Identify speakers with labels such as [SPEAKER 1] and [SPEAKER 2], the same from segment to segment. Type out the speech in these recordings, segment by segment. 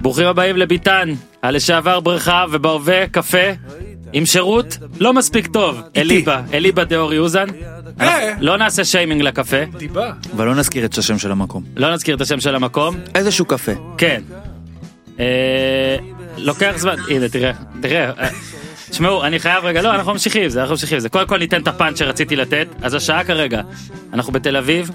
[SPEAKER 1] ברוכים הבאים לביטן, הלשעבר בריכה ובהווה קפה עם שירות לא מספיק טוב, אליבא, אליבא דאורי אוזן.
[SPEAKER 2] אה.
[SPEAKER 1] לא נעשה שיימינג לקפה,
[SPEAKER 2] דיבה.
[SPEAKER 3] אבל לא נזכיר את השם של המקום.
[SPEAKER 1] לא נזכיר את השם של המקום,
[SPEAKER 3] איזשהו קפה.
[SPEAKER 1] כן. אה, לוקח זמן, הנה תראה, תראה. אה, תשמעו, אני חייב רגע, לא, אנחנו ממשיכים עם זה, אנחנו ממשיכים עם זה. קודם כל ניתן את הפאנץ' שרציתי לתת, אז השעה כרגע, אנחנו בתל אביב,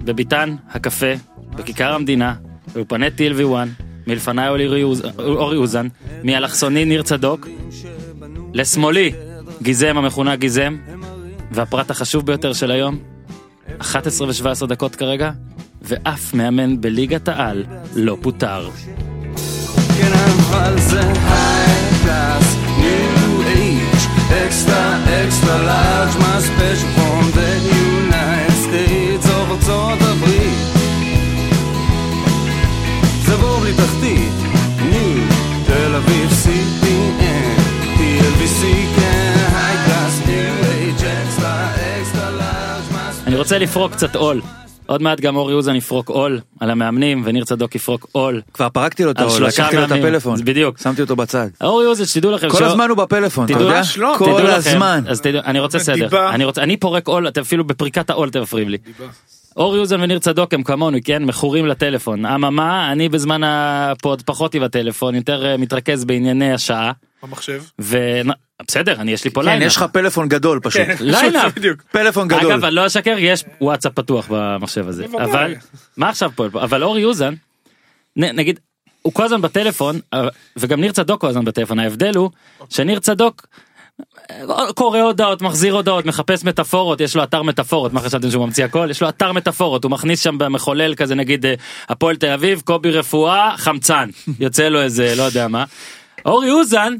[SPEAKER 1] בביתן הקפה, בכיכר המדינה, באולפני TLV1, מלפניי אורי אוז- אורי אוזן, מאלכסוני ניר צדוק, לשמאלי, גיזם המכונה גיזם, והפרט החשוב ביותר של היום, 11 ו-17 דקות כרגע, ואף מאמן בליגת העל לא פוטר.
[SPEAKER 4] כן אבל זה היי קלאס, ניו אייג' אקסטרה אקסטרה לארג' מה ספיישל פרום דה יונייט סטייטס או ארצות הברית זה בור בלי תחתית, ניו תל אביב CPN, TLBC כן היי קלאס, ניו אייג' אקסטרה אקסטרה לארג' מה ספיישל
[SPEAKER 1] אני רוצה לפרוק קצת עול. עוד מעט גם אורי אוזן יפרוק עול על המאמנים, וניר צדוק יפרוק עול.
[SPEAKER 3] כבר פרקתי לו את
[SPEAKER 1] על
[SPEAKER 3] העול,
[SPEAKER 1] שלושה
[SPEAKER 3] לקחתי לו את
[SPEAKER 1] מאמנים.
[SPEAKER 3] הפלאפון.
[SPEAKER 1] זה בדיוק.
[SPEAKER 3] שמתי אותו בצד.
[SPEAKER 1] אורי אוזן, שתדעו לכם.
[SPEAKER 3] כל
[SPEAKER 1] ש-
[SPEAKER 3] הזמן הוא בפלאפון, אתה
[SPEAKER 1] תדעו-
[SPEAKER 3] יודע?
[SPEAKER 1] ממש
[SPEAKER 2] לא,
[SPEAKER 1] תדעו
[SPEAKER 3] כל
[SPEAKER 1] לכם.
[SPEAKER 3] הזמן. כן,
[SPEAKER 1] אז תדעו, אני רוצה סדר.
[SPEAKER 2] דיבה.
[SPEAKER 1] אני רוצה- אני פורק עול, אתם אפילו בפריקת העול אתם מפריעים לי. אורי אוזן וניר צדוק הם כמונו, כן? מכורים לטלפון. אממה, אני בזמן הפוד פחות עם הטלפון, יותר אה, מתרכז בענייני השעה.
[SPEAKER 2] במחשב.
[SPEAKER 1] ו... בסדר, אני יש לי פה
[SPEAKER 3] כן,
[SPEAKER 1] לילה.
[SPEAKER 3] יש לך פלאפון גדול פשוט.
[SPEAKER 1] לילה.
[SPEAKER 2] בדיוק.
[SPEAKER 3] פלאפון גדול.
[SPEAKER 1] אגב, אני לא אשקר, יש וואטסאפ פתוח במחשב הזה.
[SPEAKER 2] בוודאי.
[SPEAKER 1] אבל, מה עכשיו פה? אבל אורי אוזן, נ- נגיד, הוא כל הזמן בטלפון, אה, וגם ניר צדוק כל הזמן בטלפון, ההבדל הוא שניר צדוק אה, קורא הודעות, מחזיר הודעות, מחפש מטאפורות, יש לו אתר מטאפורות, מה חשבתם שהוא ממציא הכל? יש לו אתר מטאפורות, הוא מכניס שם במחולל כזה נגיד אה, הפועל תל אביב, קובי רפואה, חמצן, יוצא לו איזה לא יודע מה. אורי אוזן,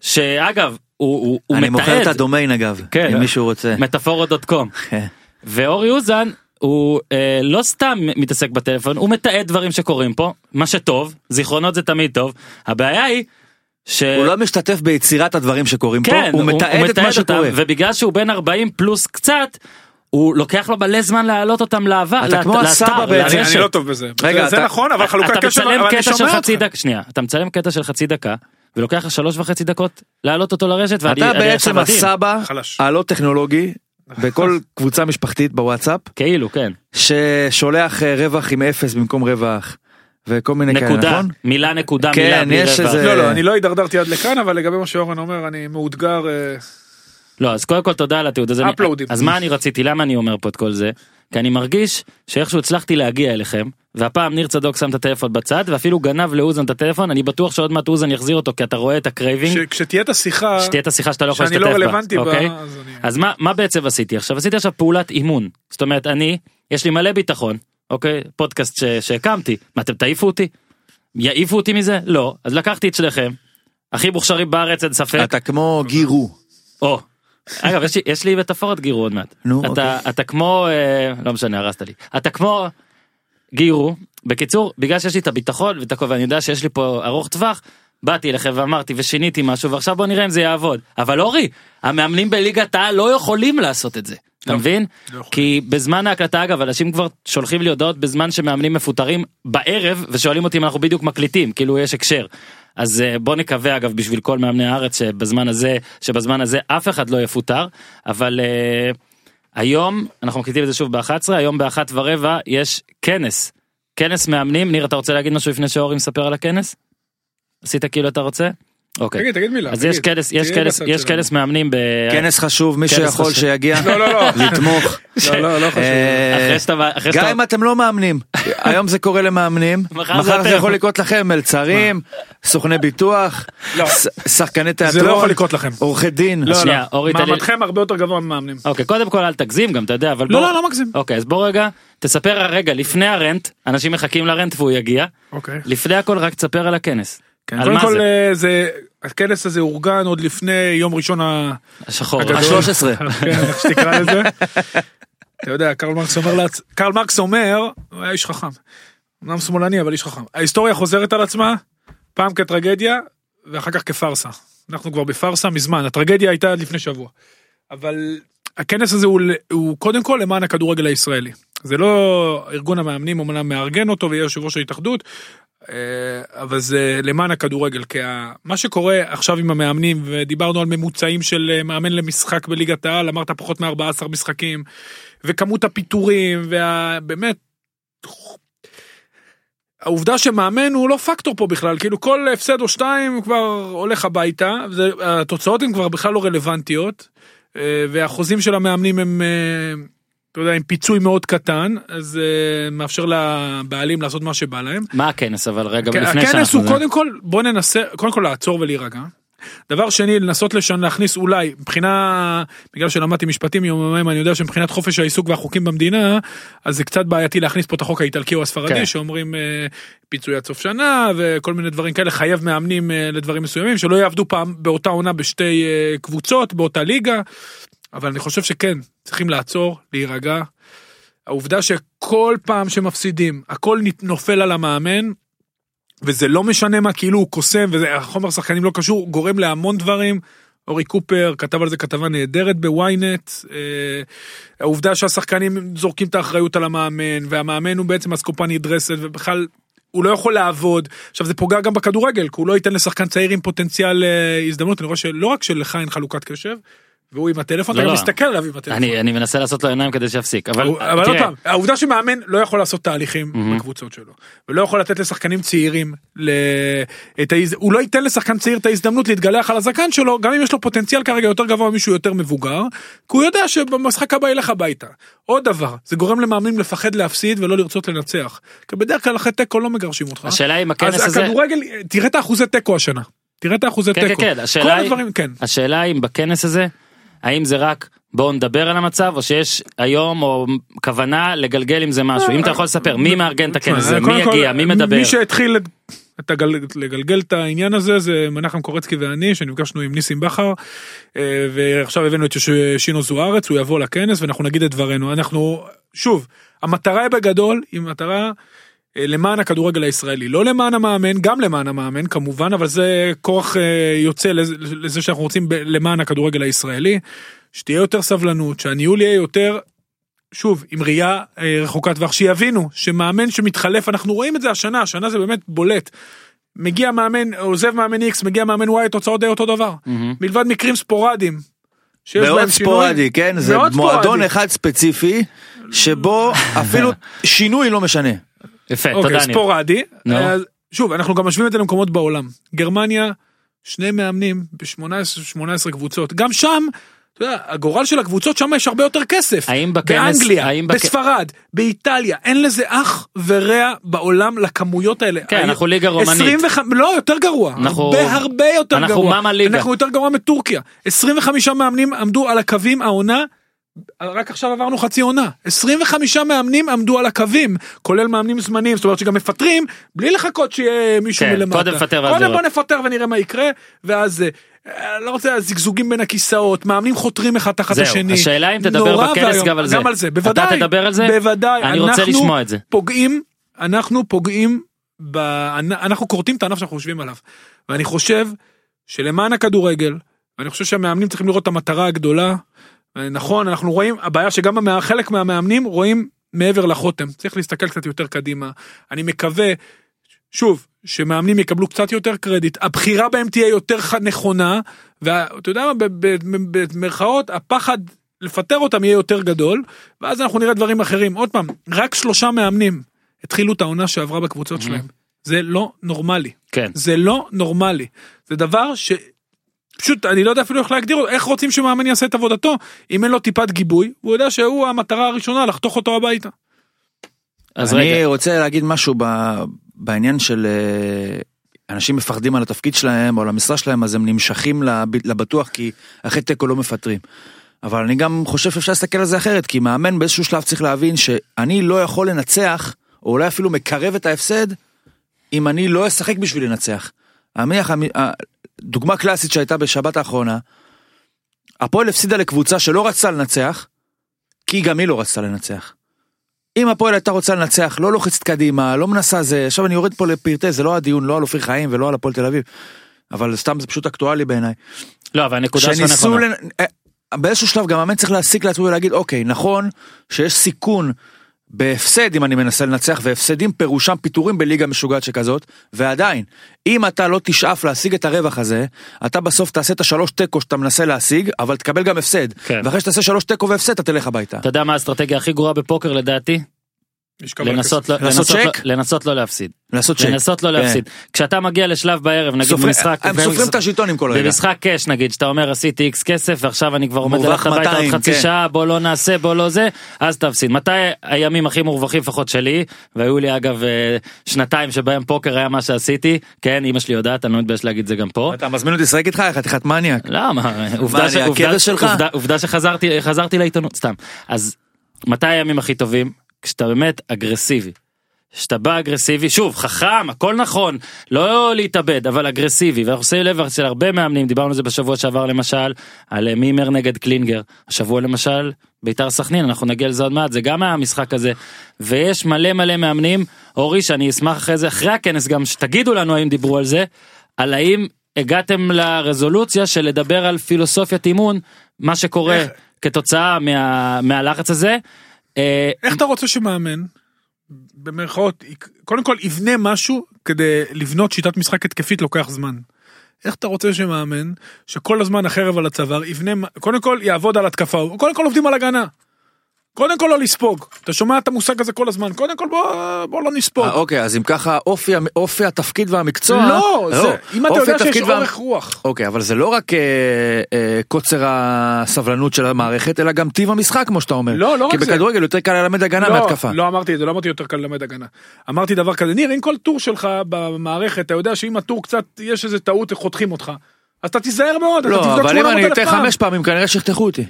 [SPEAKER 1] שאגב, הוא, הוא, הוא
[SPEAKER 3] אני
[SPEAKER 1] מתעד.
[SPEAKER 3] מוכר את הדומיין אגב,
[SPEAKER 1] כן.
[SPEAKER 3] אם מישהו רוצה.
[SPEAKER 1] מטאפורות דוט קום.
[SPEAKER 3] כן.
[SPEAKER 1] ואורי אוזן הוא אה, לא סתם מתעסק בטלפון הוא מתעד דברים שקורים פה מה שטוב זיכרונות זה תמיד טוב הבעיה היא. ש...
[SPEAKER 3] הוא לא משתתף ביצירת הדברים שקורים פה,
[SPEAKER 1] כן,
[SPEAKER 3] הוא מתעד את מה שקורה.
[SPEAKER 1] ובגלל שהוא בן 40 פלוס קצת, הוא לוקח לו מלא זמן להעלות אותם לעבר.
[SPEAKER 3] אתה
[SPEAKER 1] לאת-
[SPEAKER 3] כמו
[SPEAKER 1] לאתר,
[SPEAKER 3] הסבא
[SPEAKER 1] לרשת.
[SPEAKER 3] בעצם.
[SPEAKER 2] אני אני לא טוב בזה.
[SPEAKER 3] רגע,
[SPEAKER 2] זה- זה
[SPEAKER 3] אתה-
[SPEAKER 2] נכון, אבל חלוקת
[SPEAKER 1] אתה
[SPEAKER 2] קשב, אבל
[SPEAKER 1] מצלם
[SPEAKER 2] אני
[SPEAKER 1] קטע של
[SPEAKER 2] שומע
[SPEAKER 1] חצי
[SPEAKER 2] אותך.
[SPEAKER 1] דקה, שנייה, אתה מצלם קטע של חצי דקה, ולוקח לך שלוש וחצי דקות להעלות אותו לרשת, ואני
[SPEAKER 3] אתה
[SPEAKER 1] אני
[SPEAKER 3] בעצם
[SPEAKER 1] עכשיו אדיר.
[SPEAKER 3] הסבא
[SPEAKER 2] חלש.
[SPEAKER 3] הלא טכנולוגי בכל קבוצה משפחתית בוואטסאפ,
[SPEAKER 1] כאילו, כן.
[SPEAKER 3] ששולח אה, רווח עם אפס במקום רווח, וכל מיני כאלה,
[SPEAKER 1] נקודה,
[SPEAKER 3] נכון?
[SPEAKER 1] מילה נקודה,
[SPEAKER 3] כן,
[SPEAKER 1] מילה בלי
[SPEAKER 3] יש
[SPEAKER 1] רווח.
[SPEAKER 3] איזה-
[SPEAKER 2] לא, לא, אני לא הידרדרתי עד לכאן, אבל לגבי מה שאורן אומר, אני מאותגר. אה,
[SPEAKER 1] לא אז קודם כל תודה על התיעוד הזה אני-
[SPEAKER 2] Uploading.
[SPEAKER 1] אז מה אני רציתי למה אני אומר פה את כל זה כי אני מרגיש שאיכשהו הצלחתי להגיע אליכם והפעם ניר צדוק שם את הטלפון בצד ואפילו גנב לאוזן את הטלפון אני בטוח שעוד מעט אוזן יחזיר אותו כי אתה רואה את הקרייבינג
[SPEAKER 2] ש- כשתהיה את השיחה,
[SPEAKER 1] שתהיה את השיחה שאתה לא יכול
[SPEAKER 2] שאני
[SPEAKER 1] להשתתף
[SPEAKER 2] לא
[SPEAKER 1] בה.
[SPEAKER 2] רלוונטי
[SPEAKER 1] אוקיי?
[SPEAKER 2] בה, אז אני...
[SPEAKER 1] אז מה מה בעצם עשיתי עכשיו עשיתי עכשיו פעולת אימון זאת אומרת אני יש לי מלא ביטחון אוקיי פודקאסט ש- שהקמתי מה אתם תעיפו אותי יעיפו אותי מזה לא אז לקחתי את שניכם הכי מוכשרים בארץ אין ספק
[SPEAKER 3] אתה כמו גירו.
[SPEAKER 1] או. אגב יש לי, יש לי מטאפורת גירו עוד מעט.
[SPEAKER 3] נו,
[SPEAKER 1] אתה, אתה כמו אה, לא משנה הרסת לי אתה כמו גירו בקיצור בגלל שיש לי את הביטחון ואת הכל ואני יודע שיש לי פה ארוך טווח. באתי אליכם ואמרתי ושיניתי משהו ועכשיו בוא נראה אם זה יעבוד אבל אורי המאמנים בליגת העל לא יכולים לעשות את זה אתה מבין
[SPEAKER 2] לא יכולים.
[SPEAKER 1] כי בזמן ההקלטה אגב אנשים כבר שולחים לי הודעות בזמן שמאמנים מפוטרים בערב ושואלים אותי אם אנחנו בדיוק מקליטים כאילו יש הקשר. אז אה, בוא נקווה אגב בשביל כל מאמני הארץ שבזמן הזה שבזמן הזה אף אחד לא יפוטר אבל אה, היום אנחנו מקליטים את זה שוב ב-11 היום ב-1 ורבע יש כנס כנס מאמנים ניר אתה רוצה להגיד משהו לפני שאורי מספר על הכנס? עשית כאילו אתה רוצה? אוקיי
[SPEAKER 2] תגיד, תגיד מילה.
[SPEAKER 1] אז
[SPEAKER 2] תגיד.
[SPEAKER 1] יש כנס יש
[SPEAKER 2] תהיה
[SPEAKER 1] כנס
[SPEAKER 2] בצד
[SPEAKER 1] יש
[SPEAKER 2] שלנו.
[SPEAKER 1] כנס מאמנים ב...
[SPEAKER 3] כנס חשוב, מי
[SPEAKER 1] כנס
[SPEAKER 3] שיכול
[SPEAKER 1] חשוב.
[SPEAKER 3] שיגיע,
[SPEAKER 2] כן. לא, לא, לא.
[SPEAKER 3] לתמוך.
[SPEAKER 2] לא, לא, לא חשוב.
[SPEAKER 3] אה,
[SPEAKER 1] אחרי שאתה אחרי
[SPEAKER 3] גם
[SPEAKER 1] שאתה-
[SPEAKER 3] אם אתם לא מאמנים, היום זה קורה למאמנים,
[SPEAKER 1] מחר זה
[SPEAKER 3] מחר זה
[SPEAKER 1] אתם.
[SPEAKER 3] יכול לקרות לכם מלצרים, סוכני ביטוח,
[SPEAKER 2] לא.
[SPEAKER 3] ש- שחקני
[SPEAKER 2] זה לא
[SPEAKER 3] תיאטרון,
[SPEAKER 2] יכול לקרות לכם.
[SPEAKER 3] עורכי דין.
[SPEAKER 2] לא,
[SPEAKER 1] שנייה, אורי,
[SPEAKER 2] לא.
[SPEAKER 1] תן לי-
[SPEAKER 2] מעמדכם הרבה יותר גבוה ממאמנים.
[SPEAKER 1] אוקיי, קודם כל אל תגזים גם, אתה יודע, אבל
[SPEAKER 2] לא,
[SPEAKER 1] בוא...
[SPEAKER 2] לא, לא מגזים.
[SPEAKER 1] אוקיי, אז בוא רגע, תספר רגע, לפני הרנט, אנשים מחכים לרנט והוא יגיע.
[SPEAKER 2] אוקיי.
[SPEAKER 1] לפני הכל רק תספר על הכנס.
[SPEAKER 2] כן,
[SPEAKER 1] על
[SPEAKER 2] קודם
[SPEAKER 1] מה
[SPEAKER 2] כל,
[SPEAKER 1] זה?
[SPEAKER 2] אה, זה, הכנס הזה אורגן עוד לפני יום ראשון ה...
[SPEAKER 1] השחור.
[SPEAKER 2] הגדול.
[SPEAKER 1] השחור.
[SPEAKER 3] ה-13.
[SPEAKER 2] כן, איך שתקרא לזה. אתה יודע, קרל מרקס אומר, לעצ- קרל מרקס אומר, הוא היה איש חכם. אמנם שמאלני, אבל איש חכם. ההיסטוריה חוזרת על עצמה, פעם כטרגדיה, ואחר כך כפארסה. אנחנו כבר בפארסה מזמן, הטרגדיה הייתה עד לפני שבוע. אבל הכנס הזה הוא, ל- הוא קודם כל למען הכדורגל הישראלי. זה לא ארגון המאמנים אמנם מארגן אותו ויהיה יושב ראש ההתאחדות, אה, אבל זה למען הכדורגל, כי ה- מה שקורה עכשיו עם המאמנים, ודיברנו על ממוצעים של אה, מאמן למשחק בליגת העל, אמרת פחות מ-14 משחקים, וכמות הפיטורים, ובאמת, העובדה שמאמן הוא לא פקטור פה בכלל, כאילו כל הפסד או שתיים הוא כבר הולך הביתה, זה, התוצאות הן כבר בכלל לא רלוונטיות, אה, והחוזים של המאמנים הם, אה, אתה יודע, עם פיצוי מאוד קטן, אז אה, מאפשר לבעלים לעשות מה שבא להם.
[SPEAKER 1] מה הכנס אבל רגע
[SPEAKER 2] כן,
[SPEAKER 1] לפני
[SPEAKER 2] הכנס
[SPEAKER 1] שאנחנו...
[SPEAKER 2] הוא קודם כל בוא ננסה קודם כל לעצור ולהירגע. דבר שני לנסות לשן להכניס אולי מבחינה בגלל שלמדתי משפטים יומיים אני יודע שמבחינת חופש העיסוק והחוקים במדינה אז זה קצת בעייתי להכניס פה את החוק האיטלקי או הספרדי
[SPEAKER 1] כן.
[SPEAKER 2] שאומרים אה, פיצוי עד סוף שנה וכל מיני דברים כאלה חייב מאמנים אה, לדברים מסוימים שלא יעבדו פעם באותה עונה בשתי אה, קבוצות באותה ליגה. אבל אני חושב שכן צריכים לעצור להירגע. העובדה שכל פעם שמפסידים הכל נת- נופל על המאמן וזה לא משנה מה כאילו הוא קוסם והחומר שחקנים לא קשור הוא גורם להמון דברים. אורי קופר כתב על זה כתבה נהדרת בוויינט אה, העובדה שהשחקנים זורקים את האחריות על המאמן והמאמן הוא בעצם אסקופה נדרסת ובכלל. הוא לא יכול לעבוד עכשיו זה פוגע גם בכדורגל כי הוא לא ייתן לשחקן צעיר עם פוטנציאל אה, הזדמנות אני רואה שלא רק שלך אין חלוקת קשב. והוא עם הטלפון
[SPEAKER 1] לא,
[SPEAKER 2] אתה
[SPEAKER 1] לא.
[SPEAKER 2] גם מסתכל עליו עם הטלפון.
[SPEAKER 1] אני אני מנסה לעשות לו עיניים כדי שיפסיק אבל
[SPEAKER 2] אבל, אבל עוד
[SPEAKER 1] אה, תראה,
[SPEAKER 2] פעם, העובדה שמאמן לא יכול לעשות תהליכים
[SPEAKER 1] מהמם.
[SPEAKER 2] בקבוצות שלו, ולא יכול לתת לשחקנים צעירים, ל... את ההז... הוא לא ייתן לשחקן צעיר את ההזדמנות להתגלח על הזקן שלו, גם אם יש לו פוטנציאל כרגע יותר גבוה ממישהו יותר מבוגר, כי הוא יודע שבמשחק הבא ילך הביתה. עוד דבר, זה גורם למאמנים לפחד להפסיד ולא לרצות לנצח, כי בדרך כלל אחרי תיקו לא מגרשים אותך.
[SPEAKER 1] השאלה היא אם הכנס
[SPEAKER 2] אז
[SPEAKER 1] הזה
[SPEAKER 2] הכדורגל, תראה את האחוזי תיקו השנה, תראה את האחוזי
[SPEAKER 1] כן, כן,
[SPEAKER 2] תיקו,
[SPEAKER 1] כן,
[SPEAKER 2] כל
[SPEAKER 1] השאלה היא-
[SPEAKER 2] הדברים, כן.
[SPEAKER 1] השאלה אם בכנס הזה האם זה רק בואו נדבר על המצב או שיש היום או כוונה לגלגל עם זה משהו אם אתה יכול לספר מי מארגן את הכנס הזה
[SPEAKER 2] תשמע,
[SPEAKER 1] מי
[SPEAKER 2] אה, קודם כל,
[SPEAKER 1] יגיע מי מדבר
[SPEAKER 2] מי שהתחיל את- את הגל- לגלגל את העניין הזה זה מנחם קורצקי ואני שנפגשנו עם ניסים בכר אה, ועכשיו הבאנו את ש- שינו זוארץ הוא יבוא לכנס ואנחנו נגיד את דברינו אנחנו שוב המטרה היא בגדול היא מטרה. אה, למען הכדורגל הישראלי לא למען המאמן גם למען המאמן כמובן אבל זה כורח אה, יוצא לזה- לזה שאנחנו רוצים ב- למען הכדורגל הישראלי שתהיה יותר סבלנות שהניהול יהיה יותר שוב, עם ראייה אה, רחוקת טווח, שיבינו שמאמן שמתחלף, אנחנו רואים את זה השנה, השנה זה באמת בולט. מגיע מאמן, עוזב מאמן X, מגיע מאמן Y, התוצאות די אותו דבר. מלבד מקרים ספורדיים. שיש בהם שינוי.
[SPEAKER 3] מאוד ספורדי, כן? זה
[SPEAKER 2] מאוד
[SPEAKER 3] מועדון
[SPEAKER 2] ספורדי.
[SPEAKER 3] אחד ספציפי, שבו אפילו שינוי לא משנה.
[SPEAKER 1] יפה
[SPEAKER 2] אוקיי,
[SPEAKER 1] תודה ניר.
[SPEAKER 2] ספורדי.
[SPEAKER 1] נו.
[SPEAKER 2] אז, שוב, אנחנו גם משווים את זה למקומות בעולם. גרמניה, שני מאמנים ב-18 קבוצות. גם שם, אתה יודע, הגורל של הקבוצות, שם יש הרבה יותר כסף.
[SPEAKER 1] האם בכנס
[SPEAKER 2] באנגליה,
[SPEAKER 1] האם בכ-
[SPEAKER 2] בספרד, באיטליה, אין לזה אח ורע בעולם לכמויות האלה.
[SPEAKER 1] כן,
[SPEAKER 2] היו-
[SPEAKER 1] אנחנו ליגה רומנית.
[SPEAKER 2] 25, לא, יותר גרוע.
[SPEAKER 1] אנחנו-
[SPEAKER 2] הרבה הרבה יותר
[SPEAKER 1] אנחנו
[SPEAKER 2] גרוע.
[SPEAKER 1] מאמא ליגה.
[SPEAKER 2] אנחנו יותר גרוע מטורקיה. 25 מאמנים עמדו על הקווים העונה. רק עכשיו עברנו חצי עונה, 25 מאמנים עמדו על הקווים, כולל מאמנים זמניים, זאת אומרת שגם מפטרים, בלי לחכות שיהיה מישהו
[SPEAKER 1] כן,
[SPEAKER 2] מלמטה.
[SPEAKER 1] קודם פטר ואז
[SPEAKER 2] קודם
[SPEAKER 1] לראות.
[SPEAKER 2] בוא נפטר ונראה מה יקרה, ואז אה, אה, לא רוצה זיגזוגים בין הכיסאות, מאמנים חותרים אחד תחת
[SPEAKER 1] זהו,
[SPEAKER 2] השני.
[SPEAKER 1] השאלה אם תדבר
[SPEAKER 2] נורא
[SPEAKER 1] בכנס
[SPEAKER 2] ואיום.
[SPEAKER 1] גם על זה.
[SPEAKER 2] גם על זה,
[SPEAKER 1] אתה
[SPEAKER 2] בוודאי.
[SPEAKER 1] תדבר על זה?
[SPEAKER 2] בוודאי.
[SPEAKER 1] אני רוצה
[SPEAKER 2] אנחנו
[SPEAKER 1] לשמוע את זה.
[SPEAKER 2] פוגעים, אנחנו פוגעים, ב... אנחנו כורתים את הענף שאנחנו יושבים עליו. ואני חושב שלמען הכדורגל, ואני חושב שהמאמנים צריכים לראות את המטרה הגדולה. נכון, אנחנו רואים, הבעיה שגם המא- חלק מהמאמנים רואים מעבר לחותם. צריך להסתכל קצת יותר קדימה. אני מקווה, שוב, שמאמנים יקבלו קצת יותר קרדיט, הבחירה בהם תהיה יותר ח- נכונה, ואתה יודע מה, ב- ב- ב- במרכאות, הפחד לפטר אותם יהיה יותר גדול, ואז אנחנו נראה דברים אחרים. עוד פעם, רק שלושה מאמנים התחילו את העונה שעברה בקבוצות שלהם. זה לא נורמלי.
[SPEAKER 1] כן.
[SPEAKER 2] זה לא נורמלי. זה דבר ש... פשוט אני לא יודע אפילו איך להגדיר אותו, איך רוצים שמאמן יעשה את עבודתו אם אין לו טיפת גיבוי הוא יודע שהוא המטרה הראשונה לחתוך אותו הביתה.
[SPEAKER 1] אז
[SPEAKER 3] אני
[SPEAKER 1] רגע
[SPEAKER 3] רוצה להגיד משהו ב- בעניין של אה, אנשים מפחדים על התפקיד שלהם או על המשרה שלהם, אז הם נמשכים לב- לבטוח כי אחרי תיקו לא מפטרים. אבל אני גם חושב שאפשר להסתכל על זה אחרת, כי מאמן באיזשהו שלב צריך להבין שאני לא יכול לנצח, או אולי אפילו מקרב את ההפסד, אם אני לא אשחק בשביל לנצח. נניח, המ- ה- אה, דוגמה קלאסית שהייתה בשבת האחרונה, הפועל הפסידה לקבוצה שלא רצתה לנצח, כי גם היא לא רצתה לנצח. אם הפועל הייתה רוצה לנצח, לא לוחצת קדימה, לא מנסה זה, עכשיו אני יורד פה לפרטי, זה לא הדיון, לא על אופיר חיים ולא על הפועל תל אביב, אבל סתם זה פשוט אקטואלי בעיניי.
[SPEAKER 1] לא אבל הנקודה שלך
[SPEAKER 3] שניסו,
[SPEAKER 1] נכונה.
[SPEAKER 3] לנ... אה, באיזשהו שלב גם המאמן צריך להסיק לעצמו ולהגיד, אוקיי, נכון שיש סיכון בהפסד אם אני מנסה לנצח והפסדים פירושם פיטורים בליגה משוגעת שכזאת ועדיין אם אתה לא תשאף להשיג את הרווח הזה אתה בסוף תעשה את השלוש תיקו שאתה מנסה להשיג אבל תקבל גם הפסד
[SPEAKER 1] כן.
[SPEAKER 3] ואחרי שתעשה שלוש תיקו והפסד אתה תלך הביתה.
[SPEAKER 1] אתה יודע מה האסטרטגיה הכי גרועה בפוקר לדעתי?
[SPEAKER 2] לשכב על
[SPEAKER 1] לנסות לא-
[SPEAKER 3] לעשות
[SPEAKER 1] לנסות לא-
[SPEAKER 3] צ'ק?
[SPEAKER 1] לנסות לא להפסיד.
[SPEAKER 3] לעשות צ'ק.
[SPEAKER 1] לנסות לא
[SPEAKER 3] כן.
[SPEAKER 1] להפסיד. כשאתה מגיע לשלב בערב, נגיד
[SPEAKER 3] סופרים-
[SPEAKER 1] במשחק...
[SPEAKER 3] הם סופרים את השלטונים כל רגע.
[SPEAKER 1] במשחק קאש נגיד, שאתה אומר עשיתי איקס כסף ועכשיו אני כבר עומד ללכת
[SPEAKER 3] מורווח
[SPEAKER 1] הביתה עוד
[SPEAKER 3] 200,
[SPEAKER 1] חצי
[SPEAKER 3] כן.
[SPEAKER 1] שעה, בוא לא נעשה, בוא לא זה, אז תפסיד. מתי הימים הכי מורווחים לפחות שלי, והיו לי אגב אה, שנתיים שבהם פוקר היה מה שעשיתי, כן, אמא שלי יודעת, אני לא מתבייש להגיד את זה גם פה.
[SPEAKER 3] אתה מזמין אותי לשחק איתך חתיכת מניאק.
[SPEAKER 1] למה? עובדה
[SPEAKER 3] אני,
[SPEAKER 1] ש- עובדה-
[SPEAKER 3] הכבש שלך?
[SPEAKER 1] עובדה- עובדה שחזרתי חזרתי לעיתונות, סתם. אז מתי הימים הכי טובים? כשאתה באמת אגרסיבי. כשאתה בא אגרסיבי, שוב, חכם, הכל נכון, לא להתאבד, אבל אגרסיבי. ואנחנו עושים לב אצל הרבה מאמנים, דיברנו על זה בשבוע שעבר למשל, על אה, מימר נגד קלינגר. השבוע למשל, ביתר סכנין, אנחנו נגיע לזה עוד מעט, זה גם היה משחק הזה. ויש מלא מלא מאמנים, אורי, שאני אשמח אחרי זה, אחרי הכנס גם, שתגידו לנו האם דיברו על זה, על האם הגעתם לרזולוציה של לדבר על פילוסופיית אימון, מה שקורה כתוצאה מה, מהלחץ הזה. אה,
[SPEAKER 2] איך אתה רוצה שמאמן, במרכאות, יק- קודם כל יבנה משהו כדי לבנות שיטת משחק התקפית לוקח זמן. איך אתה רוצה שמאמן, שכל הזמן החרב על הצוואר, יבנה, מ- קודם כל יעבוד על התקפה, קודם כל עובדים על הגנה. קודם כל לא לספוג, אתה שומע את המושג הזה כל הזמן, קודם כל בוא, בוא לא נספוג.
[SPEAKER 3] אה, אוקיי אז אם ככה אופי המ- אופי התפקיד והמקצוע
[SPEAKER 2] לא, זה, אם אתה
[SPEAKER 3] אה, אוקיי. אופי
[SPEAKER 2] יודע שיש
[SPEAKER 3] התפקיד וה-
[SPEAKER 2] אורך רוח.
[SPEAKER 3] אוקיי אבל זה לא רק אה, אה, קוצר הסבלנות של המערכת אלא גם טיב המשחק כמו שאתה אומר
[SPEAKER 2] לא, לא
[SPEAKER 3] כי
[SPEAKER 2] רק זה.
[SPEAKER 3] בכדורגל יותר קל ללמד הגנה
[SPEAKER 2] לא,
[SPEAKER 3] מהתקפה
[SPEAKER 2] לא אמרתי את זה, לא אמרתי יותר קל ללמד הגנה. אמרתי דבר כזה, ניר, אם כל טור שלך במערכת, אתה יודע שאם הטור קצת, יש איזה טעות, חותכים אותך. אז אתה תיזהר מאוד, אתה
[SPEAKER 3] לא,
[SPEAKER 2] תבדוק
[SPEAKER 3] אבל אם
[SPEAKER 2] 800
[SPEAKER 3] אני
[SPEAKER 2] אלף
[SPEAKER 3] אתן
[SPEAKER 2] פעם.
[SPEAKER 3] חמש פעמים כנראה שיחתכו אותי.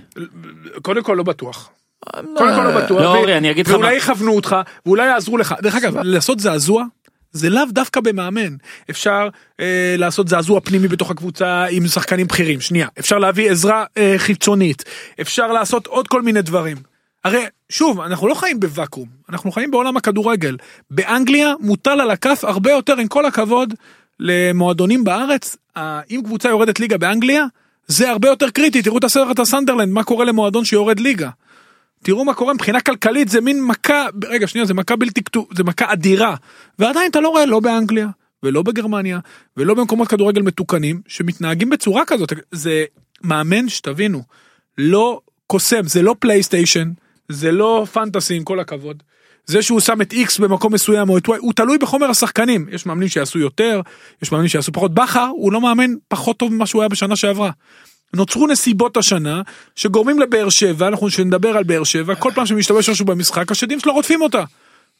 [SPEAKER 2] קודם כל לא בטוח. קודם כל לא בטוח.
[SPEAKER 1] לא,
[SPEAKER 2] ו-
[SPEAKER 1] אורי, אני אגיד לך
[SPEAKER 2] ואולי
[SPEAKER 1] מה-
[SPEAKER 2] יכוונו אותך, ואולי יעזרו לך. דרך אגב, לעשות זעזוע. זה לאו דווקא במאמן, אפשר אה, לעשות זעזוע פנימי בתוך הקבוצה עם שחקנים בכירים, שנייה, אפשר להביא עזרה אה, חיצונית, אפשר לעשות עוד כל מיני דברים. הרי שוב, אנחנו לא חיים בוואקום, אנחנו חיים בעולם הכדורגל. באנגליה מוטל על הכף הרבה יותר, עם כל הכבוד, למועדונים בארץ, אה, אם קבוצה יורדת ליגה באנגליה, זה הרבה יותר קריטי, תראו את הסרט הסנדרלנד, מה קורה למועדון שיורד ליגה. תראו מה קורה מבחינה כלכלית זה מין מכה רגע שנייה זה מכה בלתי כתוב זה מכה אדירה ועדיין אתה לא רואה לא באנגליה ולא בגרמניה ולא במקומות כדורגל מתוקנים שמתנהגים בצורה כזאת זה מאמן שתבינו לא קוסם זה לא פלייסטיישן זה לא פנטסי עם כל הכבוד. זה שהוא שם את איקס במקום מסוים או את וואי הוא תלוי בחומר השחקנים יש מאמנים שיעשו יותר יש מאמנים שיעשו פחות בכר הוא לא מאמן פחות טוב ממה שהוא היה בשנה שעברה. נוצרו נסיבות השנה שגורמים לבאר שבע, אנחנו שנדבר על באר שבע, כל פעם שמשתמש משהו במשחק, השדים שלו רודפים אותה.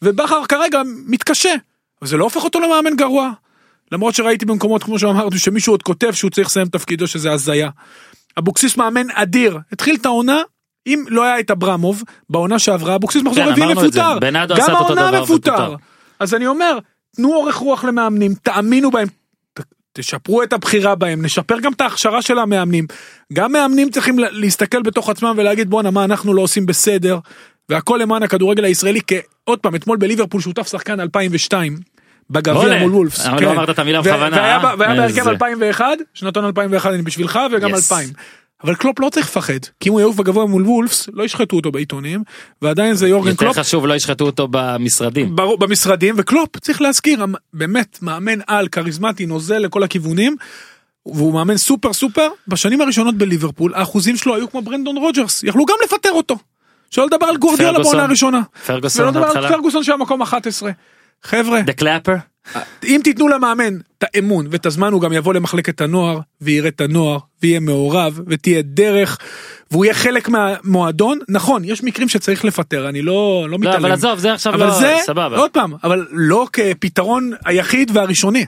[SPEAKER 2] ובכר כרגע מתקשה, אבל זה לא הופך אותו למאמן גרוע. למרות שראיתי במקומות, כמו שאמרתי, שמישהו עוד כותב שהוא צריך לסיים את תפקידו, שזה הזיה. אבוקסיס מאמן אדיר, התחיל את העונה, אם לא היה את אברמוב, בעונה שעברה, אבוקסיס מחזור
[SPEAKER 1] כן,
[SPEAKER 2] רביעי
[SPEAKER 1] אמרנו את זה.
[SPEAKER 2] מפוטר.
[SPEAKER 1] בנאדו עשה
[SPEAKER 2] גם
[SPEAKER 1] את אותו דבר
[SPEAKER 2] העונה מפוטר.
[SPEAKER 1] ופוטר.
[SPEAKER 2] אז אני אומר, תנו אורך רוח למאמנים, תאמינו בהם, תשפרו את הבחירה בהם, נשפר גם את ההכשרה של המאמנים. גם מאמנים צריכים לה- להסתכל בתוך עצמם ולהגיד בואנה מה אנחנו לא עושים בסדר, והכל למען הכדורגל הישראלי, כי עוד פעם אתמול בליברפול שותף שחקן 2002.
[SPEAKER 1] אולה.
[SPEAKER 2] בגביע מול וולפס. כן.
[SPEAKER 1] אבל לא אמרת את המילה
[SPEAKER 2] ו-
[SPEAKER 1] בכוונה,
[SPEAKER 2] והיה ב-
[SPEAKER 1] אה?
[SPEAKER 2] והיה בהרכב
[SPEAKER 1] איזה.
[SPEAKER 2] 2001, שנתון 2001 אני בשבילך וגם
[SPEAKER 1] Yes.
[SPEAKER 2] 2000. אבל קלופ לא צריך לפחד, כי אם הוא יעוף בגבוה מול וולפס, לא ישחטו אותו בעיתונים, ועדיין זה יורגן
[SPEAKER 1] יותר
[SPEAKER 2] אה, קלופ
[SPEAKER 1] חשוב לא ישחטו אותו במשרדים.
[SPEAKER 2] ברור, במשרדים, וקלופ, צריך להזכיר, המ- באמת מאמן על, כריזמטי, נוזל לכל הכיוונים, והוא מאמן סופר סופר. בשנים הראשונות בליברפול, האחוזים שלו היו כמו ברנדון רוג'רס, יכלו גם לפטר אותו. שלא לדבר על גורדיאלה
[SPEAKER 1] פרגוסון.
[SPEAKER 2] בעונה הראשונה.
[SPEAKER 1] פרגוסון
[SPEAKER 2] ולא לדבר על
[SPEAKER 1] בהתחלה. לא,
[SPEAKER 2] פרגוסון שהיה מקום 11. חבר'ה,
[SPEAKER 1] דה קלאפר?
[SPEAKER 2] אם תיתנו למאמן את האמון ואת הזמן הוא גם יבוא למחלקת הנוער ויראה את הנוער ויהיה מעורב ותהיה דרך והוא יהיה חלק מהמועדון נכון יש מקרים שצריך לפטר אני לא לא מתעלם
[SPEAKER 1] אבל עזוב, זה עכשיו
[SPEAKER 2] אבל
[SPEAKER 1] לא-
[SPEAKER 2] זה
[SPEAKER 1] סבבה.
[SPEAKER 2] עוד פעם אבל לא כפתרון היחיד והראשוני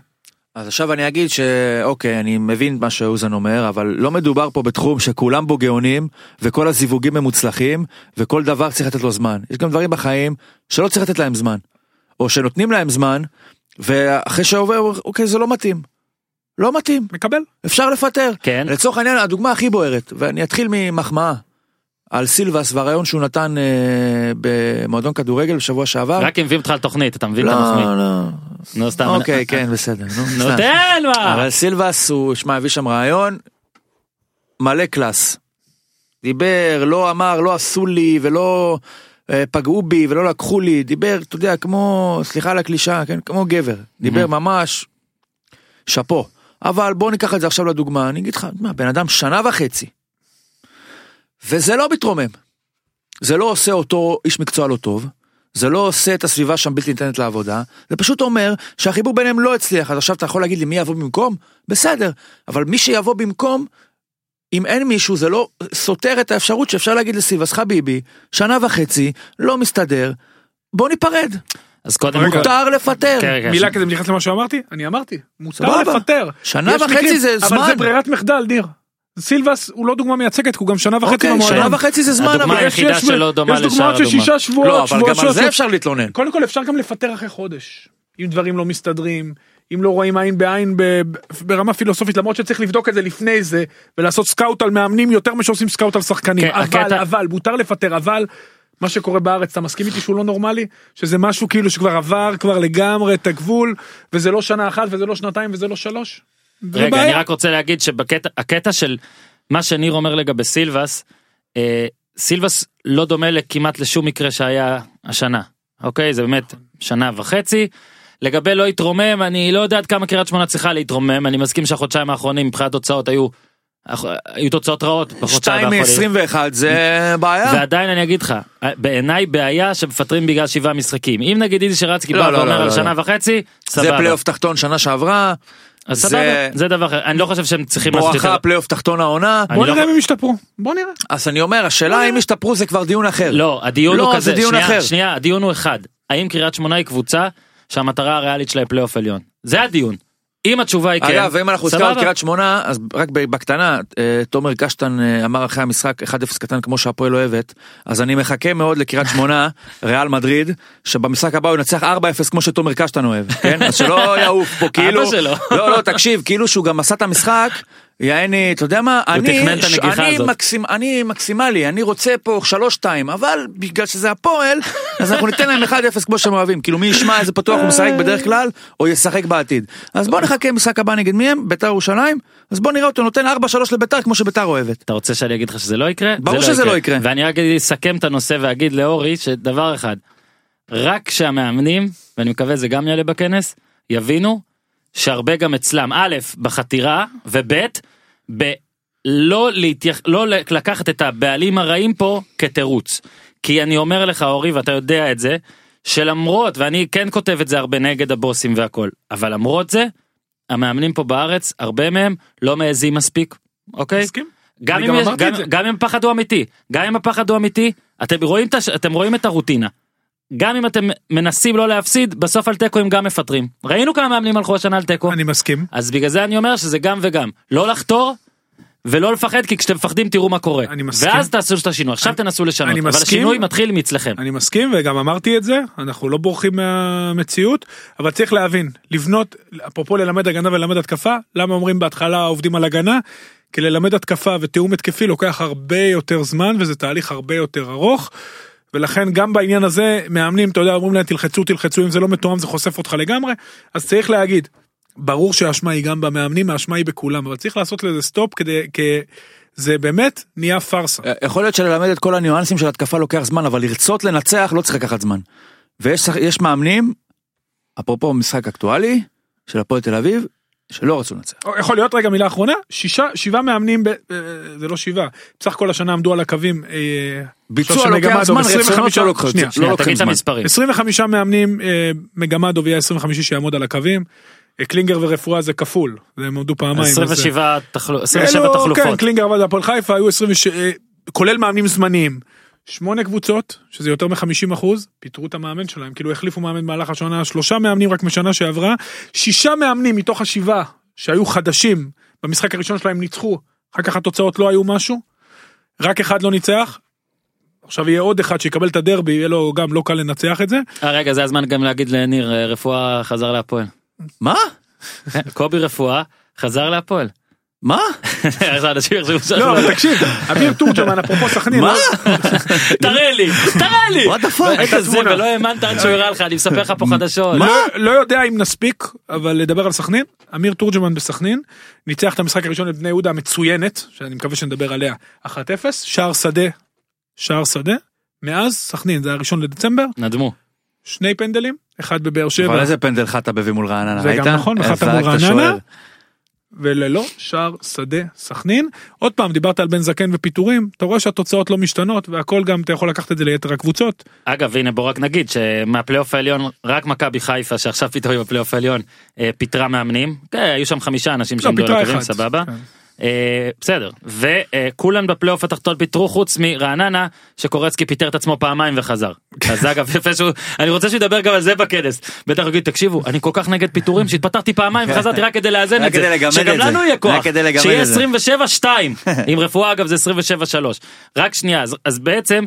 [SPEAKER 3] אז עכשיו אני אגיד שאוקיי אני מבין מה שאוזן אומר אבל לא מדובר פה בתחום שכולם בו גאונים וכל הזיווגים הם מוצלחים וכל דבר צריך לתת לו זמן יש גם דברים בחיים שלא צריך לתת להם זמן או שנותנים להם זמן ואחרי שעובר אוקיי זה לא מתאים. לא מתאים
[SPEAKER 2] מקבל
[SPEAKER 3] אפשר לפטר.
[SPEAKER 1] כן.
[SPEAKER 3] לצורך העניין הדוגמה הכי בוערת ואני אתחיל ממחמאה. על סילבס והרעיון שהוא נתן אה, במועדון כדורגל בשבוע שעבר.
[SPEAKER 1] רק אם מביאים אותך לתוכנית, אתה מבין?
[SPEAKER 3] לא,
[SPEAKER 1] אתה מחמיא.
[SPEAKER 3] לא.
[SPEAKER 1] נו, סתם.
[SPEAKER 3] אוקיי,
[SPEAKER 1] אני-
[SPEAKER 3] כן, בסדר. נו, סתם.
[SPEAKER 1] נותן מה?
[SPEAKER 3] אבל סילבס הוא, שמע, הביא שם רעיון מלא קלאס. דיבר, לא אמר, לא עשו לי ולא... אה, פגעו בי ולא לקחו לי, דיבר, אתה יודע, כמו, סליחה על הקלישאה, כן, כמו גבר, דיבר ממש, שאפו. אבל בוא ניקח את זה עכשיו לדוגמה, אני אגיד לך, מה, בן אדם שנה וחצי, וזה לא מתרומם. זה לא עושה אותו איש מקצוע לא טוב, זה לא עושה את הסביבה שם בלתי ניתנת לעבודה, זה פשוט אומר שהחיבור ביניהם לא הצליח, אז עכשיו אתה יכול להגיד לי מי יבוא במקום? בסדר, אבל מי שיבוא במקום, אם אין מישהו זה לא סותר את האפשרות שאפשר להגיד לסיבס חביבי, שנה וחצי, לא מסתדר, בוא ניפרד,
[SPEAKER 1] אז קודם
[SPEAKER 2] אוקיי.
[SPEAKER 1] כל...
[SPEAKER 3] מותר לפטר.
[SPEAKER 1] כן, כן,
[SPEAKER 2] מילה
[SPEAKER 1] ש-
[SPEAKER 2] כזה מתייחס למה שאמרתי? אני אמרתי, מותר
[SPEAKER 3] סבבה.
[SPEAKER 2] לפטר.
[SPEAKER 3] שנה
[SPEAKER 2] יש
[SPEAKER 3] וחצי
[SPEAKER 2] מקרים,
[SPEAKER 3] זה
[SPEAKER 2] אבל
[SPEAKER 3] זמן.
[SPEAKER 2] זה ברירת מחדל, ניר. סילבס הוא לא דוגמה מייצגת, כי הוא גם שנה וחצי
[SPEAKER 3] אוקיי, שנה
[SPEAKER 2] במועדון.
[SPEAKER 3] וחצי זה זמן,
[SPEAKER 1] הדוגמה
[SPEAKER 3] אבל יש...
[SPEAKER 1] היחידה
[SPEAKER 2] יש-
[SPEAKER 1] שלא דומה
[SPEAKER 2] יש
[SPEAKER 1] לשאר
[SPEAKER 2] דוגמאות של
[SPEAKER 1] הדוגמה.
[SPEAKER 2] שישה שבועות,
[SPEAKER 3] לא, אבל
[SPEAKER 2] שבועות
[SPEAKER 3] גם על זה
[SPEAKER 2] שעושים-
[SPEAKER 3] אפשר להתלונן.
[SPEAKER 2] קודם כל אפשר גם לפטר אחרי חודש אם דברים לא מסתדרים אם לא רואים עין בעין ב- ברמה פילוסופית למרות שצריך לבדוק את זה לפני זה ולעשות סקאוט על מאמנים יותר מאשר עושים סקאוט על שחקנים
[SPEAKER 1] כן,
[SPEAKER 2] אבל
[SPEAKER 1] הקטע-
[SPEAKER 2] אבל מותר לפטר אבל. מה שקורה בארץ אתה מסכים איתי שהוא לא נורמלי שזה משהו כאילו שכבר עבר כבר לגמרי את הגבול וזה לא שנה אחת וזה לא שנתיים וזה לא שלוש. זה
[SPEAKER 1] רגע, אני
[SPEAKER 2] בעיה.
[SPEAKER 1] רק רוצה להגיד שבקטע הקטע של מה שניר אומר לגבי סילבס, אה, סילבס לא דומה לכמעט לשום מקרה שהיה השנה, אוקיי? זה באמת שנה וחצי. לגבי לא התרומם, אני לא יודע עד כמה קריית שמונה צריכה להתרומם, אני מסכים שהחודשיים האחרונים מבחינת תוצאות היו, היו תוצאות רעות בחודשיים
[SPEAKER 3] 2
[SPEAKER 1] האחרונים.
[SPEAKER 3] מ-21 זה בעיה.
[SPEAKER 1] ועדיין אני אגיד לך, בעיניי בעיה שמפטרים בגלל שבעה משחקים. אם נגיד איזי שרצקי
[SPEAKER 3] לא,
[SPEAKER 1] בא
[SPEAKER 3] לא,
[SPEAKER 1] ואומר
[SPEAKER 3] לא,
[SPEAKER 1] על
[SPEAKER 3] לא,
[SPEAKER 1] שנה
[SPEAKER 3] לא.
[SPEAKER 1] וחצי,
[SPEAKER 3] זה
[SPEAKER 1] סבבה.
[SPEAKER 3] פלייאוף תחתון שנה שעברה,
[SPEAKER 1] אז
[SPEAKER 3] זה-
[SPEAKER 1] סבבה, זה דבר אחר. אני לא חושב שהם צריכים לעשות יותר.
[SPEAKER 3] בואכה פלייאוף תחתון העונה.
[SPEAKER 1] אני
[SPEAKER 2] בוא
[SPEAKER 1] לא-
[SPEAKER 2] נראה אם הם ישתפרו בוא נראה.
[SPEAKER 3] אז אני אומר, השאלה אם השתפרו זה כבר דיון אחר.
[SPEAKER 1] אה. לא, הדיון
[SPEAKER 3] לא,
[SPEAKER 1] הוא
[SPEAKER 3] זה
[SPEAKER 1] כזה,
[SPEAKER 3] דיון
[SPEAKER 1] שנייה,
[SPEAKER 3] אחר.
[SPEAKER 1] שנייה, הדיון הוא אחד. האם קריית שמונה היא קבוצה שהמטרה הריאלית שלה היא פלייאוף עליון? זה הדיון. אם התשובה היא כן,
[SPEAKER 3] אגב, אם אנחנו הזכרנו את
[SPEAKER 1] סבבה.
[SPEAKER 3] קריית שמונה, אז רק ב- בקטנה, אה, תומר קשטן אה, אמר אחרי המשחק 1-0 קטן כמו שהפועל אוהבת, אז אני מחכה מאוד לקריית שמונה, ריאל מדריד, שבמשחק הבא הוא ינצח 4-0 כמו שתומר קשטן אוהב, כן? אז שלא יעוף פה, כאילו...
[SPEAKER 1] שלו.
[SPEAKER 3] לא, לא, תקשיב, כאילו שהוא גם עשה את המשחק, יעני, אתה יודע מה, אני,
[SPEAKER 1] תכנן את
[SPEAKER 3] ש-
[SPEAKER 1] הנגיחה
[SPEAKER 3] אני,
[SPEAKER 1] הזאת.
[SPEAKER 3] מקסימ, אני מקסימלי, אני רוצה פה 3-2, אבל בגלל שזה הפועל, אז אנחנו ניתן להם 1-0 כמו שהם אוהבים, כאילו מי ישמע איזה פתוח הוא משחק בדרך כלל, או ישחק בעתיד. אז בוא נחכה משחק הבא נגד מי הם, ביתר ירושלים, אז בוא נראה אותו נותן 4-3 לביתר כמו שביתר אוהבת.
[SPEAKER 1] אתה רוצה שאני אגיד לך שזה לא יקרה?
[SPEAKER 3] ברור
[SPEAKER 1] זה
[SPEAKER 3] שזה לא יקרה.
[SPEAKER 1] ואני רק אסכם את הנושא ואגיד לאורי שדבר אחד, רק שהמאמנים, ואני מקווה זה גם יעלה בכנס, יבינו שהרבה גם אצלם, א', בחתירה, וב', ב... לא, להתייח... לא לקחת את הבעלים הרעים פה כתירוץ. כי אני אומר לך אורי ואתה יודע את זה, שלמרות, ואני כן כותב את זה הרבה נגד הבוסים והכל, אבל למרות זה, המאמנים פה בארץ, הרבה מהם לא מעזים מספיק, אוקיי?
[SPEAKER 2] מסכים.
[SPEAKER 1] גם
[SPEAKER 2] אני
[SPEAKER 1] אם,
[SPEAKER 2] גם
[SPEAKER 1] יש,
[SPEAKER 2] אמרתי
[SPEAKER 1] גם,
[SPEAKER 2] את זה.
[SPEAKER 1] גם אם הפחד הוא אמיתי, גם אם הפחד הוא אמיתי, אתם רואים, את הש- אתם רואים את הרוטינה. גם אם אתם מנסים לא להפסיד, בסוף על תיקו הם גם מפטרים. ראינו כמה מאמנים הלכו השנה על תיקו.
[SPEAKER 2] אני מסכים.
[SPEAKER 1] אז בגלל זה אני אומר שזה גם וגם. לא לחתור ולא לפחד, כי כשאתם מפחדים תראו מה קורה.
[SPEAKER 2] אני מסכים.
[SPEAKER 1] ואז תעשו את השינוי, עכשיו תנסו לשנות.
[SPEAKER 2] אני
[SPEAKER 1] אבל
[SPEAKER 2] מסכים.
[SPEAKER 1] השינוי מתחיל מאצלכם.
[SPEAKER 2] אני לא מסכים וגם אמרתי את זה אנחנו לא בורחים מהמציאות אבל צריך להבין לבנות אפרופו ללמד הגנה וללמד התקפה למה אומרים בהתחלה עובדים על הגנה. כי ללמד התקפה ותיאום התקפי לוקח הרבה יותר זמן וזה תהליך הרבה יותר ארוך. ולכן גם בעניין הזה מאמנים אתה יודע אומרים להם תלחצו תלחצו אם זה לא מתואם זה חושף אותך לגמרי אז צריך להגיד. ברור שהאשמה היא גם במאמנים האשמה היא בכולם אבל צריך לעשות לזה סטופ כדי כי זה באמת נהיה פארסה.
[SPEAKER 3] אה, יכול להיות שללמד את כל הניואנסים של התקפה לוקח זמן, אבל לרצות לנצח לא צריך לקחת זמן. ויש שח- יש מאמנים, אפרופו משחק אקטואלי, של הפועל תל אביב, שלא רצו לנצח.
[SPEAKER 2] או, יכול להיות רגע מילה אחרונה שישה שבעה מאמנים ב, אה, זה לא שבעה בסך הכל השנה עמדו על הקווים אה,
[SPEAKER 3] ביצוע
[SPEAKER 2] שלושה
[SPEAKER 3] לוקח
[SPEAKER 2] מגמדוב,
[SPEAKER 3] זמן,
[SPEAKER 2] 25
[SPEAKER 3] רצונות לא לוקחים
[SPEAKER 2] שנייה,
[SPEAKER 3] לא
[SPEAKER 1] שנייה,
[SPEAKER 3] לוקחים
[SPEAKER 1] תגיד את
[SPEAKER 3] זמן.
[SPEAKER 1] המספרים.
[SPEAKER 2] 25 מאמנים אה, מגמדוב יהיה 25 שיעמוד על הקווים אה, קלינגר ורפואה זה כפול הם עמדו פעמיים. אז זה-
[SPEAKER 1] 27 תחלו- 27
[SPEAKER 2] אלו, כן,
[SPEAKER 1] תחלופות.
[SPEAKER 2] קלינגר עבד בהפועל חיפה היו 26 אה, כולל מאמנים זמניים. שמונה קבוצות שזה יותר מ-50 אחוז פיטרו את המאמן שלהם כאילו החליפו מאמן במהלך השנה שלושה מאמנים רק משנה שעברה שישה מאמנים מתוך השבעה שהיו חדשים במשחק הראשון שלהם ניצחו אחר כך התוצאות לא היו משהו רק אחד לא ניצח. עכשיו יהיה עוד אחד שיקבל את הדרבי יהיה לו גם לא קל לנצח את זה
[SPEAKER 1] אה, רגע, זה הזמן גם להגיד לניר, אה, רפואה חזר להפועל.
[SPEAKER 3] מה?
[SPEAKER 1] קובי רפואה חזר להפועל.
[SPEAKER 3] מה?
[SPEAKER 1] אז האנשים יחשבו שאנחנו-
[SPEAKER 2] לא אבל תקשיב אביר תורג'מן אפרופו סכנין לא,
[SPEAKER 3] מה?
[SPEAKER 1] תראה לי, תראה לי.
[SPEAKER 3] What the fuck?
[SPEAKER 1] ראית את זה
[SPEAKER 2] התמונה.
[SPEAKER 1] ולא האמנת עד שהוא הראה לך, אני מספר לך פה חדשות.
[SPEAKER 2] לא, לא יודע אם נספיק אבל לדבר על סכנין אמיר תורג'מן בסכנין ניצח את המשחק הראשון לבני יהודה המצוינת שאני מקווה שנדבר עליה 1-0 שער שדה שער שדה מאז סכנין זה הראשון לדצמבר
[SPEAKER 1] נדמו.
[SPEAKER 2] שני פנדלים אחד בבאר
[SPEAKER 3] אבל
[SPEAKER 2] שבע
[SPEAKER 3] איזה פנדל חטא בבי מול רעננה,
[SPEAKER 2] זה
[SPEAKER 3] ראית?
[SPEAKER 2] גם נכון, וחטא מול
[SPEAKER 3] זרק את
[SPEAKER 2] רעננה.
[SPEAKER 3] השוער.
[SPEAKER 2] וללא שער שדה סכנין עוד פעם דיברת על בן זקן ופיטורים אתה רואה שהתוצאות לא משתנות והכל גם אתה יכול לקחת את זה ליתר הקבוצות
[SPEAKER 1] אגב הנה בוא רק נגיד שמהפלייאוף העליון רק מכבי חיפה שעכשיו פתאום היא בפלייאוף העליון אה, פיטרה מאמנים כן, היו שם חמישה אנשים
[SPEAKER 2] לא
[SPEAKER 1] שעמדו על
[SPEAKER 2] פיטרה
[SPEAKER 1] הקווים
[SPEAKER 2] אחת.
[SPEAKER 1] סבבה.
[SPEAKER 2] כן.
[SPEAKER 1] אה, בסדר וכולן בפלייאוף התחתון פיטרו חוץ מרעננה שקורצקי פיטר את עצמו פעמיים וחזר. אז אגב יפה שהוא אני רוצה שהוא ידבר גם על זה בכנס בטח הוא יגיד תקשיבו אני כל כך נגד פיטורים שהתפטרתי פעמיים וחזרתי רק כדי לאזן
[SPEAKER 3] רק
[SPEAKER 1] את זה
[SPEAKER 3] כדי לגמד
[SPEAKER 1] שגם
[SPEAKER 3] את זה.
[SPEAKER 1] לנו יהיה
[SPEAKER 3] רק
[SPEAKER 1] כוח
[SPEAKER 3] כדי לגמד
[SPEAKER 1] שיהיה
[SPEAKER 3] את
[SPEAKER 1] 27-2
[SPEAKER 3] זה.
[SPEAKER 1] עם רפואה אגב זה 27-3 רק שנייה אז- אז בעצם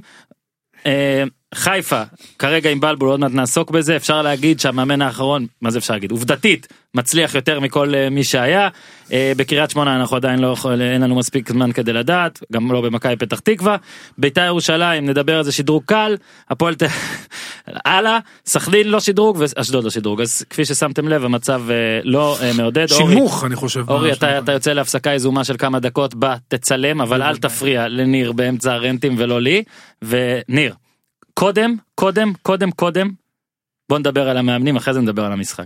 [SPEAKER 1] אה, חיפה כרגע עם בלבול עוד מעט נעסוק בזה אפשר להגיד שהמאמן האחרון מה זה אפשר להגיד עובדתית מצליח יותר מכל אה, מי שהיה אה, בקריית שמונה אנחנו עדיין לא יכול אין לנו מספיק זמן כדי לדעת גם לא במכבי פתח תקווה ביתר ירושלים נדבר על זה שדרוג קל הפועל ת- הלאה סכנין לא שדרוג ואשדוד לא שדרוג אז כפי ששמתם לב המצב אה, לא אה, מעודד אורי-
[SPEAKER 2] שימוך אני חושב.
[SPEAKER 1] אורי
[SPEAKER 2] ממש.
[SPEAKER 1] אתה, אתה יוצא להפסקה יזומה של כמה דקות בה תצלם אבל אל תפריע לניר באמצע הרנטים ולא לי וניר קודם קודם קודם קודם בוא נדבר על המאמנים אחרי זה נדבר על המשחק.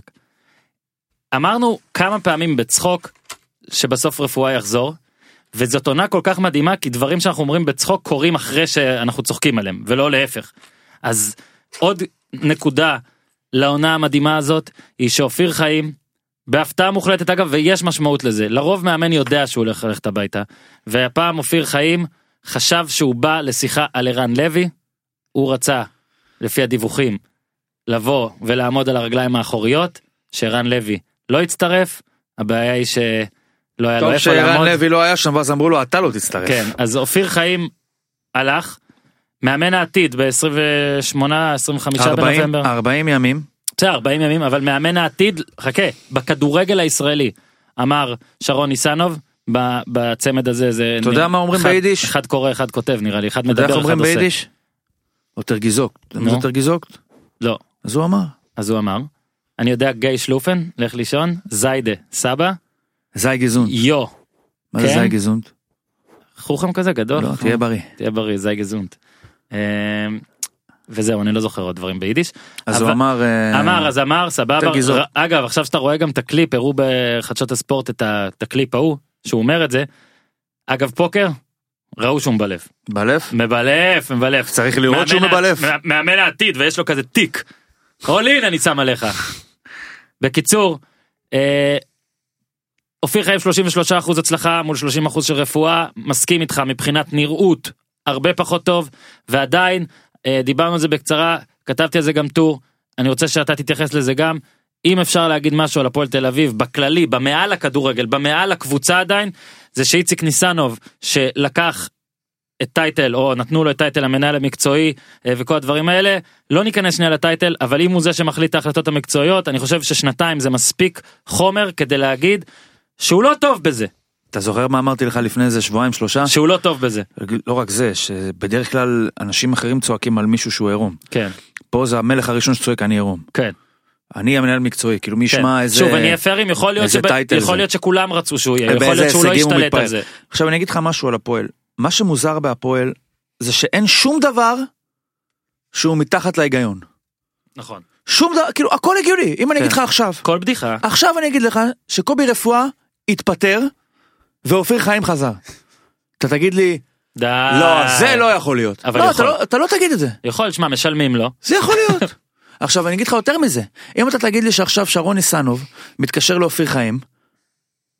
[SPEAKER 1] אמרנו כמה פעמים בצחוק שבסוף רפואה יחזור וזאת עונה כל כך מדהימה כי דברים שאנחנו אומרים בצחוק קורים אחרי שאנחנו צוחקים עליהם ולא להפך. אז עוד נקודה לעונה המדהימה הזאת היא שאופיר חיים בהפתעה מוחלטת אגב ויש משמעות לזה לרוב מאמן יודע שהוא הולך ללכת הביתה והפעם אופיר חיים חשב שהוא בא לשיחה על ערן לוי הוא רצה לפי הדיווחים לבוא ולעמוד על הרגליים האחוריות שערן לוי לא הצטרף הבעיה היא שלא היה לו
[SPEAKER 3] טוב
[SPEAKER 1] איפה
[SPEAKER 3] שערן
[SPEAKER 1] לעמוד.
[SPEAKER 3] לוי לא היה שם ואז אמרו לו אתה לא תצטרף.
[SPEAKER 1] כן, אז אופיר חיים הלך, מאמן העתיד ב-28, 25
[SPEAKER 3] 40
[SPEAKER 1] בנובמבר.
[SPEAKER 3] 40 ימים.
[SPEAKER 1] בסדר, 40 ימים, אבל מאמן העתיד, חכה, בכדורגל הישראלי, אמר שרון ניסנוב, ב- בצמד הזה זה...
[SPEAKER 3] אתה יודע
[SPEAKER 1] נראה-
[SPEAKER 3] מה אומרים
[SPEAKER 1] אחד-
[SPEAKER 3] ביידיש?
[SPEAKER 1] אחד קורא, אחד כותב נראה לי, אחד
[SPEAKER 3] אתה יודע איך
[SPEAKER 1] מדבר, אחד
[SPEAKER 3] אומרים
[SPEAKER 1] עושה.
[SPEAKER 3] ביידיש? אוטרגיזוק. אתה יודע מה זה
[SPEAKER 1] נו.
[SPEAKER 3] אוטרגיזוק?
[SPEAKER 1] לא,
[SPEAKER 3] אז הוא אמר.
[SPEAKER 1] אז הוא אמר. אני יודע גיא שלופן, לך לישון, זיידה, סבא,
[SPEAKER 3] זי גזונט.
[SPEAKER 1] יו,
[SPEAKER 3] מה זה
[SPEAKER 1] כן?
[SPEAKER 3] זי גזונט?
[SPEAKER 1] חוכם כזה גדול.
[SPEAKER 3] לא, תהיה בריא.
[SPEAKER 1] תהיה בריא, זי גזונט. אמ, וזהו, אני לא זוכר עוד דברים ביידיש.
[SPEAKER 3] אז הוא
[SPEAKER 1] אבל-
[SPEAKER 3] אמר... אה,
[SPEAKER 1] אמר אז אמר סבבה
[SPEAKER 3] יותר גזעו.
[SPEAKER 1] ר- אגב עכשיו שאתה רואה גם את הקליפ הראו בחדשות הספורט את ה- את הקליפ ההוא שהוא אומר את זה. אגב פוקר ראו שהוא מבלף
[SPEAKER 3] בלב?
[SPEAKER 1] מבלף מבלף
[SPEAKER 3] צריך לראות שהוא
[SPEAKER 1] מאמן ה-
[SPEAKER 3] מבלף.
[SPEAKER 1] מא- מאמן העתיד ויש לו כזה תיק. רולין אני שם עליך. בקיצור. אה, אופיר חיים 33% הצלחה מול 30% של רפואה, מסכים איתך מבחינת נראות, הרבה פחות טוב, ועדיין, אה, דיברנו על זה בקצרה, כתבתי על זה גם טור, אני רוצה שאתה תתייחס לזה גם. אם אפשר להגיד משהו על הפועל תל אביב, בכללי, במעל הכדורגל, במעל הקבוצה עדיין, זה שאיציק ניסנוב, שלקח את טייטל, או נתנו לו את טייטל המנהל המקצועי, אה, וכל הדברים האלה, לא ניכנס שנייה לטייטל, אבל אם הוא זה שמחליט את ההחלטות המקצועיות, אני חושב ששנתיים זה מספיק חומר כדי להגיד שהוא לא טוב בזה,
[SPEAKER 3] אתה זוכר מה אמרתי לך לפני איזה שבועיים שלושה?
[SPEAKER 1] שהוא לא טוב בזה.
[SPEAKER 3] לא רק זה, שבדרך כלל אנשים אחרים צועקים על מישהו שהוא עירום.
[SPEAKER 1] כן,
[SPEAKER 3] פה זה המלך הראשון שצועק אני עירום.
[SPEAKER 1] כן.
[SPEAKER 3] אני המנהל מקצועי, כאילו מי
[SPEAKER 1] כן.
[SPEAKER 3] ישמע איזה...
[SPEAKER 1] שוב, אני אהיה פיירים, יכול להיות
[SPEAKER 3] איזה
[SPEAKER 1] שב-
[SPEAKER 3] טייטל
[SPEAKER 1] יכול
[SPEAKER 3] זה.
[SPEAKER 1] להיות שכולם רצו שהוא יהיה, יכול
[SPEAKER 3] באיזה
[SPEAKER 1] להיות שהוא לא
[SPEAKER 3] הישגים הוא
[SPEAKER 1] ישתלט על
[SPEAKER 3] מתפאר.
[SPEAKER 1] זה.
[SPEAKER 3] עכשיו אני אגיד לך משהו על הפועל. מה שמוזר בהפועל זה שאין שום דבר שהוא מתחת להיגיון.
[SPEAKER 1] נכון.
[SPEAKER 3] שום דבר, כאילו הכל הגיוני. אם אני
[SPEAKER 1] כן.
[SPEAKER 3] אגיד לך עכשיו,
[SPEAKER 1] כל בדיחה.
[SPEAKER 3] עכשיו אני אגיד לך שקובי רפואה התפטר ואופיר חיים חזר. אתה תגיד לי,
[SPEAKER 1] די.
[SPEAKER 3] לא, זה לא יכול להיות.
[SPEAKER 1] אה. אבל
[SPEAKER 3] לא,
[SPEAKER 1] יכול.
[SPEAKER 3] אתה לא, אתה לא תגיד את זה.
[SPEAKER 1] יכול, שמע, משלמים לו.
[SPEAKER 3] זה יכול להיות. עכשיו אני אגיד לך יותר מזה, אם אתה תגיד לי שעכשיו שרון ניסנוב מתקשר לאופיר חיים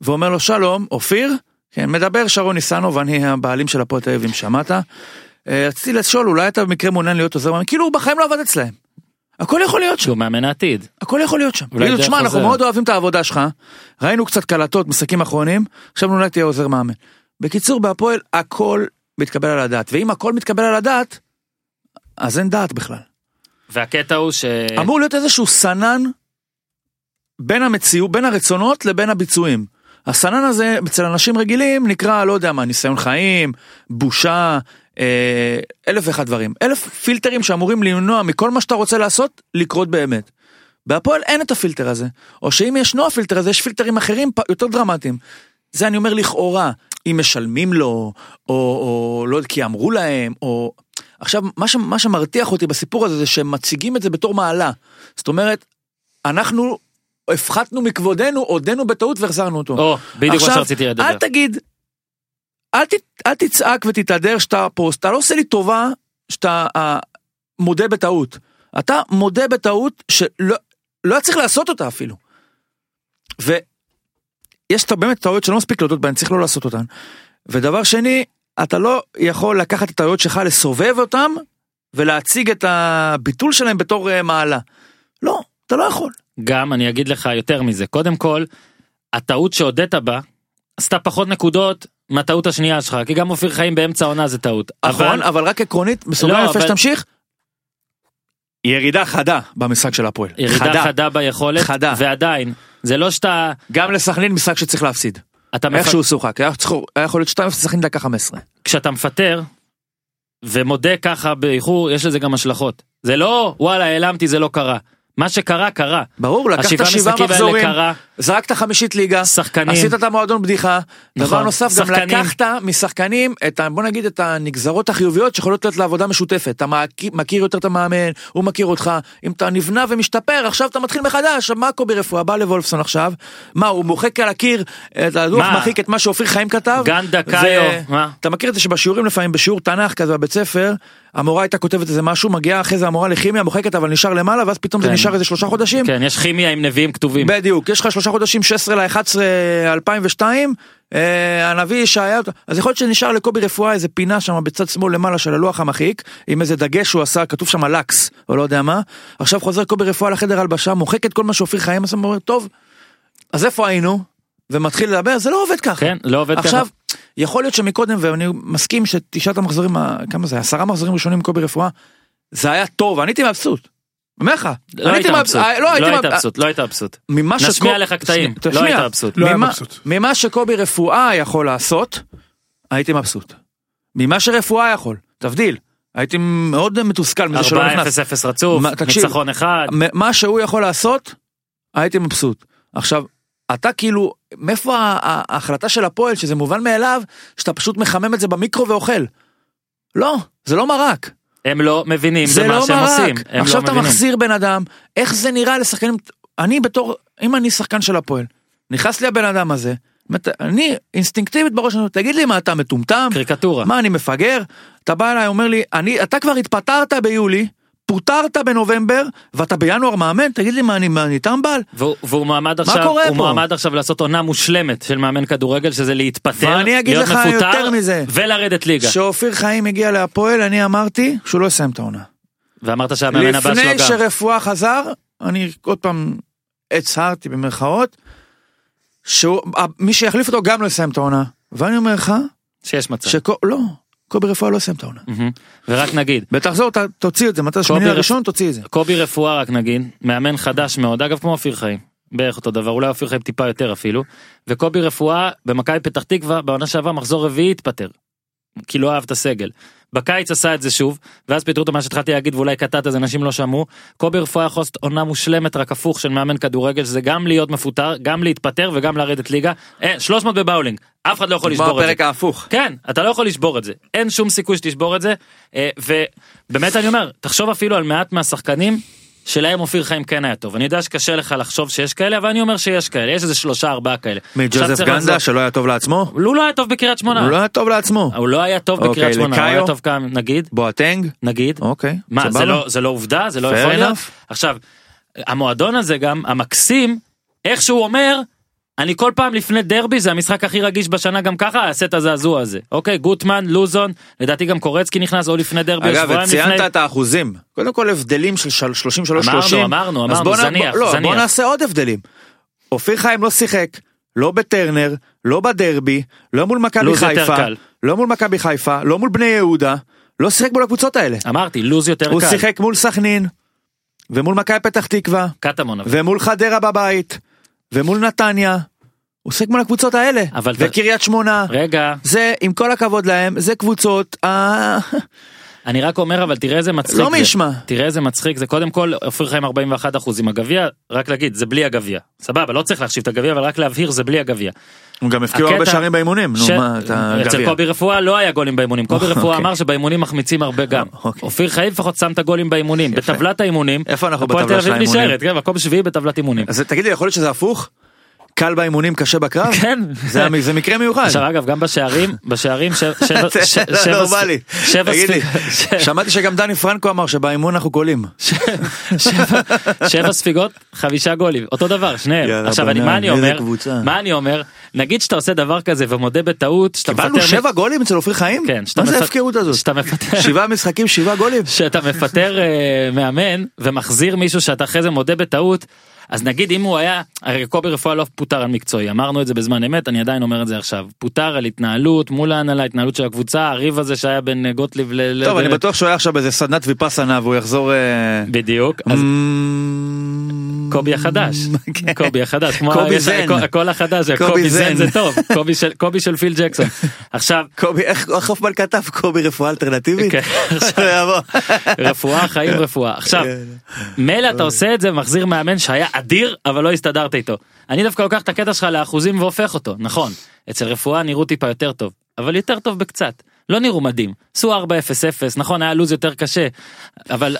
[SPEAKER 3] ואומר לו שלום, אופיר, כן, מדבר שרון ניסנוב, אני הבעלים של הפועל תל אביב אם שמעת, אה, רציתי לשאול אולי אתה במקרה מעוניין להיות עוזר מאמן, כאילו הוא בחיים לא עבד אצלהם. הכל יכול להיות שם,
[SPEAKER 1] שהוא מאמן העתיד.
[SPEAKER 3] הכל יכול להיות שם.
[SPEAKER 1] אולי
[SPEAKER 3] כאילו,
[SPEAKER 1] דרך
[SPEAKER 3] תשמע, אנחנו
[SPEAKER 1] עוזר."
[SPEAKER 3] מאוד אוהבים את העבודה שלך, ראינו קצת קלטות, משחקים אחרונים, עכשיו אולי תהיה עוזר מאמן. בקיצור, בהפועל הכל מתקבל על הדעת, ואם הכל מתקבל על הדעת, אז אין דעת בכלל.
[SPEAKER 1] והקטע הוא ש...
[SPEAKER 3] אמור להיות איזשהו סנן בין המציאות, בין הרצונות לבין הביצועים. הסנן הזה אצל אנשים רגילים נקרא, לא יודע מה, ניסיון חיים, בושה, אה, אלף ואחד דברים. אלף פילטרים שאמורים למנוע מכל מה שאתה רוצה לעשות, לקרות באמת. בהפועל אין את הפילטר הזה, או שאם ישנו הפילטר הזה, יש פילטרים אחרים פ- יותר דרמטיים. זה אני אומר לכאורה, אם משלמים לו, או, או לא, כי אמרו להם, או... עכשיו, מה, ש, מה שמרתיח אותי בסיפור הזה זה שהם מציגים את זה בתור מעלה. זאת אומרת, אנחנו הפחתנו מכבודנו, הודינו בטעות והחזרנו אותו.
[SPEAKER 1] או, בדיוק מה
[SPEAKER 3] עכשיו,
[SPEAKER 1] שרציתי לדבר.
[SPEAKER 3] אל תגיד, אל, ת, אל תצעק ותתהדר שאתה פוסט, אתה לא עושה לי טובה שאתה אה, מודה בטעות. אתה מודה בטעות שלא לא היה צריך לעשות אותה אפילו. ויש את- באמת טעויות שלא מספיק להודות בהן, צריך לא לעשות אותן. ודבר שני, אתה לא יכול לקחת את הטעויות שלך, לסובב אותן, ולהציג את הביטול שלהם בתור אה, מעלה. לא, אתה לא יכול.
[SPEAKER 1] גם אני אגיד לך יותר מזה קודם כל הטעות שהודית בה עשתה פחות נקודות מהטעות השנייה שלך כי גם אופיר חיים באמצע העונה זה טעות.
[SPEAKER 3] נכון, אבל רק עקרונית, מסוגל
[SPEAKER 1] לא,
[SPEAKER 3] לפני
[SPEAKER 1] אבל-
[SPEAKER 3] שתמשיך. ירידה חדה במשחק של הפועל.
[SPEAKER 1] ירידה חדה ביכולת
[SPEAKER 3] חדה.
[SPEAKER 1] ועדיין זה לא שאתה
[SPEAKER 3] גם לסכנין משחק שצריך להפסיד.
[SPEAKER 1] אתה מפ...
[SPEAKER 3] איכשהו שוחק. היה צריך- היה יכול להיות 2 סכנין דקה 15.
[SPEAKER 1] כשאתה מפטר ומודה ככה באיחור יש לזה גם השלכות זה לא וואלה העלמתי זה לא קרה מה שקרה קרה
[SPEAKER 3] ברור, לקחת
[SPEAKER 1] השבעה
[SPEAKER 3] שבעה
[SPEAKER 1] משחקים האלה
[SPEAKER 3] מחזורים,
[SPEAKER 1] קרה.
[SPEAKER 3] זרקת חמישית ליגה,
[SPEAKER 1] שחקנים.
[SPEAKER 3] עשית את המועדון בדיחה. דבר
[SPEAKER 1] נכון.
[SPEAKER 3] נוסף, גם
[SPEAKER 1] שחקנים.
[SPEAKER 3] לקחת משחקנים, את ה- בוא נגיד את הנגזרות החיוביות שיכולות להיות לעבודה משותפת. אתה מכיר- מכיר יותר את המאמן, הוא מכיר אותך. אם אתה נבנה ומשתפר, עכשיו אתה מתחיל מחדש. עכשיו, מה קובי רפואה בא לוולפסון עכשיו? מה, הוא מוחק על הקיר את הדוח
[SPEAKER 1] מה?
[SPEAKER 3] מרחיק את מה שאופיר חיים כתב?
[SPEAKER 1] גנדה,
[SPEAKER 3] ו-
[SPEAKER 1] קאיו, מה?
[SPEAKER 3] אתה מכיר את זה שבשיעורים לפעמים, בשיעור תנ"ך כזה בבית ספר, המורה הייתה כותבת איזה משהו, מגיעה אחרי זה המורה לכימיה, מוחקת אבל נשאר למעלה, ואז פתאום זה
[SPEAKER 1] כן.
[SPEAKER 3] נשאר איזה שלושה חודשים.
[SPEAKER 1] כן יש כימיה עם נביאים כתובים
[SPEAKER 3] בדיוק, יש לך שלושה חודשים, 16 ל-11, 2002, אה, הנביא ישעיה, אז יכול להיות שנשאר לקובי רפואה איזה פינה שם בצד שמאל למעלה של הלוח המחיק, עם איזה דגש שהוא עשה, כתוב שם לקס, או לא יודע מה, עכשיו חוזר קובי רפואה לחדר הלבשה, מוחק את כל מה שאופיר חיים עשה, ואומר, טוב, אז איפה היינו? ומתחיל לדבר, זה לא עובד ככה.
[SPEAKER 1] כן לא עובד ככה.
[SPEAKER 3] עכשיו, יכול להיות שמקודם, ואני מסכים שתשעת המחזורים, ה- כמה זה, עשרה מחזורים ראשונים קובי רפואה, זה היה טוב, אני הייתי מבסוט. אומר לך,
[SPEAKER 1] לא היית מבסוט לא
[SPEAKER 3] הייתי
[SPEAKER 1] היית
[SPEAKER 3] מבסוט.
[SPEAKER 1] מבסוט לא היית מבסוט.
[SPEAKER 3] ממה
[SPEAKER 1] נשמיע
[SPEAKER 3] שקוב-
[SPEAKER 1] לך קטעים.
[SPEAKER 3] שנייה,
[SPEAKER 1] לא היית
[SPEAKER 3] שנייה.
[SPEAKER 1] מבסוט.
[SPEAKER 2] לא היה
[SPEAKER 3] ממה-
[SPEAKER 2] מבסוט.
[SPEAKER 3] ממה שקובי רפואה יכול לעשות, הייתי מבסוט. ממה שרפואה יכול, תבדיל. הייתי מאוד מתוסכל מזה שלא
[SPEAKER 1] 4-0-0
[SPEAKER 3] נכנס.
[SPEAKER 1] רצוף
[SPEAKER 3] מה, תקשיב.
[SPEAKER 1] ניצחון אחד
[SPEAKER 3] מ- מה שהוא יכול לעשות, הייתי מבסוט. עכשיו, אתה כאילו, מאיפה ה- ה- ההחלטה של הפועל, שזה מובן מאליו, שאתה פשוט מחמם את זה במיקרו ואוכל? לא, זה לא מרק.
[SPEAKER 1] הם לא מבינים
[SPEAKER 3] זה
[SPEAKER 1] זה
[SPEAKER 3] לא
[SPEAKER 1] מה שהם עושים.
[SPEAKER 3] מרק.
[SPEAKER 1] הם
[SPEAKER 3] עכשיו
[SPEAKER 1] לא
[SPEAKER 3] אתה
[SPEAKER 1] מבינים.
[SPEAKER 3] מחזיר בן אדם, איך זה נראה לשחקנים, אני בתור, אם אני שחקן של הפועל, נכנס לי הבן אדם הזה, מת- אני אינסטינקטיבית בראש, אני אומר, תגיד לי מה אתה מטומטם,
[SPEAKER 1] קריקטורה.
[SPEAKER 3] מה אני מפגר, אתה בא אליי אומר לי, אני, אתה כבר התפטרת ביולי, פוטרת בנובמבר, ואתה בינואר מאמן, תגיד לי מה אני, מה אני טמבל?
[SPEAKER 1] והוא, והוא מועמד עכשיו,
[SPEAKER 3] קורה
[SPEAKER 1] הוא
[SPEAKER 3] פה?
[SPEAKER 1] מועמד עכשיו לעשות עונה מושלמת של מאמן כדורגל שזה להתפטר,
[SPEAKER 3] ואני אגיד
[SPEAKER 1] להיות
[SPEAKER 3] לך
[SPEAKER 1] מפוטר
[SPEAKER 3] יותר מזה.
[SPEAKER 1] ולרדת ליגה. ש...
[SPEAKER 3] כשאופיר חיים הגיע להפועל, אני אמרתי שהוא לא יסיים את העונה.
[SPEAKER 1] ואמרת שהמאמן הבא שלו
[SPEAKER 3] לפני
[SPEAKER 1] גם.
[SPEAKER 3] שרפואה חזר, אני עוד פעם הצהרתי במרכאות, שמי שיחליף אותו גם לא יסיים את העונה. ואני אומר לך,
[SPEAKER 1] שיש מצב.
[SPEAKER 3] שכו... לא, קובי רפואה לא יסיים את העונה.
[SPEAKER 1] מהמם. ורק נגיד,
[SPEAKER 3] ותחזור, ת- תוציא את זה, מתי השמיני
[SPEAKER 1] Mm. רפ-
[SPEAKER 3] הראשון תוציא את זה.
[SPEAKER 1] קובי רפואה רק נגיד, מאמן חדש מאוד, אגב כמו אופיר חיים, בערך אותו דבר, אולי אופיר חיים טיפה יותר אפילו, וקובי רפואה במכבי פתח תקווה בעונה שעברה מחזור רביעי התפטר. כי לא אהב את הסגל. בקיץ עשה את זה שוב, ואז פיטרו אותו מה שהתחלתי להגיד ואולי קטעת אז אנשים לא שמעו. קובי רפואה יכול לעשות עונה מושלמת רק הפוך של מאמן כדורגל שזה גם להיות מפוטר, גם להתפטר וגם לרדת ליגה. אה, 300 בבאולינג, אף אחד לא יכול לשבור את זה.
[SPEAKER 3] ההפוך.
[SPEAKER 1] כן, אתה לא יכול לשבור את זה. אין שום סיכוי שתשבור את זה. אה, ובאמת אני אומר, תחשוב אפילו על מעט מהשחקנים שלהם אופיר חיים כן היה טוב. אני יודע שקשה לך לחשוב שיש כאלה, אבל אני אומר שיש כאלה, יש איזה שלושה ארבעה כאלה. עכשיו
[SPEAKER 3] מג'וזף
[SPEAKER 1] צריך
[SPEAKER 3] גנדה
[SPEAKER 1] לחזור-
[SPEAKER 3] שלא היה טוב לעצמו?
[SPEAKER 1] הוא לא היה טוב בקריית שמונה.
[SPEAKER 3] הוא לא היה טוב לעצמו.
[SPEAKER 1] הוא לא היה טוב
[SPEAKER 3] אוקיי,
[SPEAKER 1] בקריית שמונה, הוא היה
[SPEAKER 3] לקאיו?
[SPEAKER 1] טוב כאן, נגיד,
[SPEAKER 3] בואטנג?
[SPEAKER 1] נגיד.
[SPEAKER 3] אוקיי,
[SPEAKER 1] מה, זה
[SPEAKER 3] סבבה.
[SPEAKER 1] לא, זה לא עובדה? זה לא
[SPEAKER 3] Fair
[SPEAKER 1] יכול להיות?
[SPEAKER 3] enough.
[SPEAKER 1] עכשיו, המועדון הזה גם, המקסים, איך שהוא אומר, אני כל פעם לפני דרבי, זה המשחק הכי רגיש בשנה גם ככה, אעשה את הזעזוע הזה. אוקיי, גוטמן, לוזון, לדעתי גם קורצקי נכנס, או לפני דרבי, או
[SPEAKER 3] אגב,
[SPEAKER 1] שבועיים לפני...
[SPEAKER 3] ציינת את האחוזים. קודם כל הבדלים של של- 33-30.
[SPEAKER 1] אמרנו, אמרנו,
[SPEAKER 3] אז
[SPEAKER 1] אמרנו,
[SPEAKER 3] בוא נ-
[SPEAKER 1] זניח,
[SPEAKER 3] בוא- לא,
[SPEAKER 1] זניח.
[SPEAKER 3] בוא נעשה עוד הבדלים. אופיר חיים לא שיחק, לא בטרנר, לא בדרבי, לא מול מכבי
[SPEAKER 1] לוז יותר
[SPEAKER 3] חיפה,
[SPEAKER 1] קל.
[SPEAKER 3] לא מול מכבי חיפה, לא מול בני יהודה, לא שיחק מול הקבוצות האלה.
[SPEAKER 1] אמרתי, לוז יותר
[SPEAKER 3] הוא
[SPEAKER 1] קל.
[SPEAKER 3] שיחק מול סכנין, ומול מכבי פתח תקווה,
[SPEAKER 1] קטמון, אבל.
[SPEAKER 3] ומול חדרה בבית, ומול נתניה. הוא שיחק מול הקבוצות האלה,
[SPEAKER 1] אבל ת-
[SPEAKER 3] וקריית שמונה.
[SPEAKER 1] רגע,
[SPEAKER 3] זה, עם כל הכבוד להם, זה קבוצות, אה,
[SPEAKER 1] אני רק אומר אבל תראה איזה מצחיק
[SPEAKER 3] לא
[SPEAKER 1] זה.
[SPEAKER 3] מי ישמע.
[SPEAKER 1] תראה איזה מצחיק זה קודם כל אופיר חיים 41 אחוזים הגביע רק להגיד זה בלי הגביע סבבה לא צריך להחשיב את הגביע אבל רק להבהיר זה בלי הגביע.
[SPEAKER 3] הוא גם הפקיעו הרבה
[SPEAKER 1] הקטע-
[SPEAKER 3] שערים באימונים, נו
[SPEAKER 1] ש-
[SPEAKER 3] מה, אתה
[SPEAKER 1] אצל
[SPEAKER 3] גביע.
[SPEAKER 1] קובי רפואה לא היה גולים באימונים קובי רפואה
[SPEAKER 3] אוקיי.
[SPEAKER 1] אמר שבאימונים מחמיצים הרבה גם
[SPEAKER 3] אוקיי.
[SPEAKER 1] אופיר חיים לפחות שם את הגולים באימונים בטבלת האימונים.
[SPEAKER 3] איפה אנחנו
[SPEAKER 1] הפועל
[SPEAKER 3] בטבלה
[SPEAKER 1] תל
[SPEAKER 3] של
[SPEAKER 1] אביב
[SPEAKER 3] האימונים?
[SPEAKER 1] נשארת, כן, מקום שביעי בטבלת אימונים.
[SPEAKER 3] אז תגיד לי, יכול להיות שזה הפוך? קל באימונים, קשה בקרב?
[SPEAKER 1] כן.
[SPEAKER 3] זה המ- זה מקרה מיוחד.
[SPEAKER 1] עכשיו אגב גם בשערים בשערים ש- שבע
[SPEAKER 3] זה
[SPEAKER 1] ש-
[SPEAKER 3] לא
[SPEAKER 1] שבע
[SPEAKER 3] נורמלי.
[SPEAKER 1] ס- שבע
[SPEAKER 3] תגיד לי,
[SPEAKER 1] ספיג- ש-
[SPEAKER 3] שמעתי שגם דני פרנקו אמר שבאימון אנחנו גולים.
[SPEAKER 1] שבע- שבע ספיגות חמישה גולים אותו דבר שניהם
[SPEAKER 3] יאללה,
[SPEAKER 1] עכשיו אני-
[SPEAKER 3] בנן,
[SPEAKER 1] מה אני
[SPEAKER 3] איזה
[SPEAKER 1] אומר
[SPEAKER 3] קבוצה.
[SPEAKER 1] מה אני אומר נגיד שאתה עושה דבר כזה ומודה בטעות שאתה
[SPEAKER 3] קיבלנו
[SPEAKER 1] מפטר מ-
[SPEAKER 3] שבע גולים אצל עופרי חיים?
[SPEAKER 1] כן, שאתה
[SPEAKER 3] מה זה
[SPEAKER 1] מפט-
[SPEAKER 3] ההפקרות הזאת?
[SPEAKER 1] שאתה מפטר
[SPEAKER 3] שבעה משחקים, שבעה גולים?
[SPEAKER 1] שאתה מפטר אה, מאמן ומחזיר מישהו שאתה אחרי זה מודה בטעות אז נגיד אם הוא היה הרי קובי רפואה לא פוטר על מקצועי אמרנו את זה בזמן אמת אני עדיין אומר את זה עכשיו פוטר על התנהלות מול ההנהלה התנהלות של הקבוצה הריב הזה שהיה בין אה, גוטליב ל...
[SPEAKER 3] טוב,
[SPEAKER 1] ל-
[SPEAKER 3] אני בטוח שהוא היה עכשיו באיזה סדנת ויפאסנה והוא יחזור... אה,
[SPEAKER 1] בדיוק אז
[SPEAKER 3] אמ,
[SPEAKER 1] קובי החדש
[SPEAKER 3] כן.
[SPEAKER 1] קובי החדש כמו
[SPEAKER 3] קובי
[SPEAKER 1] יש-
[SPEAKER 3] זן.
[SPEAKER 1] הקול החדש
[SPEAKER 3] קובי
[SPEAKER 1] קובי זן
[SPEAKER 3] זן.
[SPEAKER 1] זה טוב קובי של קובי של פיל ג'קסון עכשיו
[SPEAKER 3] קובי, איך איך הופמן כתב? קובי רפואה אלטרנטיבית?
[SPEAKER 1] כן,
[SPEAKER 3] עכשיו יבוא.
[SPEAKER 1] רפואה חיים רפואה עכשיו
[SPEAKER 3] כן.
[SPEAKER 1] מילא אתה עושה את זה ומחזיר מאמן שהיה אדיר אבל לא הסתדרת איתו אני דווקא לוקח את הקטע שלך לאחוזים והופך אותו נכון אצל רפואה נראו טיפה יותר טוב אבל יותר טוב בקצת לא נראו מדהים עשו 4-0-0 נכון היה לו"ז יותר קשה אבל.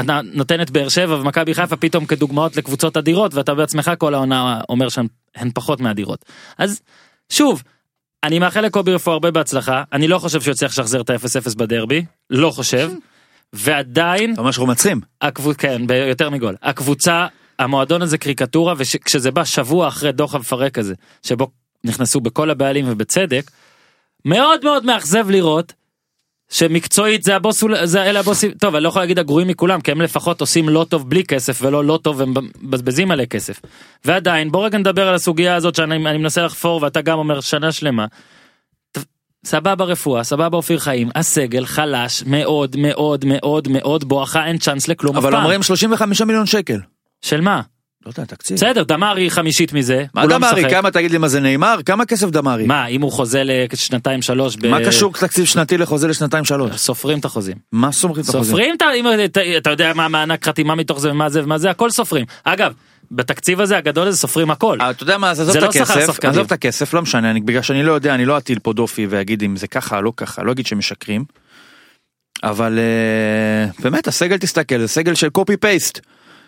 [SPEAKER 1] אתה נותן את באר שבע ומכבי חיפה פתאום כדוגמאות לקבוצות אדירות ואתה בעצמך כל העונה אומר שהן הן פחות מאדירות אז שוב אני מאחל לקובי רפואה הרבה בהצלחה אני לא חושב שהוא יצליח לשחזר את ה-0-0 בדרבי לא חושב ועדיין
[SPEAKER 3] ממש רומצים.
[SPEAKER 1] הקבוצה כן ביותר מגול הקבוצה המועדון הזה קריקטורה וכשזה בא שבוע אחרי דוח המפרק הזה שבו נכנסו בכל הבעלים ובצדק מאוד מאוד מאכזב לראות. שמקצועית זה הבוס אול- זה אלה הבוסים טוב אני לא יכול להגיד הגרועים מכולם כי הם לפחות עושים לא טוב בלי כסף ולא לא טוב הם מבזבזים עלי כסף. ועדיין בוא רגע נדבר על הסוגיה הזאת שאני אני מנסה לחפור ואתה גם אומר שנה שלמה. סבבה רפואה, סבבה אופיר חיים, הסגל חלש מאוד מאוד מאוד מאוד בואכה אין צ'אנס לכלום אף
[SPEAKER 3] אבל
[SPEAKER 1] פעם.
[SPEAKER 3] אומרים 35 מיליון שקל.
[SPEAKER 1] של מה?
[SPEAKER 3] לא יודע, תקציב.
[SPEAKER 1] בסדר, דמרי חמישית מזה,
[SPEAKER 3] מה
[SPEAKER 1] הוא לא
[SPEAKER 3] דמרי?
[SPEAKER 1] משחק.
[SPEAKER 3] כמה תגיד לי מה זה נאמר? כמה כסף דמרי?
[SPEAKER 1] מה, אה, אם הוא חוזה לשנתיים שלוש, ב-
[SPEAKER 3] מה קשור לא תקציב שנתי לחוזה לשנתיים שלוש?
[SPEAKER 1] סופרים את החוזים.
[SPEAKER 3] מה סומכים את החוזים?
[SPEAKER 1] אה, סופרים את ה... אם אתה- אתה יודע מה מענק חתימה מתוך זה ומה זה ומה זה, הכל סופרים. אגב, בתקציב הזה הגדול הזה סופרים הכל.
[SPEAKER 3] אה, אתה יודע מה, אז עזוב
[SPEAKER 1] זה
[SPEAKER 3] את
[SPEAKER 1] לא שכר
[SPEAKER 3] הכסף,
[SPEAKER 1] שחקנים.
[SPEAKER 3] עזוב את הכסף, לא משנה, אני- בגלל שאני לא יודע, אני לא אטיל פה דופי ואגיד אם זה ככה, לא ככה, לא אגיד שמשקרים. אבל אה, באמת, הסגל תסתכל, זה סגל של קופי פייסט.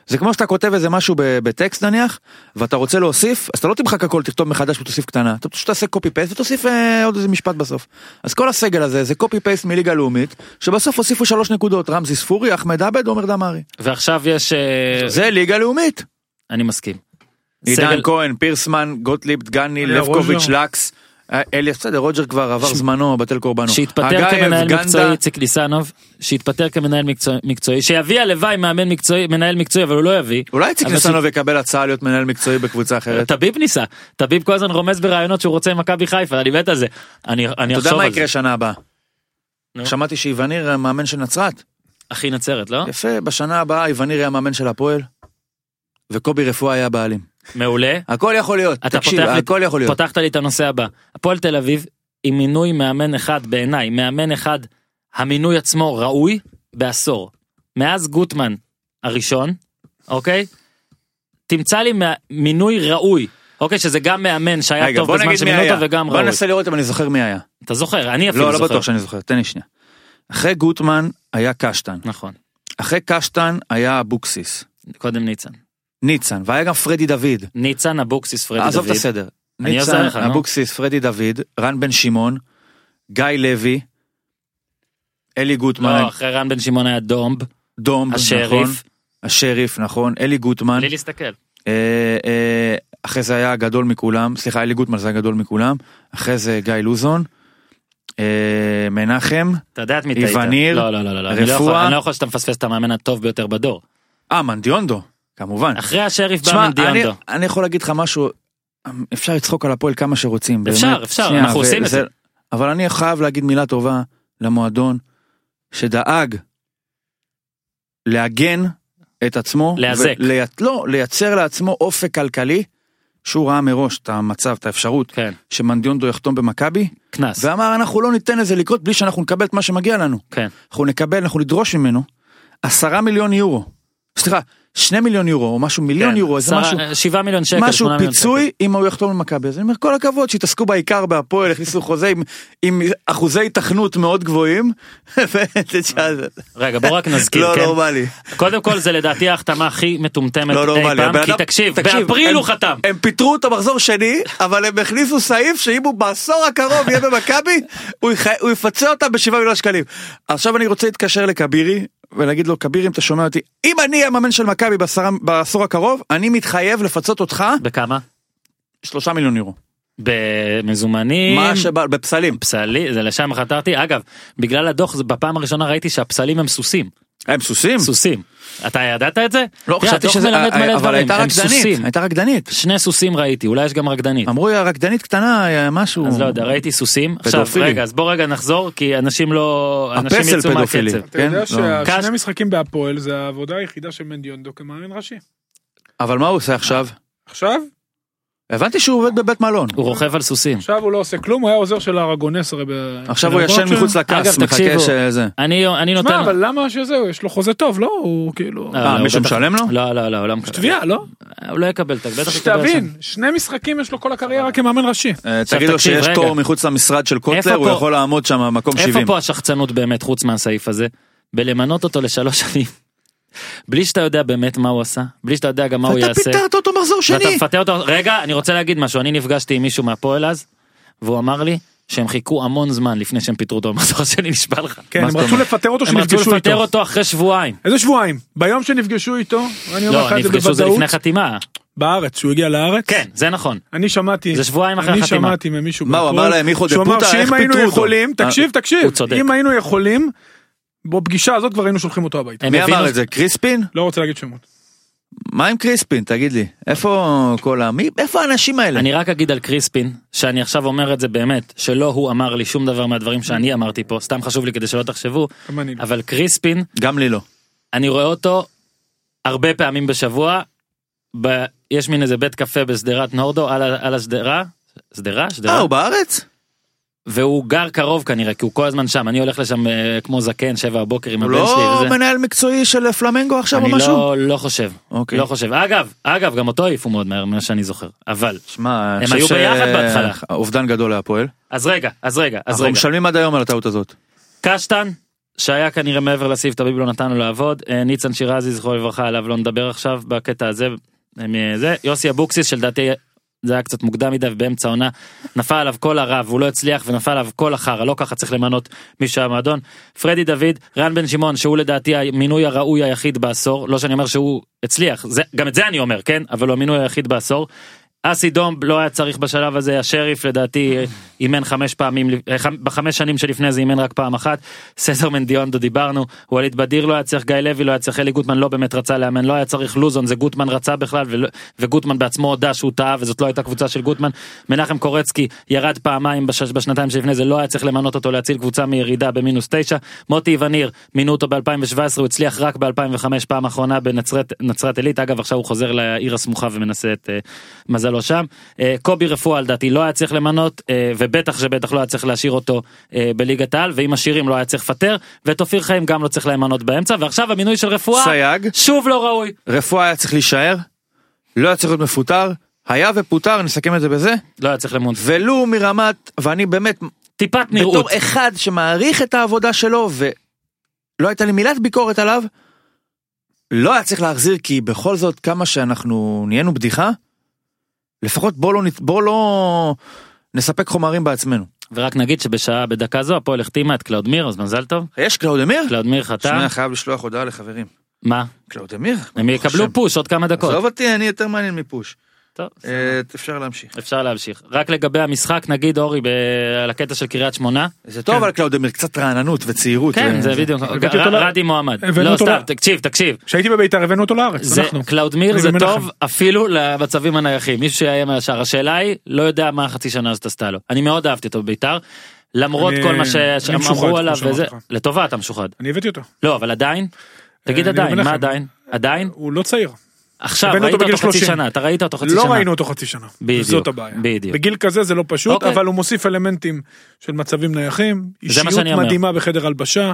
[SPEAKER 3] זה כמו שאתה כותב איזה משהו ב- בטקסט נניח, ואתה רוצה להוסיף, אז אתה לא תמחק הכל, תכתוב מחדש ותוסיף קטנה, אתה פשוט תעשה קופי פייסט ותוסיף אה, עוד איזה משפט בסוף. אז כל הסגל הזה זה קופי פייסט מליגה לאומית, שבסוף הוסיפו שלוש נקודות, רמזי ספורי, אחמד עבד, עומר דמארי.
[SPEAKER 1] ועכשיו יש... אה,
[SPEAKER 3] זה ליגה לאומית.
[SPEAKER 1] אני מסכים. סגל-
[SPEAKER 3] עידן כהן, פירסמן, גוטליב, דגני,
[SPEAKER 2] אלי
[SPEAKER 3] לבקוביץ',
[SPEAKER 2] רוג'ר.
[SPEAKER 3] לקס. אה, אלי, בסדר, רוג'ר כבר עבר זמנו, בטל קורבנו.
[SPEAKER 1] שהתפטר
[SPEAKER 3] אגייב,
[SPEAKER 1] כמנהל
[SPEAKER 3] גנדה,
[SPEAKER 1] מקצועי איציק ניסנוב, שהתפטר כמנהל מקצוע- מקצועי, שיביא הלוואי מאמן מקצועי, מנהל מקצועי, אבל הוא לא יביא.
[SPEAKER 3] אולי איציק
[SPEAKER 1] אבל
[SPEAKER 3] ניסנוב יקבל הצעה להיות מנהל מקצועי בקבוצה אחרת.
[SPEAKER 1] טביב ניסה, טביב כל הזמן רומז ברעיונות שהוא רוצה עם מכבי חיפה, אני מת על זה. אני אני
[SPEAKER 3] אתה יודע
[SPEAKER 1] אחשוב
[SPEAKER 3] מה
[SPEAKER 1] על זה.
[SPEAKER 3] יקרה שנה הבאה?
[SPEAKER 1] נו.
[SPEAKER 3] שמעתי שיווניר אה, מאמן של נצרת.
[SPEAKER 1] אחי נצרת, לא?
[SPEAKER 3] יפה, בשנה הבאה איווניר יהיה המאמן של הפועל, וקובי רפואה היה הבעלים.
[SPEAKER 1] מעולה.
[SPEAKER 3] הכל יכול להיות,
[SPEAKER 1] אתה
[SPEAKER 3] תקשיב,
[SPEAKER 1] פותח לי-
[SPEAKER 3] הכל יכול להיות.
[SPEAKER 1] פתחת לי את הנושא הבא. הפועל תל אביב עם מינוי מאמן אחד בעיניי, מאמן אחד, המינוי עצמו ראוי בעשור. מאז גוטמן הראשון, אוקיי? תמצא לי מה- מינוי ראוי. אוקיי, שזה גם מאמן שהיה
[SPEAKER 3] רגע,
[SPEAKER 1] טוב
[SPEAKER 3] בוא
[SPEAKER 1] בזמן
[SPEAKER 3] נגיד מי
[SPEAKER 1] שמינו
[SPEAKER 3] היה.
[SPEAKER 1] אותו וגם
[SPEAKER 3] בוא
[SPEAKER 1] ראוי.
[SPEAKER 3] ננסה לראות אם אני זוכר מי היה.
[SPEAKER 1] אתה זוכר, אני אפילו
[SPEAKER 3] לא,
[SPEAKER 1] זוכר.
[SPEAKER 3] לא בטוח שאני זוכר, תן לי שנייה. אחרי גוטמן היה קשטן.
[SPEAKER 1] נכון,
[SPEAKER 3] אחרי קשטן היה אבוקסיס.
[SPEAKER 1] קודם ניצן.
[SPEAKER 3] ניצן, והיה גם פרדי דוד.
[SPEAKER 1] ניצן אבוקסיס פרדי דוד.
[SPEAKER 3] עזוב את הסדר.
[SPEAKER 1] אני עוזר
[SPEAKER 3] ניצן,
[SPEAKER 1] לך, נו.
[SPEAKER 3] אבוקסיס, פרדי דוד, רן בן שמעון, גיא לוי, אלי גוטמן,
[SPEAKER 1] לא, אחרי רן בן שמעון היה דומב,
[SPEAKER 3] דומב, נכון,
[SPEAKER 1] השריף.
[SPEAKER 3] השריף, נכון, אלי גוטמן,
[SPEAKER 1] בלי להסתכל.
[SPEAKER 3] אה, אה, אחרי זה היה הגדול מכולם, סליחה, אלי גוטמן זה הגדול מכולם, אחרי זה גיא לוזון, אה, מנחם,
[SPEAKER 1] אתה יודע את מי טעית.
[SPEAKER 3] איווניר,
[SPEAKER 1] לא, לא, לא, לא, לא. אני לא יכול-
[SPEAKER 3] רפואה.
[SPEAKER 1] אני לא יכול שאתה מפספס את המאמן הטוב ביותר בדור.
[SPEAKER 3] אה, מנדיונדו, כמובן.
[SPEAKER 1] אחרי השריף
[SPEAKER 3] תשמע,
[SPEAKER 1] בא
[SPEAKER 3] אני,
[SPEAKER 1] מנדיונדו.
[SPEAKER 3] אני יכול להגיד לך משהו, אפשר לצחוק על הפועל כמה שרוצים.
[SPEAKER 1] אפשר,
[SPEAKER 3] באמת.
[SPEAKER 1] אפשר, אנחנו עושים את זה.
[SPEAKER 3] אבל אני חייב להגיד מילה טובה למועדון שדאג להגן את עצמו.
[SPEAKER 1] להיאזק.
[SPEAKER 3] ולי- לא, לייצר לעצמו אופק כלכלי שהוא ראה מראש את המצב, את האפשרות,
[SPEAKER 1] כן.
[SPEAKER 3] שמנדיונדו יחתום במכבי,
[SPEAKER 1] קנס.
[SPEAKER 3] ואמר אנחנו לא ניתן לזה לקרות בלי שאנחנו נקבל את מה שמגיע לנו.
[SPEAKER 1] כן.
[SPEAKER 3] אנחנו נקבל, אנחנו נדרוש ממנו, עשרה מיליון יורו. סליחה, שני מיליון יורו, או משהו מיליון
[SPEAKER 1] כן.
[SPEAKER 3] יורו, איזה
[SPEAKER 1] עשרה-
[SPEAKER 3] משהו.
[SPEAKER 1] שבעה מיליון שקל,
[SPEAKER 3] משהו
[SPEAKER 1] שמונה מיליון
[SPEAKER 3] פיצוי אם הוא יחתום למכבי אז אני אומר כל הכבוד שהתעסקו בעיקר בהפועל הכניסו חוזה עם, עם אחוזי התכנות מאוד גבוהים.
[SPEAKER 1] שקל. רגע, בוא רק נזכיר,
[SPEAKER 3] לא
[SPEAKER 1] כן?
[SPEAKER 3] לא בא לי.
[SPEAKER 1] קודם כל זה לדעתי ההחתמה הכי מטומטמת
[SPEAKER 3] לא
[SPEAKER 1] אי
[SPEAKER 3] נורמלי. הבן
[SPEAKER 1] פעם, כי
[SPEAKER 3] אדם-
[SPEAKER 1] תקשיב, באפריל
[SPEAKER 3] הם-
[SPEAKER 1] הוא חתם.
[SPEAKER 3] הם פיטרו אותו מחזור שני, אבל הם הכניסו סעיף שאם הוא בעשור הקרוב יהיה במכבי, הוא יח- הוא יפצה אותם בשבעה מיליון שקלים. עכשיו אני רוצה להתקשר לקבירי ולהגיד לו, קבירי אם אתה שומע אותי, אם אני אהיה המאמן של מכבי בעשרה- בעשור הקרוב, אני מתחייב לפצות אותך
[SPEAKER 1] בכמה?
[SPEAKER 3] שלושה מיליון יורו.
[SPEAKER 1] במזומנים.
[SPEAKER 3] מה שבא, בפסלים.
[SPEAKER 1] פסלים, זה לשם חתרתי. אגב, בגלל הדוח, זה בפעם הראשונה ראיתי שהפסלים הם סוסים.
[SPEAKER 3] הם סוסים?
[SPEAKER 1] סוסים. אתה ידעת את זה?
[SPEAKER 3] לא
[SPEAKER 1] תראה,
[SPEAKER 3] חשבתי
[SPEAKER 1] הדוח
[SPEAKER 3] שזה,
[SPEAKER 1] מלמד מלא
[SPEAKER 3] אבל
[SPEAKER 1] דברים,
[SPEAKER 3] הייתה
[SPEAKER 1] אה, הם
[SPEAKER 3] רקדנית,
[SPEAKER 1] סוסים.
[SPEAKER 3] הייתה רקדנית.
[SPEAKER 1] שני סוסים ראיתי, אולי יש גם רקדנית.
[SPEAKER 3] אמרו היא רקדנית קטנה, היה משהו.
[SPEAKER 1] אז לא יודע, ראיתי סוסים. עכשיו,
[SPEAKER 3] פדופילים.
[SPEAKER 1] רגע, אז בוא רגע נחזור, כי אנשים לא... אנשים
[SPEAKER 3] הפסל
[SPEAKER 1] יצאו
[SPEAKER 3] פדופילי.
[SPEAKER 1] מהקצב.
[SPEAKER 2] אתה יודע
[SPEAKER 3] כן? לא.
[SPEAKER 2] שהשני
[SPEAKER 1] קש-
[SPEAKER 2] משחקים בהפועל זה העבודה היחידה של מנדיונדו כמאמן ראשי.
[SPEAKER 3] אבל מה הוא עושה עכשיו?
[SPEAKER 2] עכשיו,
[SPEAKER 3] הבנתי שהוא עובד בבית מלון.
[SPEAKER 1] הוא רוכב על סוסים.
[SPEAKER 2] עכשיו הוא לא עושה כלום, הוא היה עוזר של אראגונס הרי ב...
[SPEAKER 3] עכשיו הוא ישן מחוץ
[SPEAKER 1] אגב,
[SPEAKER 3] לכס, מחכה
[SPEAKER 1] תקשיבו.
[SPEAKER 3] שזה.
[SPEAKER 1] אני אני
[SPEAKER 2] שמע,
[SPEAKER 1] נותן...
[SPEAKER 2] אבל למה שזהו, יש לו חוזה טוב, לא? הוא כאילו...
[SPEAKER 1] אה,
[SPEAKER 3] אה,
[SPEAKER 1] לא,
[SPEAKER 3] מישהו
[SPEAKER 1] בטח-
[SPEAKER 3] משלם לו?
[SPEAKER 1] לא, לא, לא, הוא לא מקבל.
[SPEAKER 2] תביעה, לא?
[SPEAKER 1] הוא לא יקבל תג, בטח יקבל
[SPEAKER 2] שתבין, שני משחקים יש לו כל הקריירה כמאמן ראשי.
[SPEAKER 3] אה,
[SPEAKER 1] עכשיו
[SPEAKER 3] תגיד לו
[SPEAKER 1] תקשיב,
[SPEAKER 3] שיש
[SPEAKER 1] רגע.
[SPEAKER 3] תור מחוץ למשרד של
[SPEAKER 1] איפה
[SPEAKER 3] קוטלר, הוא
[SPEAKER 1] פה-
[SPEAKER 3] יכול לעמוד שם במקום
[SPEAKER 1] איפה
[SPEAKER 3] 70.
[SPEAKER 1] פה השחצנות באמת חוץ מהסעיף הזה? בלמנות אותו לשלוש שנים. בלי שאתה יודע באמת מה הוא עשה, בלי שאתה יודע גם מה הוא
[SPEAKER 3] ואתה
[SPEAKER 1] יעשה.
[SPEAKER 3] פיטרת אותו מחזור
[SPEAKER 1] ואתה
[SPEAKER 3] שני.
[SPEAKER 1] מפתה אותו, רגע, אני רוצה להגיד משהו, אני נפגשתי עם מישהו מהפועל אז, והוא אמר לי שהם חיכו המון זמן לפני שהם פיטרו אותו במחזור שני, נשבע לך.
[SPEAKER 2] כן,
[SPEAKER 3] מה
[SPEAKER 2] הם
[SPEAKER 3] זאת
[SPEAKER 2] רצו
[SPEAKER 3] אומרת?
[SPEAKER 2] לפטר אותו
[SPEAKER 1] הם רצו
[SPEAKER 2] שנפגשו
[SPEAKER 1] לפטר
[SPEAKER 2] איתו.
[SPEAKER 1] אותו אחרי שבועיים.
[SPEAKER 2] איזה שבועיים? ביום שנפגשו איתו, אני אומר
[SPEAKER 1] לא,
[SPEAKER 2] לך את זה
[SPEAKER 1] נפגשו זה
[SPEAKER 2] בוודאות,
[SPEAKER 1] לפני חתימה.
[SPEAKER 2] בארץ, שהוא הגיע לארץ.
[SPEAKER 1] כן, זה נכון.
[SPEAKER 2] אני שמעתי,
[SPEAKER 1] זה שבועיים אחרי
[SPEAKER 2] אני
[SPEAKER 1] החתימה.
[SPEAKER 2] שמעתי ממישהו,
[SPEAKER 3] מה, הוא
[SPEAKER 2] בהפועל,
[SPEAKER 3] אמר להם, מיכו
[SPEAKER 2] שהוא אמר
[SPEAKER 3] דפוטה, איך
[SPEAKER 2] שאם היינו
[SPEAKER 3] פיטרו אותו?
[SPEAKER 2] יכולים,
[SPEAKER 3] אה,
[SPEAKER 2] תקשיב, תקשיב,
[SPEAKER 1] הוא צודק.
[SPEAKER 2] אם היינו יכולים, בפגישה הזאת כבר היינו שולחים אותו הביתה.
[SPEAKER 1] הם
[SPEAKER 3] מי
[SPEAKER 1] הבינו-
[SPEAKER 3] אמר את זה? קריספין?
[SPEAKER 2] לא רוצה להגיד שמות.
[SPEAKER 3] מה עם קריספין? תגיד לי. איפה כל ה... מי- איפה האנשים האלה?
[SPEAKER 1] אני רק אגיד על קריספין, שאני עכשיו אומר את זה באמת, שלא הוא אמר לי שום דבר מהדברים שאני אמרתי פה, סתם חשוב לי כדי שלא תחשבו,
[SPEAKER 2] גם אני לא.
[SPEAKER 1] אבל קריספין,
[SPEAKER 3] גם לי לא.
[SPEAKER 1] אני רואה אותו הרבה פעמים בשבוע, ב... יש מין איזה בית קפה בשדרת נורדו על, ה- על השדרה, שדרה?
[SPEAKER 3] אה,
[SPEAKER 1] שדרה?
[SPEAKER 3] הוא בארץ?
[SPEAKER 1] והוא גר קרוב כנראה, כי הוא כל הזמן שם, אני הולך לשם אה, כמו זקן, שבע בבוקר עם
[SPEAKER 3] הוא
[SPEAKER 1] הבן
[SPEAKER 3] לא
[SPEAKER 1] שלי וזה.
[SPEAKER 3] מנהל מקצועי של אה, פלמנגו עכשיו או
[SPEAKER 1] אני
[SPEAKER 3] משהו?
[SPEAKER 1] לא, לא חושב,
[SPEAKER 3] אוקיי.
[SPEAKER 1] לא חושב. אגב, אגב, גם אותו העיפו מאוד מהר, ממה שאני זוכר. אבל,
[SPEAKER 3] שמע,
[SPEAKER 1] הם היו ביחד בהתחלה.
[SPEAKER 3] אובדן גדול להפועל.
[SPEAKER 1] אז רגע, אז רגע, אז
[SPEAKER 3] אנחנו
[SPEAKER 1] רגע.
[SPEAKER 3] משלמים עד היום על הטעות הזאת.
[SPEAKER 1] קשטן, שהיה כנראה מעבר לסעיף תביב לא נתנו לעבוד, אה, ניצן שירזי זכרו לברכה עליו לא נדבר עכשיו בקטע הזה, אה, מ- זה יוסי אבוקסיס שלדעתי זה היה קצת מוקדם מדי ובאמצע העונה נפל עליו כל הרע והוא לא הצליח ונפל עליו כל החרא לא ככה צריך למנות מישהו מהמועדון. פרדי דוד, רן בן שמעון שהוא לדעתי המינוי הראוי היחיד בעשור, לא שאני אומר שהוא הצליח, זה, גם את זה אני אומר כן, אבל הוא המינוי היחיד בעשור. אסי דום לא היה צריך בשלב הזה, השריף לדעתי אה, אימן חמש פעמים, אה, חמ- בחמש שנים שלפני זה אימן רק פעם אחת, סזר מנדיונדו דיברנו, ווליד בדיר לא היה צריך, גיא לוי לא היה צריך, אלי גוטמן לא באמת רצה לאמן, לא היה צריך לוזון, זה גוטמן רצה בכלל, ולא- וגוטמן בעצמו הודה שהוא טעה וזאת לא הייתה קבוצה של גוטמן, מנחם קורצקי ירד פעמיים בש- בשנתיים שלפני זה, לא היה צריך למנות אותו להציל קבוצה מירידה במינוס תשע, מוטי איווניר מינו אותו ב-2017, הוא הצליח רק ב-2005 פעם אחרונה בנצרת נצרת עילית, אגב עכשיו הוא חוזר לעיר הסמוכה ומנסה את אה, מזלו שם. אה, קובי רפואה לדעתי לא היה צריך למנות, אה, ובטח שבטח לא היה צריך להשאיר אותו אה, בליגת העל, ואם משאירים לא היה צריך לפטר, ואת אופיר חיים גם לא צריך למנות באמצע, ועכשיו המינוי של רפואה,
[SPEAKER 3] סייג,
[SPEAKER 1] שוב לא ראוי.
[SPEAKER 3] רפואה היה צריך להישאר, לא היה צריך להיות מפוטר, היה ופוטר, נסכם את זה בזה,
[SPEAKER 1] לא היה צריך למנות.
[SPEAKER 3] ולו מרמת, ואני באמת,
[SPEAKER 1] טיפת נראות.
[SPEAKER 3] בתור אחד שמעריך את העבודה שלו, ולא הייתה לי מילת ביקורת עליו, לא היה צריך להחזיר, כי בכל זאת, כמה שאנחנו נהיינו בדיחה, לפחות בוא לא, נת- בוא לא נספק חומרים בעצמנו.
[SPEAKER 1] ורק נגיד שבשעה, בדקה זו, הפועל החתימה את קלאודמיר, אז מזל טוב.
[SPEAKER 3] יש קלאודמיר?
[SPEAKER 1] קלאודמיר חתם.
[SPEAKER 3] שנייה, חייב לשלוח הודעה לחברים.
[SPEAKER 1] מה?
[SPEAKER 3] קלאודמיר?
[SPEAKER 1] הם יקבלו פוש עוד כמה דקות.
[SPEAKER 3] עזוב אותי, אני יותר מעניין מפוש.
[SPEAKER 1] טוב,
[SPEAKER 3] אה, אפשר להמשיך.
[SPEAKER 1] אפשר להמשיך. רק לגבי המשחק, נגיד אורי, ב- על הקטע של קריית שמונה.
[SPEAKER 2] כן,
[SPEAKER 3] זה טוב אבל קלאודמיר, קצת רעננות וצעירות.
[SPEAKER 1] כן, זה
[SPEAKER 3] אה,
[SPEAKER 1] בדיוק.
[SPEAKER 2] הבאתי אותו
[SPEAKER 1] ר-
[SPEAKER 2] ל-
[SPEAKER 1] רדי מועמד.
[SPEAKER 2] הבאנו
[SPEAKER 1] לא,
[SPEAKER 2] אותו
[SPEAKER 1] סתם,
[SPEAKER 2] ל-
[SPEAKER 1] תקשיב, תקשיב.
[SPEAKER 2] כשהייתי בביתר הבאנו אותו לארץ,
[SPEAKER 1] זה
[SPEAKER 2] אנחנו.
[SPEAKER 1] קלאודמיר
[SPEAKER 2] אני
[SPEAKER 1] זה
[SPEAKER 2] ומנחם.
[SPEAKER 1] טוב אפילו למצבים הנייחים מישהו שיהיה מהשאר השאלה היא לא יודע מה החצי שנה הזאת עשתה לו אני מאוד אהבתי אותו בביתר למרות
[SPEAKER 2] אני-
[SPEAKER 1] כל מה ש-
[SPEAKER 2] אני משוחד,
[SPEAKER 1] שאמרו
[SPEAKER 2] כמו
[SPEAKER 1] עליו
[SPEAKER 2] שאמרתי
[SPEAKER 1] וזה
[SPEAKER 2] לך.
[SPEAKER 1] לטובה אתה משוחד
[SPEAKER 2] אני הבאתי אותו.
[SPEAKER 1] לא אבל עדיין תגיד
[SPEAKER 2] אני
[SPEAKER 1] עדיין מה
[SPEAKER 2] ומנחם.
[SPEAKER 1] עדיין עדיין
[SPEAKER 2] הוא לא צעיר.
[SPEAKER 1] עכשיו,
[SPEAKER 2] הבאנו
[SPEAKER 1] ראית
[SPEAKER 2] אותו בגיל
[SPEAKER 1] אותו חצי
[SPEAKER 2] 30.
[SPEAKER 1] שנה, אתה ראית אותו חצי שנה.
[SPEAKER 2] לא ראינו אותו חצי שנה.
[SPEAKER 1] בדיוק,
[SPEAKER 2] זאת הבעיה.
[SPEAKER 1] בדיוק.
[SPEAKER 2] בגיל כזה זה לא פשוט,
[SPEAKER 1] אוקיי.
[SPEAKER 2] אבל הוא מוסיף אלמנטים של מצבים נייחים, אישיות
[SPEAKER 1] שאני אומר.
[SPEAKER 2] מדהימה בחדר הלבשה,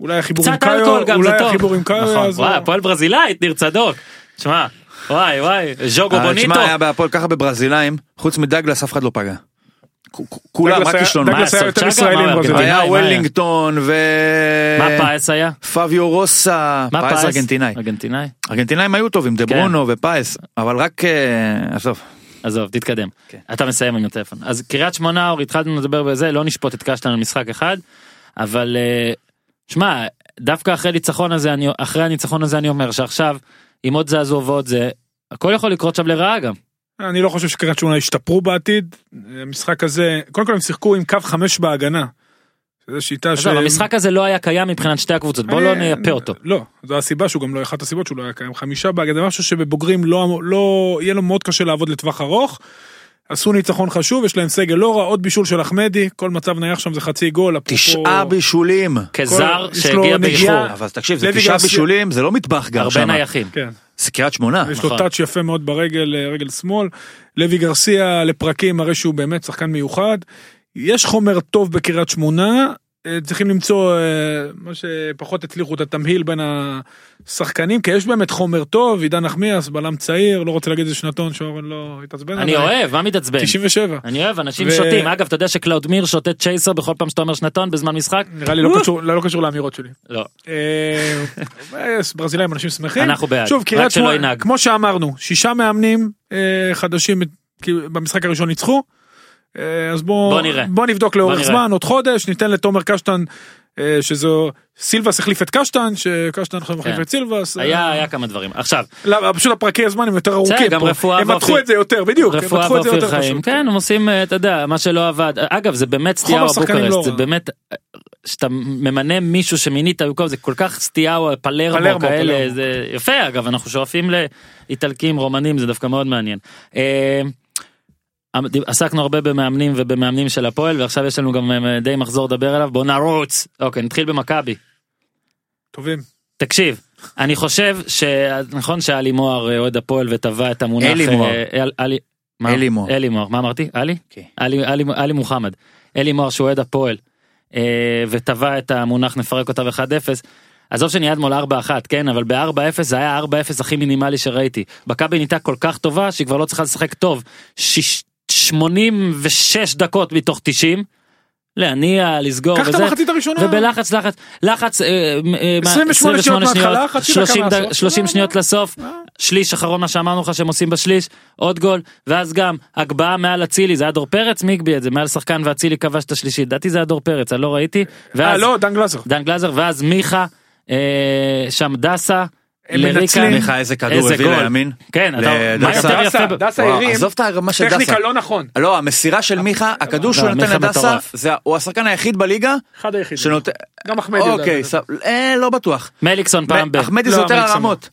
[SPEAKER 2] אולי החיבור עם
[SPEAKER 1] קצת אלכוהול
[SPEAKER 2] קאיו,
[SPEAKER 1] גם זה
[SPEAKER 2] אולי
[SPEAKER 1] טוב.
[SPEAKER 2] החיבור עם קאיו,
[SPEAKER 1] נכון,
[SPEAKER 2] אז
[SPEAKER 1] וואי,
[SPEAKER 2] לא.
[SPEAKER 1] הפועל ברזילאית, ניר צדוק. שמע, וואי וואי, ז'וגו
[SPEAKER 3] אה,
[SPEAKER 1] בוניטו.
[SPEAKER 3] תשמע, היה בהפועל ככה בברזילאים, חוץ מדגלס אף אחד לא פגע. כ- כ- כולם
[SPEAKER 2] דגלס
[SPEAKER 3] רק
[SPEAKER 2] היה-
[SPEAKER 3] כישלון.
[SPEAKER 2] דגלס היה יותר
[SPEAKER 1] סולצ'אגה?
[SPEAKER 2] ישראלי
[SPEAKER 1] מה,
[SPEAKER 2] מברזילאי.
[SPEAKER 1] ארגנטינאי?
[SPEAKER 3] היה
[SPEAKER 1] מה
[SPEAKER 3] וולינגטון ו...
[SPEAKER 1] מה פאס היה?
[SPEAKER 3] פביו רוסה,
[SPEAKER 1] מה
[SPEAKER 3] אה, פאס ארגנטינאי.
[SPEAKER 1] ארגנטינאי?
[SPEAKER 3] ארגנטינאים היו טובים, דה
[SPEAKER 1] כן.
[SPEAKER 3] ברונו ופאס, אבל רק... אה, עזוב.
[SPEAKER 1] עזוב, תתקדם.
[SPEAKER 3] כן.
[SPEAKER 1] אתה מסיים עם הטלפון. אז קריית שמונה, אור, התחלנו לדבר בזה, לא נשפוט את קשטן על משחק אחד, אבל אה, שמע, דווקא אחרי הניצחון הזה, אני, אחרי הניצחון הזה אני אומר שעכשיו, עם עוד זעזוע ועוד זה, הכל יכול לקרות שם לרעה גם.
[SPEAKER 2] אני לא חושב שקריית שמונה ישתפרו בעתיד. המשחק הזה, קודם כל הם שיחקו עם קו חמש בהגנה. זו שיטה ש...
[SPEAKER 1] עזוב, המשחק הזה לא היה קיים מבחינת שתי הקבוצות, בוא לא
[SPEAKER 2] אני-
[SPEAKER 1] נייפה אותו.
[SPEAKER 2] לא, זו הסיבה שהוא גם לא, אחת הסיבות שהוא לא היה קיים. חמישה בהגנה, זה משהו שבבוגרים לא, לא, יהיה לו מאוד קשה לעבוד לטווח ארוך. עשו ניצחון חשוב, יש להם סגל לא רע, עוד בישול של אחמדי, כל מצב נייח שם זה חצי גול, אפרופו...
[SPEAKER 3] תשעה בישולים.
[SPEAKER 1] כן, כזר
[SPEAKER 2] יש לו
[SPEAKER 1] שהגיע
[SPEAKER 2] נגיעה.
[SPEAKER 1] באיחור,
[SPEAKER 3] אבל תקשיב, זה
[SPEAKER 2] לוי
[SPEAKER 3] תשעה
[SPEAKER 2] גרסיה-
[SPEAKER 3] בישולים, זה לא מטבח גם
[SPEAKER 1] הרבה
[SPEAKER 3] שם.
[SPEAKER 1] נייחים.
[SPEAKER 2] כן,
[SPEAKER 3] זה קריית שמונה.
[SPEAKER 2] יש לו
[SPEAKER 1] נכון.
[SPEAKER 2] טאץ' יפה מאוד ברגל, אה, רגל שמאל. לוי גרסיה לפרקים, הרי שהוא באמת שחקן מיוחד. יש חומר טוב בקריית שמונה, אה, צריכים למצוא אה, מה שפחות הצליחו את התמהיל בין השחקנים, כי יש באמת חומר טוב, עידן נחמיאס, בלם צעיר, לא רוצה להגיד איזה שנתון שאורן לא התעצבן
[SPEAKER 1] אני
[SPEAKER 2] עליי.
[SPEAKER 1] אוהב, מה מתעצבן?
[SPEAKER 2] 97.
[SPEAKER 1] אני אוהב, אנשים
[SPEAKER 2] ו-
[SPEAKER 1] שותים. אגב, אתה יודע שקלאודמיר שותה צ'ייסר בכל פעם שאתה אומר שנתון בזמן משחק?
[SPEAKER 2] נראה לי לא קשור, לא לא קשור לאמירות שלי.
[SPEAKER 1] לא.
[SPEAKER 2] אה, ברזילאים אנשים שמחים.
[SPEAKER 1] אנחנו בעד,
[SPEAKER 2] שוב,
[SPEAKER 1] רק
[SPEAKER 2] קריית
[SPEAKER 1] שלא
[SPEAKER 2] שמונה,
[SPEAKER 1] ינהג.
[SPEAKER 2] כמו שאמרנו, שישה מאמנים אה, חדשים כאילו, במשחק הראשון ניצחו. אה, אז בוא,
[SPEAKER 1] בוא נראה.
[SPEAKER 2] בוא נבדוק לאורך
[SPEAKER 1] בוא נראה.
[SPEAKER 2] זמן, עוד חודש, ניתן לתומר קשטן, אה, שזו, סילבס החליף את קשטן, שקשטן עכשיו מחליף
[SPEAKER 1] כן.
[SPEAKER 2] את סילבס. אה,
[SPEAKER 1] היה היה כמה דברים. עכשיו,
[SPEAKER 2] לא, פשוט הפרקי הזמן הם יותר ארוכים.
[SPEAKER 1] גם
[SPEAKER 2] פה.
[SPEAKER 1] רפואה
[SPEAKER 2] הם
[SPEAKER 1] ואופיר-
[SPEAKER 2] מתחו את זה יותר, בדיוק. הם
[SPEAKER 1] רפואה
[SPEAKER 2] מתחו את זה
[SPEAKER 1] ואופיר
[SPEAKER 2] יותר
[SPEAKER 1] חיים
[SPEAKER 2] פשוט.
[SPEAKER 1] כן הם עושים אה, אתה יודע מה שלא עבד אגב זה באמת
[SPEAKER 2] חומר
[SPEAKER 1] סטיהו
[SPEAKER 2] שחקנים
[SPEAKER 1] בוקרשט
[SPEAKER 2] לא
[SPEAKER 1] זה
[SPEAKER 2] רע.
[SPEAKER 1] באמת אה, שאתה ממנה מישהו שמינית במקום זה כל כך סטיהו אה, פלרמו
[SPEAKER 2] פלרמו,
[SPEAKER 1] כאלה
[SPEAKER 2] פלרמו.
[SPEAKER 1] זה יפה אגב אנחנו שואפים לאיטלקים רומנים זה דווקא מאוד מעניין. אה, אמ, עסקנו הרבה במאמנים ובמאמנים של הפועל ועכשיו יש לנו גם אה, די מחזור לדבר עליו בוא נרוץ אוקיי נתחיל במכבי
[SPEAKER 2] טובים.
[SPEAKER 1] תקשיב, אני חושב שנכון שאלי מוהר אה, אוהד הפועל וטבע את המונח
[SPEAKER 3] אלי מוהר.
[SPEAKER 1] אה, אל- אלי- מה?
[SPEAKER 3] אלי מוהר.
[SPEAKER 1] אלי מוהר מה אמרתי אלי
[SPEAKER 3] כן.
[SPEAKER 1] אלי אלי אלי מוחמד אלי מוהר שהוא אוהד הפועל אה, וטבע את המונח נפרק אותה 1-0. עזוב שניעד מול 4-1 כן אבל ב-4-0 זה היה 4-0 הכי מינימלי שראיתי. מכבי נהייתה כל כך טובה שהיא כבר לא צריכה לשחק טוב. שיש, 86 דקות מתוך 90. להניע לסגור
[SPEAKER 2] קח את
[SPEAKER 1] וזה.
[SPEAKER 2] המחצית הראשונה.
[SPEAKER 1] ובלחץ לחץ לחץ אה, אה, מה,
[SPEAKER 2] 28 שניות
[SPEAKER 1] 28 שניות,
[SPEAKER 2] מההתחלה, חצי דקה
[SPEAKER 1] 30
[SPEAKER 2] מהסוף.
[SPEAKER 1] ד- 30
[SPEAKER 2] לא,
[SPEAKER 1] שניות
[SPEAKER 2] לא.
[SPEAKER 1] לסוף
[SPEAKER 2] לא.
[SPEAKER 1] שליש אחרון מה שאמרנו לך שהם עושים בשליש עוד גול ואז גם הגבהה מעל אצילי זה היה דור פרץ מי הגביה את זה מעל שחקן ואצילי כבש את השלישי לדעתי זה היה דור פרץ אני לא ראיתי
[SPEAKER 2] אה,
[SPEAKER 1] ואז
[SPEAKER 2] לא, דן גלזר.
[SPEAKER 1] דן גלזר ואז מיכה אה, שם דסה.
[SPEAKER 2] הם
[SPEAKER 1] לריקה.
[SPEAKER 2] מנצלים.
[SPEAKER 3] לך איזה כדור
[SPEAKER 1] איזה
[SPEAKER 3] הביא
[SPEAKER 1] גול.
[SPEAKER 3] לימין.
[SPEAKER 1] כן, אתה- מה
[SPEAKER 3] לדסה.
[SPEAKER 1] יותר יפה אה, ב-
[SPEAKER 2] דסה
[SPEAKER 3] וואו,
[SPEAKER 2] הרים.
[SPEAKER 3] עזוב את הרמה של דסה.
[SPEAKER 2] טכניקה לא נכון.
[SPEAKER 3] לא, המסירה של מיכה, הכדור שהוא
[SPEAKER 1] לא,
[SPEAKER 3] נתן
[SPEAKER 1] מיכה
[SPEAKER 3] לדסה,
[SPEAKER 1] מטורף.
[SPEAKER 3] זה- הוא השחקן היחיד בליגה
[SPEAKER 2] אחד היחידים.
[SPEAKER 3] שנותן...
[SPEAKER 2] גם אחמדי. יודע
[SPEAKER 3] אוקיי,
[SPEAKER 2] את זה.
[SPEAKER 3] סב- אה, לא בטוח.
[SPEAKER 1] מליקסון פעם ב...
[SPEAKER 3] אחמדי
[SPEAKER 2] לא,
[SPEAKER 3] זה יותר
[SPEAKER 2] מקסימום.
[SPEAKER 3] הרמות.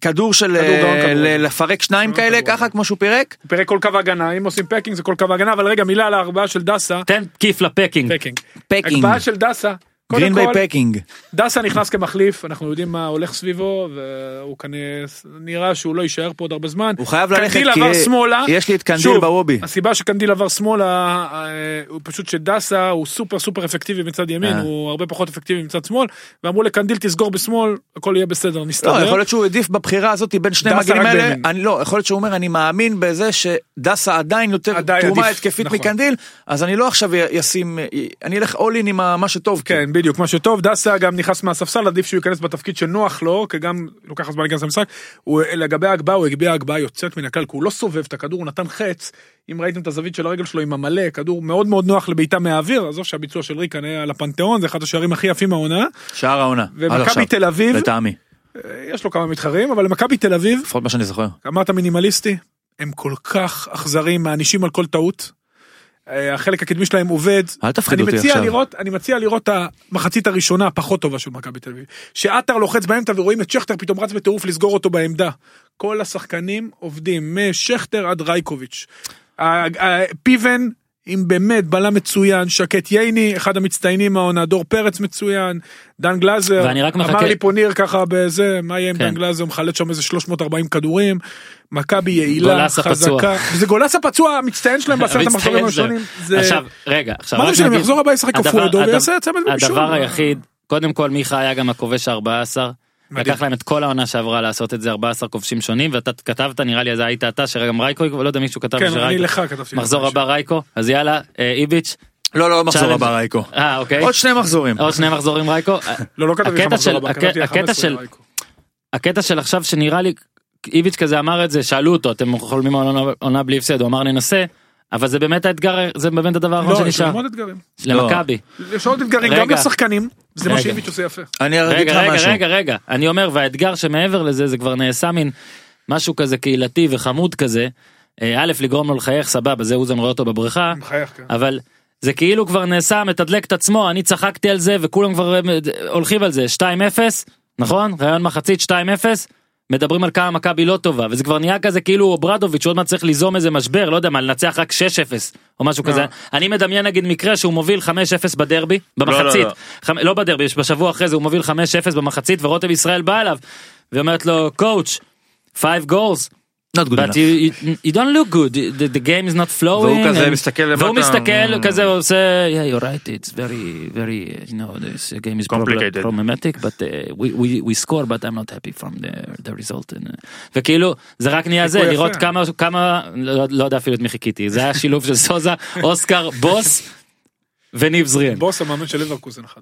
[SPEAKER 3] כדור של
[SPEAKER 2] כדור גאון,
[SPEAKER 3] אה,
[SPEAKER 2] כדור.
[SPEAKER 3] ל- לפרק שניים
[SPEAKER 2] גאון,
[SPEAKER 3] כאלה,
[SPEAKER 2] כדור.
[SPEAKER 3] ככה כמו שהוא פירק.
[SPEAKER 2] פירק כל קו הגנה, אם עושים פקינג זה כל קו הגנה, אבל רגע מילה על ההרבעה של דסה,
[SPEAKER 1] תן כיף לפקינג.
[SPEAKER 2] פקינג.
[SPEAKER 3] פקינג.
[SPEAKER 2] הגבהה של דסה, קודם
[SPEAKER 3] גרין ביי
[SPEAKER 2] כל,
[SPEAKER 3] פקינג.
[SPEAKER 2] דסה נכנס כמחליף, אנחנו יודעים מה הולך סביבו, והוא כנראה, נראה שהוא לא יישאר פה עוד הרבה זמן.
[SPEAKER 3] הוא חייב ללכת,
[SPEAKER 2] קנדיל
[SPEAKER 3] כי
[SPEAKER 2] עבר שמאלה,
[SPEAKER 3] יש לי את קנדיל
[SPEAKER 2] שוב,
[SPEAKER 3] בוובי.
[SPEAKER 2] הסיבה שקנדיל עבר שמאלה, אה, הוא פשוט שדסה הוא סופר סופר אפקטיבי מצד ימין,
[SPEAKER 3] אה.
[SPEAKER 2] הוא הרבה פחות אפקטיבי מצד שמאל, ואמרו לקנדיל תסגור בשמאל, הכל יהיה בסדר,
[SPEAKER 3] לא, יכול
[SPEAKER 2] נסתדר.
[SPEAKER 3] להיות שהוא העדיף בבחירה הזאת בין שני
[SPEAKER 2] אוקיי. דסה
[SPEAKER 3] המגנים
[SPEAKER 2] רק
[SPEAKER 3] האלה.
[SPEAKER 2] בימין.
[SPEAKER 3] אני לא, יכול להיות שהוא אומר, אני מאמין בזה שדסה עדיין יותר
[SPEAKER 2] עדיין
[SPEAKER 3] תרומה
[SPEAKER 2] עדיף,
[SPEAKER 3] התקפית
[SPEAKER 2] נכון.
[SPEAKER 3] מקנדיל, אז אני לא עכשיו אשים, אני אלך אול אין עם ה- מה שטוב.
[SPEAKER 2] כן בדיוק מה שטוב דסה גם נכנס מהספסל עדיף שהוא ייכנס בתפקיד שנוח לו כי גם לוקח זמן להיכנס למשחק. הוא לגבי ההגבהה הוא הגביה הגבהה יוצאת מן הכלל כי הוא לא סובב את הכדור הוא נתן חץ אם ראיתם את הזווית של הרגל שלו עם המלא כדור מאוד מאוד נוח לבעיטה מהאוויר עזוב שהביצוע של ריקן היה על הפנתיאון זה אחד השערים הכי יפים העונה
[SPEAKER 3] שער העונה. עד עכשיו.
[SPEAKER 2] ומכבי תל אביב
[SPEAKER 3] לטעמי,
[SPEAKER 2] יש לו כמה מתחרים אבל למכבי תל אביב
[SPEAKER 3] לפחות מה שאני זוכר.
[SPEAKER 2] אמרת מינימליסטי, הם כל כך אכזרים, מענישים על כל טעות. אה, החלק הקדמי שלהם עובד.
[SPEAKER 3] אל תפחיד
[SPEAKER 2] אני
[SPEAKER 3] אותי
[SPEAKER 2] מציע
[SPEAKER 3] עכשיו.
[SPEAKER 2] לראות, אני מציע לראות את המחצית הראשונה הפחות טובה של מכבי תל אביב. שעטר לוחץ באמצע ורואים את שכטר פתאום רץ בטירוף לסגור אותו בעמדה. כל השחקנים עובדים משכטר עד רייקוביץ'. ה- ה- פיבן עם באמת בלם מצוין, שקט ייני, אחד המצטיינים העונה, דור פרץ מצוין, דן גלאזר,
[SPEAKER 1] ואני רק מחכה-
[SPEAKER 2] אמר לי פה ניר ככה בזה, מה יהיה עם
[SPEAKER 1] כן.
[SPEAKER 2] דן גלאזר, הוא מחלט שם איזה 340 כדורים, מכבי יעילה,
[SPEAKER 1] גולסה
[SPEAKER 2] חזקה,
[SPEAKER 1] פצוע.
[SPEAKER 2] וזה גולסה פצוע המצטיין שלהם בעשרת
[SPEAKER 1] המצטיין
[SPEAKER 2] המחזורים
[SPEAKER 1] שלהם.
[SPEAKER 2] הראשונים, זה-
[SPEAKER 1] עכשיו, רגע, עכשיו,
[SPEAKER 2] מה
[SPEAKER 1] רק
[SPEAKER 2] זה משנה,
[SPEAKER 1] נגיד-
[SPEAKER 2] יחזור הבא ישחק
[SPEAKER 1] הדבר-
[SPEAKER 2] כפוי אדום
[SPEAKER 1] הדבר-
[SPEAKER 2] ויעשה צמד בבישול.
[SPEAKER 1] הדבר היחיד, קודם כל מיכה היה גם הכובש ה-14.
[SPEAKER 2] מדהים.
[SPEAKER 1] לקח להם את כל העונה שעברה לעשות את זה 14 כובשים שונים ואתה כתבת נראה לי זה היית אתה שגם רייקו לא יודע מישהו כתב
[SPEAKER 2] כן, אני
[SPEAKER 1] שרייקו
[SPEAKER 2] לך כתבתי.
[SPEAKER 1] מחזור הבא רייקו אז יאללה אה, איביץ'
[SPEAKER 3] לא, לא, מחזור
[SPEAKER 1] צ'אלנג'.
[SPEAKER 3] הבא, רייקו.
[SPEAKER 1] אה אוקיי
[SPEAKER 3] עוד שני מחזורים.
[SPEAKER 1] עוד שני מחזורים רייקו אה,
[SPEAKER 2] לא, לא כתבתי לך
[SPEAKER 1] הקטע של-
[SPEAKER 2] מחזור הבא,
[SPEAKER 1] הק-
[SPEAKER 2] כתבתי לך
[SPEAKER 1] הקטע
[SPEAKER 2] 15
[SPEAKER 1] של-
[SPEAKER 2] רייקו.
[SPEAKER 1] הקטע של עכשיו שנראה לי איביץ' כזה אמר את זה שאלו אותו אתם חולמים על עונה- עונה בלי הפסד הוא אמר ננסה אבל זה באמת האתגר זה באמת הדבר האחרון
[SPEAKER 2] לא, יש
[SPEAKER 1] שנשאר
[SPEAKER 2] להם עוד אתגרים.
[SPEAKER 1] למכבי.
[SPEAKER 2] יש עוד אתגרים
[SPEAKER 1] רגע.
[SPEAKER 2] גם לשחקנים, זה מה
[SPEAKER 1] רגע.
[SPEAKER 2] שאיביץ' עושה יפה.
[SPEAKER 3] אני אגיד לך
[SPEAKER 1] רגע רגע
[SPEAKER 3] משהו.
[SPEAKER 1] רגע רגע אני אומר והאתגר שמעבר לזה זה כבר נעשה מין משהו כזה קהילתי וחמוד כזה אה, א' לגרום לו לחייך סבבה זה אוזן רואה אותו בבריכה
[SPEAKER 2] מחייך, כן.
[SPEAKER 1] אבל זה כאילו כבר נעשה מתדלק את עצמו אני צחקתי על זה וכולם כבר אה, הולכים על זה 2-0 נכון רעיון מחצית 2-0. מדברים על כמה מכבי לא טובה וזה כבר נהיה כזה כאילו אוברדוביץ' שעוד מעט צריך ליזום איזה משבר לא יודע מה לנצח רק 6-0 או משהו כזה
[SPEAKER 2] אה.
[SPEAKER 1] אני מדמיין נגיד מקרה שהוא מוביל 5-0 בדרבי
[SPEAKER 3] לא,
[SPEAKER 1] במחצית
[SPEAKER 3] לא.
[SPEAKER 1] חמ... לא בדרבי, בשבוע אחרי זה הוא מוביל 5-0 במחצית ורותם ישראל בא אליו ואומרת לו קואוץ' 5 goals
[SPEAKER 3] Not good
[SPEAKER 1] but
[SPEAKER 3] enough.
[SPEAKER 1] you, you, you don't look good the, the game is not flowing
[SPEAKER 5] והוא כזה מסתכל למטה,
[SPEAKER 1] והוא מסתכל
[SPEAKER 5] "Mm."
[SPEAKER 1] כזה הוא עושה yeah you're right it's very very you know this game is
[SPEAKER 5] Complicated.
[SPEAKER 1] problem- problematic but uh, we, we, we score but I'm not happy from the, the result and, uh, וכאילו זה רק נהיה זה
[SPEAKER 2] חיכוי יפה.
[SPEAKER 1] לראות כמה כמה לא, לא יודע אפילו את מי חיכיתי זה היה שילוב של סוזה אוסקר בוס וניב זריאן.
[SPEAKER 2] בוס המאמן של ליברקוזן אחד.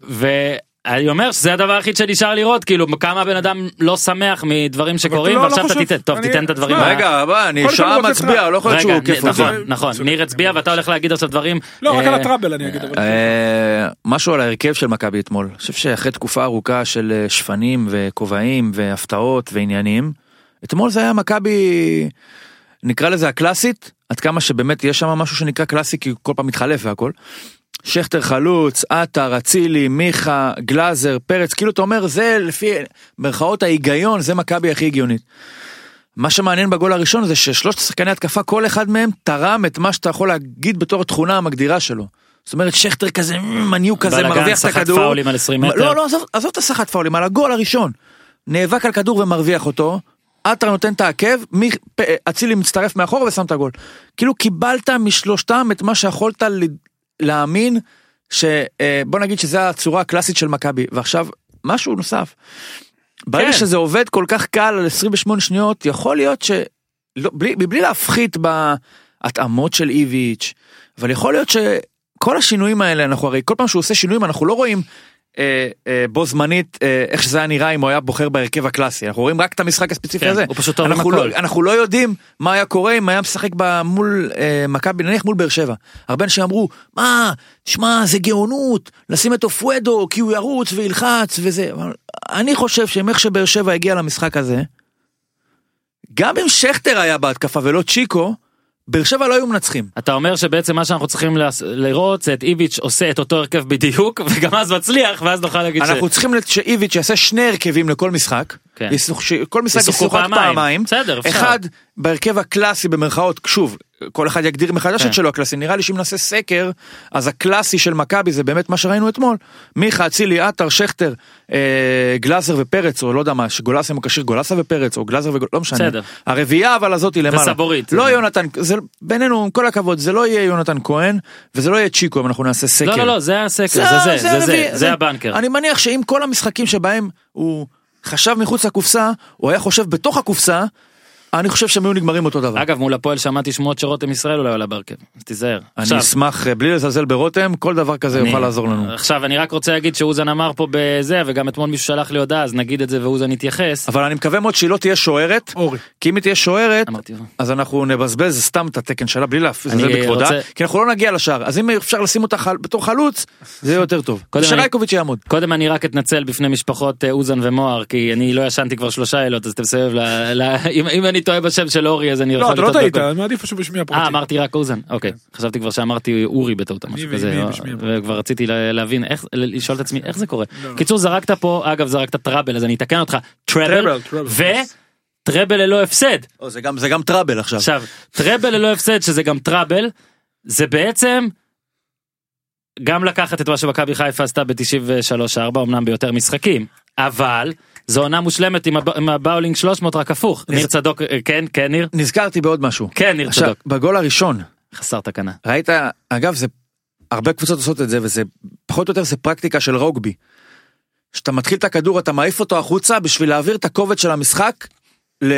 [SPEAKER 1] ואני אומר שזה הדבר היחיד שנשאר לראות כאילו כמה הבן אדם לא שמח מדברים שקורים
[SPEAKER 2] לא, לא
[SPEAKER 1] ועכשיו אתה
[SPEAKER 2] חושב.
[SPEAKER 1] תיתן טוב
[SPEAKER 2] אני-
[SPEAKER 1] תיתן את הדברים.
[SPEAKER 2] שמע,
[SPEAKER 1] ה-
[SPEAKER 3] רגע, הבא, אני
[SPEAKER 2] קודם כל
[SPEAKER 3] שעה
[SPEAKER 2] הוא רוצה
[SPEAKER 3] מצביע,
[SPEAKER 2] טראמפ.
[SPEAKER 3] לא יכול להיות
[SPEAKER 1] רגע,
[SPEAKER 3] שהוא כיף
[SPEAKER 1] נ-
[SPEAKER 3] אותי.
[SPEAKER 1] נכון נכון ניר הצביע ואתה הולך להגיד עכשיו דברים
[SPEAKER 2] לא, רק
[SPEAKER 1] אה,
[SPEAKER 2] על הטראבל אני אגיד, אבל...
[SPEAKER 3] אה, משהו על ההרכב של מכבי אתמול. אני חושב שאחרי תקופה ארוכה של אה, שפנים וכובעים והפתעות ועניינים, אתמול זה היה מכבי, נקרא לזה הקלאסית, עד כמה שבאמת יש שם משהו שנקרא קלאסי כי הוא כל פעם מתחלף והכל. שכטר חלוץ, עטר, אצילי, מיכה, גלאזר, פרץ, כאילו אתה אומר זה לפי מירכאות ההיגיון, זה מכבי הכי הגיונית. מה שמעניין בגול הראשון זה ששלושת שחקני התקפה, כל אחד מהם תרם את מה שאתה יכול להגיד בתור התכונה המגדירה שלו. זאת אומרת שכטר כזה, "מ, מניוק כזה,
[SPEAKER 1] בלגן,
[SPEAKER 3] מרוויח את
[SPEAKER 1] סחט
[SPEAKER 3] הכדור.
[SPEAKER 1] פאולים על 20 מטר.
[SPEAKER 3] לא, לא, עזוב- עזוב את הסחט פאולים, על הגול הראשון. נאבק על כדור ומרוויח אותו, עטר נותן את העקב, מי- פ- אצילי מצטרף מאחור ושם את הגול. כאילו קיבלת משלושתם את מה שיכולת ל- להאמין, שבוא נגיד שזו הצורה הקלאסית של מכבי. ועכשיו, משהו נוסף. ברגע
[SPEAKER 1] כן.
[SPEAKER 3] שזה עובד כל כך קל על 28 שניות, יכול להיות ש... לא, בלי, מבלי להפחית בהתאמות של איביץ', אבל יכול להיות שכל השינויים האלה, אנחנו הרי כל פעם שהוא עושה שינויים אנחנו לא רואים אה, אה, בו זמנית אה, איך שזה היה נראה אם הוא היה בוחר בהרכב הקלאסי, אנחנו רואים רק את המשחק הספציפי
[SPEAKER 1] כן,
[SPEAKER 3] הזה.
[SPEAKER 1] הוא פשוט טוב עם
[SPEAKER 3] אנחנו
[SPEAKER 1] הכל.
[SPEAKER 3] לא, אנחנו לא יודעים מה היה קורה אם היה משחק ב- מול אה, מכבי, נניח מול באר שבע. הרבה אנשים אמרו, מה, שמע, זה גאונות, לשים את אופואדו כי הוא ירוץ וילחץ וזה. אבל אני חושב שאם איך שבאר שבע הגיע למשחק הזה, גם אם שכטר היה בהתקפה ולא צ'יקו, באר שבע לא היו מנצחים.
[SPEAKER 1] אתה אומר שבעצם מה שאנחנו צריכים לעס- לראות זה את איביץ' עושה את אותו הרכב בדיוק וגם אז מצליח ואז נוכל להגיד ש... לא,
[SPEAKER 3] אנחנו צריכים לת- שאיביץ' יעשה שני הרכבים לכל משחק.
[SPEAKER 1] כן.
[SPEAKER 3] ישוח- שכל משחק
[SPEAKER 1] ישוחקו
[SPEAKER 3] ישוחק
[SPEAKER 1] פעמיים.
[SPEAKER 3] פעמיים.
[SPEAKER 1] בסדר, אפשר.
[SPEAKER 3] אחד בהרכב הקלאסי במרכאות, שוב, כל אחד יגדיר מחדש
[SPEAKER 1] כן.
[SPEAKER 3] את שלו הקלאסי. נראה לי שאם נעשה סקר, אז הקלאסי של מכבי זה באמת מה שראינו אתמול. מיכה, אצילי, עטר, שכטר, אה, גלאזר ופרץ, או לא יודע מה, שגולסה אם הוא כשיר גולסה ופרץ, או גלאזר וגולסה, לא משנה.
[SPEAKER 1] בסדר.
[SPEAKER 3] הרביעייה אבל הזאתי למעלה.
[SPEAKER 1] וסבורית.
[SPEAKER 3] לא
[SPEAKER 1] זה-
[SPEAKER 3] יונתן, זה, בינינו, עם כל הכבוד, זה לא יהיה יונתן כהן, וזה לא יהיה צ'יקו אם אנחנו נעשה סקר.
[SPEAKER 1] לא לא לא זה הסקר זה זה זה זה זה הבנקר.
[SPEAKER 3] אני מניח שאם כל המשחקים שבהם הוא חשב מחוץ לקופסה, הוא היה חושב בתוך הקופסה, אני חושב שהם היו נגמרים אותו דבר.
[SPEAKER 1] אגב מול הפועל שמעתי שמועות שרותם ישראל אולי עולה בהרכב אז תיזהר.
[SPEAKER 3] אני
[SPEAKER 1] עכשיו,
[SPEAKER 3] אשמח, אה, בלי לזלזל ברותם, כל דבר כזה
[SPEAKER 1] אני- אה.
[SPEAKER 3] יוכל לעזור לנו.
[SPEAKER 1] עכשיו אני רק רוצה להגיד שאוזן אמר פה בזה וגם אתמול מישהו שלח לי הודעה אז נגיד את זה ואוזן יתייחס.
[SPEAKER 3] אבל אני מקווה מאוד שהיא לא תהיה שוערת,
[SPEAKER 2] אורי.
[SPEAKER 3] כי אם היא תהיה שוערת,
[SPEAKER 1] אמרתי לו.
[SPEAKER 3] אז אנחנו נבזבז סתם את התקן שלה בלי להפזל
[SPEAKER 1] אני
[SPEAKER 3] בכבודה,
[SPEAKER 1] רוצה-
[SPEAKER 3] כי אנחנו לא נגיע לשער, אז אם אפשר לשים אותה חל- בתור חלוץ, זה יהיה יותר טוב.
[SPEAKER 1] קודם אני-
[SPEAKER 3] שרייקוביץ' יעמוד.
[SPEAKER 1] קודם אני רק אתנצל בפני משפחות אה, אוזן ומוהר כי אני לא ישנתי כבר שלושה לילות אז תסבב ל... ל... אם, אם אני טועה בשם של אורי אז אני יכול
[SPEAKER 2] לא, אתה לא
[SPEAKER 1] לטעות
[SPEAKER 2] טעית,
[SPEAKER 1] בכל-
[SPEAKER 2] אני מעדיף פשוט בשמי הפרטי.
[SPEAKER 1] אה אמרתי רק אוזן אוקיי חשבתי כבר שאמרתי אורי בטעות או משהו
[SPEAKER 2] ואימי,
[SPEAKER 1] כזה
[SPEAKER 2] אימי
[SPEAKER 1] או-
[SPEAKER 2] בשמי הבא.
[SPEAKER 1] וכבר רציתי לה- להבין איך לשאול את עצמי איך זה קורה
[SPEAKER 2] לא,
[SPEAKER 1] קיצור זרקת פה אגב זרקת טראבל אז אני אתקן אותך טראבל
[SPEAKER 2] טראבל, טראבל.
[SPEAKER 1] וטראבל ללא הפסד
[SPEAKER 3] זה גם טראבל עכשיו.
[SPEAKER 1] עכשיו טראבל ללא הפסד שזה גם טראבל זה בעצם גם לקחת את מה שמכבי חיפה עשתה ב-93-4 אמנם ביותר משחקים אבל זו עונה מושלמת עם, הב... עם הבאולינג 300 רק הפוך ניר צדוק אה, כן כן ניר
[SPEAKER 3] נזכרתי בעוד משהו.
[SPEAKER 1] כן ניר
[SPEAKER 3] עכשיו,
[SPEAKER 1] צדוק
[SPEAKER 3] בגול הראשון,
[SPEAKER 1] חסר תקנה
[SPEAKER 3] ראית, אגב, זה, הרבה קבוצות עושות את זה, וזה, פחות או יותר, זה פרקטיקה של רוגבי. כשאתה מתחיל את הכדור, אתה מעיף אותו החוצה בשביל להעביר את הכובד של המשחק, ל...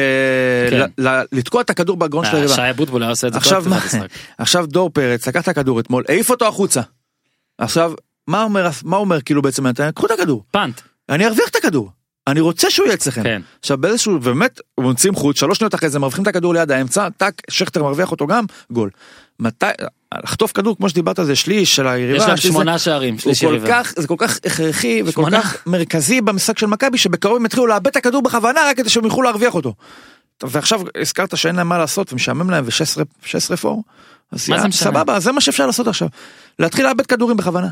[SPEAKER 1] כן.
[SPEAKER 3] ל... ל... לתקוע את הכדור בגרון של
[SPEAKER 1] אה,
[SPEAKER 3] הריבה.
[SPEAKER 1] שי אבוטבול היה עושה את זה לא כל
[SPEAKER 3] עכשיו,
[SPEAKER 1] תחילת
[SPEAKER 3] מה-
[SPEAKER 1] משחק.
[SPEAKER 3] עכשיו דור פרץ לקח את הכדור אתמול, העיף אותו החוצה. עכשיו, מה אומר, מה אומר כאילו בעצם נתניה? קחו את הכדור,
[SPEAKER 1] פאנט
[SPEAKER 3] אני ארוויח את הכדור. אני רוצה שהוא יהיה אצלכם.
[SPEAKER 1] כן.
[SPEAKER 3] עכשיו באיזשהו, באמת, מוצאים חוץ, שלוש שניות אחרי זה מרוויחים את הכדור ליד האמצע, טאק, שכטר מרוויח אותו גם, גול. מתי, לחטוף כדור, כמו שדיברת, זה שליש של היריבה.
[SPEAKER 1] יש להם
[SPEAKER 3] שליש זה-
[SPEAKER 1] שמונה שערים
[SPEAKER 3] הוא
[SPEAKER 1] שליש
[SPEAKER 3] כל
[SPEAKER 1] יריבה.
[SPEAKER 3] כך, זה כל כך הכרחי וכל
[SPEAKER 1] שמונה.
[SPEAKER 3] כך מרכזי במשחק של מכבי, שבקרוב הם יתחילו לאבד את הכדור בכוונה רק כדי שהם יוכלו להרוויח אותו. טוב, ועכשיו הזכרת שאין להם מה לעשות ומשעמם להם ו-16 פור. אז
[SPEAKER 1] מה
[SPEAKER 3] יאללה,
[SPEAKER 1] זה משנה?
[SPEAKER 3] סבבה, זה מה שאפשר לעשות עכשיו. להתחיל לאבד כדורים בכוונה.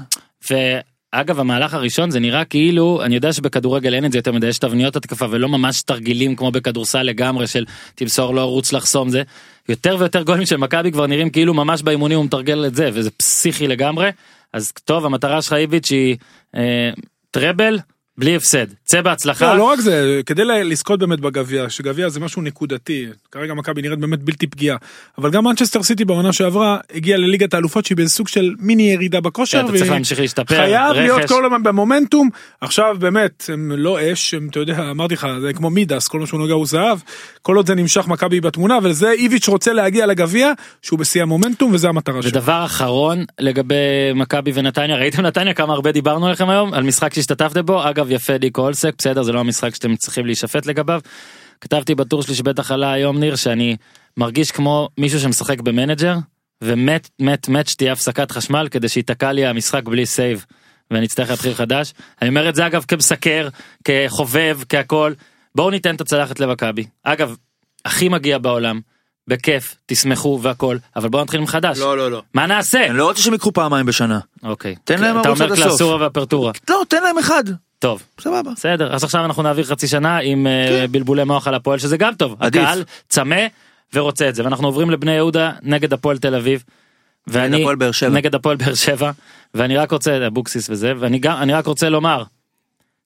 [SPEAKER 1] ואגב המהלך הראשון זה נראה כאילו אני יודע שבכדורגל אין את זה יותר מדי יש תבניות התקפה ולא ממש תרגילים כמו בכדורסל לגמרי של תמסור לא ערוץ לחסום זה יותר ויותר גולים של מכבי כבר נראים כאילו ממש באימונים הוא מתרגל את זה וזה פסיכי לגמרי אז טוב המטרה שלך איביץ' היא אה, טראבל בלי הפסד צא בהצלחה
[SPEAKER 2] לא, לא רק זה, כדי ל- לזכות באמת בגביע, שגביע זה משהו נקודתי, כרגע מכבי נראית באמת בלתי פגיעה, אבל גם מנצ'סטר סיטי בעונה שעברה הגיעה לליגת האלופות שהיא באיזה סוג של מיני ירידה בכושר,
[SPEAKER 1] אתה צריך
[SPEAKER 2] והיא-
[SPEAKER 1] להמשיך להשתפר
[SPEAKER 2] חייב להיות
[SPEAKER 1] רכש.
[SPEAKER 2] כל הזמן במומנטום עכשיו באמת הם לא אש הם אתה יודע אמרתי לך זה כמו מידס כל מה שהוא נוגע הוא זהב כל עוד זה נמשך מכבי בתמונה ולזה איביץ' רוצה להגיע לגביע שהוא בשיא המומנטום וזה המטרה שלו.
[SPEAKER 1] ודבר אחרון לגבי מכבי ונתניה ראיתם נתניה כמה הרבה דיברנו עליכם היום על משחק שהשתתפתם בו אגב יפה דיקו אולסק בסדר זה לא המשחק שאתם צריכים להישפט לגביו. כתבתי בטור שלי שבטח עלה היום ניר שאני מרגיש כמו מישהו שמשחק במנג'ר ומת מת מת שתהיה הפסקת חשמל כדי שייתקע לי המשחק בלי סייב ואני אצטרך להתחיל חדש אני אומר את זה אגב כמסקר כחובב כהכל בואו ניתן את הצלחת למכבי אגב הכי מגיע בעולם. בכיף, תשמחו והכל, אבל בואו נתחיל מחדש.
[SPEAKER 3] לא, לא.
[SPEAKER 1] מה נעשה?
[SPEAKER 3] אני לא רוצה שהם יקחו פעמיים בשנה.
[SPEAKER 1] אוקיי.
[SPEAKER 3] תן להם
[SPEAKER 1] אתה
[SPEAKER 3] ערוץ
[SPEAKER 1] אומר
[SPEAKER 3] עד הסוף.
[SPEAKER 1] קלסורה ואפרטורה.
[SPEAKER 3] לא, תן להם אחד,
[SPEAKER 1] טוב.
[SPEAKER 3] סבבה.
[SPEAKER 1] בסדר. אז עכשיו אנחנו נעביר חצי שנה עם אה, בלבולי מוח על הפועל שזה גם טוב.
[SPEAKER 3] כן. עדיף.
[SPEAKER 1] הקהל צמא ורוצה את זה. ואנחנו עוברים לבני יהודה נגד הפועל תל אביב. ואני
[SPEAKER 3] הפועל באר שבע.
[SPEAKER 1] נגד הפועל באר שבע. ואני רק רוצה אבוקסיס וזה ואני גם אני רק רוצה לומר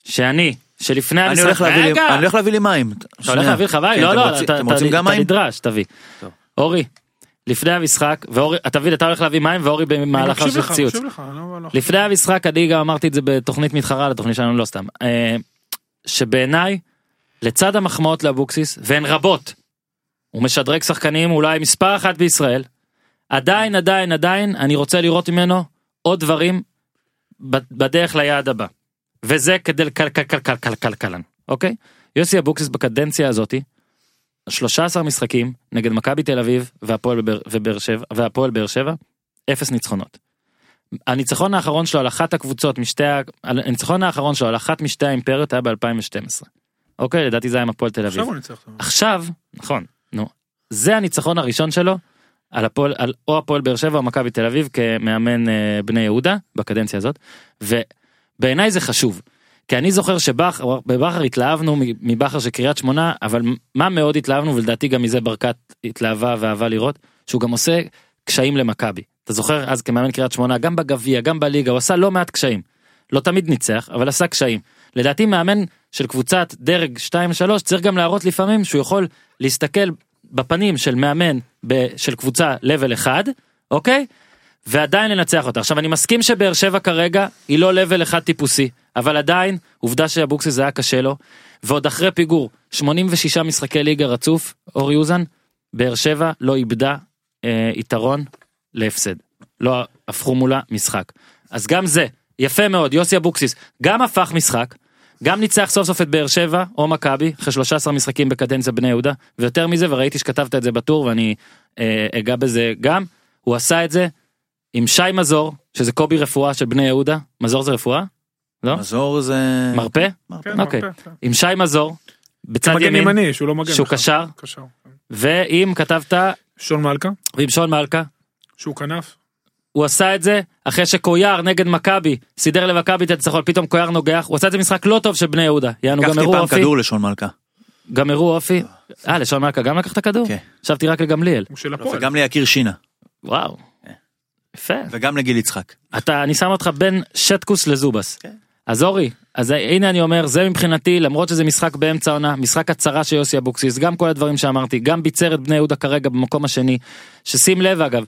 [SPEAKER 1] שאני שלפני
[SPEAKER 3] אני
[SPEAKER 1] המשחק
[SPEAKER 3] הולך להביא לי-
[SPEAKER 1] רגע!
[SPEAKER 3] אני הולך להביא לי מים.
[SPEAKER 1] אתה הולך
[SPEAKER 3] שנייה.
[SPEAKER 1] להביא לך מים?
[SPEAKER 3] כן,
[SPEAKER 1] לא,
[SPEAKER 3] אתם
[SPEAKER 1] לא,
[SPEAKER 3] רוצים-
[SPEAKER 1] אתה-
[SPEAKER 3] אתם
[SPEAKER 1] אתה
[SPEAKER 3] רוצים גם
[SPEAKER 1] אתה
[SPEAKER 3] מים?
[SPEAKER 1] נדרש, תביא.
[SPEAKER 3] טוב.
[SPEAKER 1] אורי, לפני המשחק, ואורי, תביא, אתה הולך להביא מים ואורי
[SPEAKER 2] אני
[SPEAKER 1] במהלך
[SPEAKER 2] מקשיב לך,
[SPEAKER 1] של ציוץ.
[SPEAKER 2] מקשיב לך, אני לא- לא-
[SPEAKER 1] לפני המשחק אני גם אמרתי את זה בתוכנית מתחרה לתוכנית שלנו לא סתם אה, שבעיניי לצד המחמאות לאבוקסיס והן רבות. הוא משדרג שחקנים אולי מספר אחת בישראל עדיין עדיין עדיין אני רוצה לראות ממנו עוד דברים ב- בדרך ליעד הבא. וזה כדי לקלקלקלקלקלקלן אוקיי יוסי אבוקסיס בקדנציה הזאתי. 13 משחקים נגד מכבי תל אביב והפועל בבאר- ובאר שבע והפועל באר שבע אפס ניצחונות. הניצחון האחרון שלו על אחת הקבוצות משתי ה- הניצחון האחרון שלו על אחת משתי האימפריות היה ב2012. אוקיי לדעתי זה היה עם הפועל תל אביב.
[SPEAKER 2] עכשיו הוא ניצח. אותו.
[SPEAKER 1] עכשיו נכון נו זה הניצחון הראשון שלו על הפועל על או הפועל באר שבע או מכבי תל אביב כמאמן אה, בני יהודה בקדנציה הזאת ובעיניי זה חשוב. כי אני זוכר שבכר התלהבנו מ- מבכר של קריית שמונה אבל מה מאוד התלהבנו ולדעתי גם מזה ברקת התלהבה ואהבה לראות שהוא גם עושה קשיים למכבי אתה זוכר אז כמאמן קריית שמונה גם בגביע גם בליגה הוא עשה לא מעט קשיים. לא תמיד ניצח אבל עשה קשיים לדעתי מאמן של קבוצת דרג 2-3 צריך גם להראות לפעמים שהוא יכול להסתכל בפנים של מאמן ב- של קבוצה level 1 אוקיי ועדיין לנצח אותה עכשיו אני מסכים שבאר שבע כרגע היא לא level 1 טיפוסי אבל עדיין עובדה שאבוקסיס זה היה קשה לו ועוד אחרי פיגור 86 משחקי ליגה רצוף אור יוזן באר שבע לא איבדה אה, יתרון להפסד לא הפכו מולה משחק אז גם זה יפה מאוד יוסי אבוקסיס גם הפך משחק גם ניצח סוף סוף את באר שבע או מכבי אחרי 13 משחקים בקדנציה בני יהודה ויותר מזה וראיתי שכתבת את זה בטור ואני אה, אגע בזה גם הוא עשה את זה עם שי מזור שזה קובי רפואה של בני יהודה מזור זה רפואה
[SPEAKER 3] מזור זה...
[SPEAKER 1] מרפא
[SPEAKER 2] כן,
[SPEAKER 1] אוקיי.
[SPEAKER 2] מרפא, כן.
[SPEAKER 1] עם שי מזור בצד
[SPEAKER 2] מגן
[SPEAKER 1] ימין
[SPEAKER 2] ימני שהוא לא מגן.
[SPEAKER 1] שהוא
[SPEAKER 2] בכלל.
[SPEAKER 1] קשר
[SPEAKER 2] קשר. כן.
[SPEAKER 1] ואם כתבת
[SPEAKER 2] שון מלכה
[SPEAKER 1] ועם שון מלכה
[SPEAKER 2] שהוא כנף.
[SPEAKER 1] הוא עשה את זה אחרי שקויאר נגד מכבי סידר למכבי את הניצחון פתאום קויאר נוגח הוא עשה את זה משחק לא טוב של בני יהודה יענו גם
[SPEAKER 3] לקחתי
[SPEAKER 1] אירוע
[SPEAKER 3] פעם
[SPEAKER 1] אופי
[SPEAKER 3] כדור לשון מלכה.
[SPEAKER 1] גם אירוע אופי אה לשון מלכה גם לקחת כדור
[SPEAKER 3] כן.
[SPEAKER 1] חשבתי רק לגמליאל
[SPEAKER 3] נכון.
[SPEAKER 2] הוא של הפועל.
[SPEAKER 3] וגם ליקיר שינה.
[SPEAKER 1] וואו יפה.
[SPEAKER 3] וגם לגיל יצחק.
[SPEAKER 1] אתה, אני שם אותך בין שטקוס לזובס.
[SPEAKER 3] כן.
[SPEAKER 1] אז אורי, אז הנה אני אומר, זה מבחינתי, למרות שזה משחק באמצע עונה, משחק הצהרה של יוסי אבוקסיס, גם כל הדברים שאמרתי, גם ביצר את בני יהודה כרגע במקום השני, ששים לב אגב,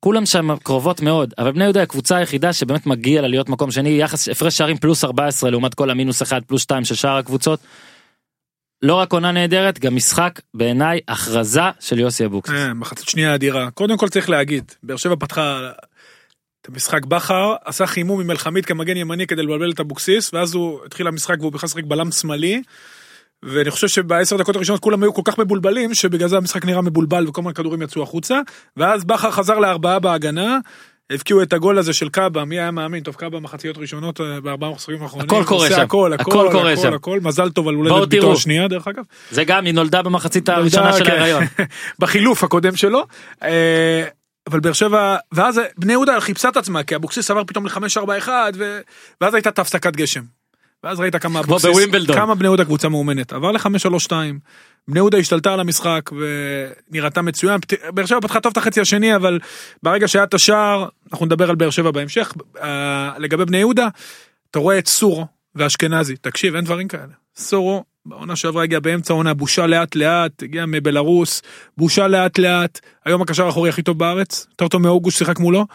[SPEAKER 1] כולם שם קרובות מאוד, אבל בני יהודה היא הקבוצה היחידה שבאמת מגיע לה להיות מקום שני, יחס הפרש שערים פלוס 14 לעומת כל המינוס 1 פלוס 2 של שאר הקבוצות. לא רק עונה נהדרת, גם משחק בעיניי הכרזה של יוסי אבוקסיס.
[SPEAKER 2] אה, מחצית שנייה אדירה. קודם כל צריך להגיד, באר שבע פתחה את המשחק בכר, עשה חימום עם מלחמית כמגן ימני כדי לבלבל את אבוקסיס, ואז הוא התחיל המשחק והוא בכלל שיחק בלם שמאלי. ואני חושב שבעשר דקות הראשונות כולם היו כל כך מבולבלים, שבגלל זה המשחק נראה מבולבל וכל מיני כדורים יצאו החוצה. ואז בכר חזר לארבעה בהגנה, הבקיעו את הגול הזה של קאבה, מי היה מאמין, טוב קאבה מחציות ראשונות אה, בארבעה מחזורים האחרונים.
[SPEAKER 1] הכל קורה
[SPEAKER 2] עושה
[SPEAKER 1] שם.
[SPEAKER 2] הכל, הכל,
[SPEAKER 1] הכל
[SPEAKER 2] הכל,
[SPEAKER 1] קורה
[SPEAKER 2] הכל,
[SPEAKER 1] שם.
[SPEAKER 2] הכל, מזל טוב על
[SPEAKER 1] בואו
[SPEAKER 2] הולדת ביתו
[SPEAKER 1] תראו.
[SPEAKER 2] השנייה דרך אגב.
[SPEAKER 1] זה גם, היא נולדה במחצית
[SPEAKER 2] נולדה,
[SPEAKER 1] הראשונה של
[SPEAKER 2] כן.
[SPEAKER 1] ההיריון.
[SPEAKER 2] בחילוף הקודם שלו. אה, אבל באר שבע, ואז בני יהודה חיפשה את עצמה, כי אבוקסיס עבר פתאום ל-5-4-1, ו... ואז הייתה את הפסקת גשם. ואז ראית כמה
[SPEAKER 1] כמו
[SPEAKER 2] אבוקסיס,
[SPEAKER 1] בווימבלדון.
[SPEAKER 2] כמה בני יהודה קבוצה מאומנת. עבר ל-5-3-2, בני יהודה השתלטה על המשחק ונראתה מצוין. פת- באר שבע פתחה טוב את החצי השני, אבל ברגע שהיה את השער, אנחנו נדבר על באר שבע בהמשך. אה, לגבי בני יהודה, אתה רואה את סורו ואשכנזי, תקשיב, אין דברים כאלה. סורו, בעונה שעברה הגיע באמצע העונה, בושה לאט לאט, הגיע מבלארוס, בושה לאט לאט, היום הקשר האחורי הכי טוב בארץ, יותר טוב מאוגוסט שיחק מולו,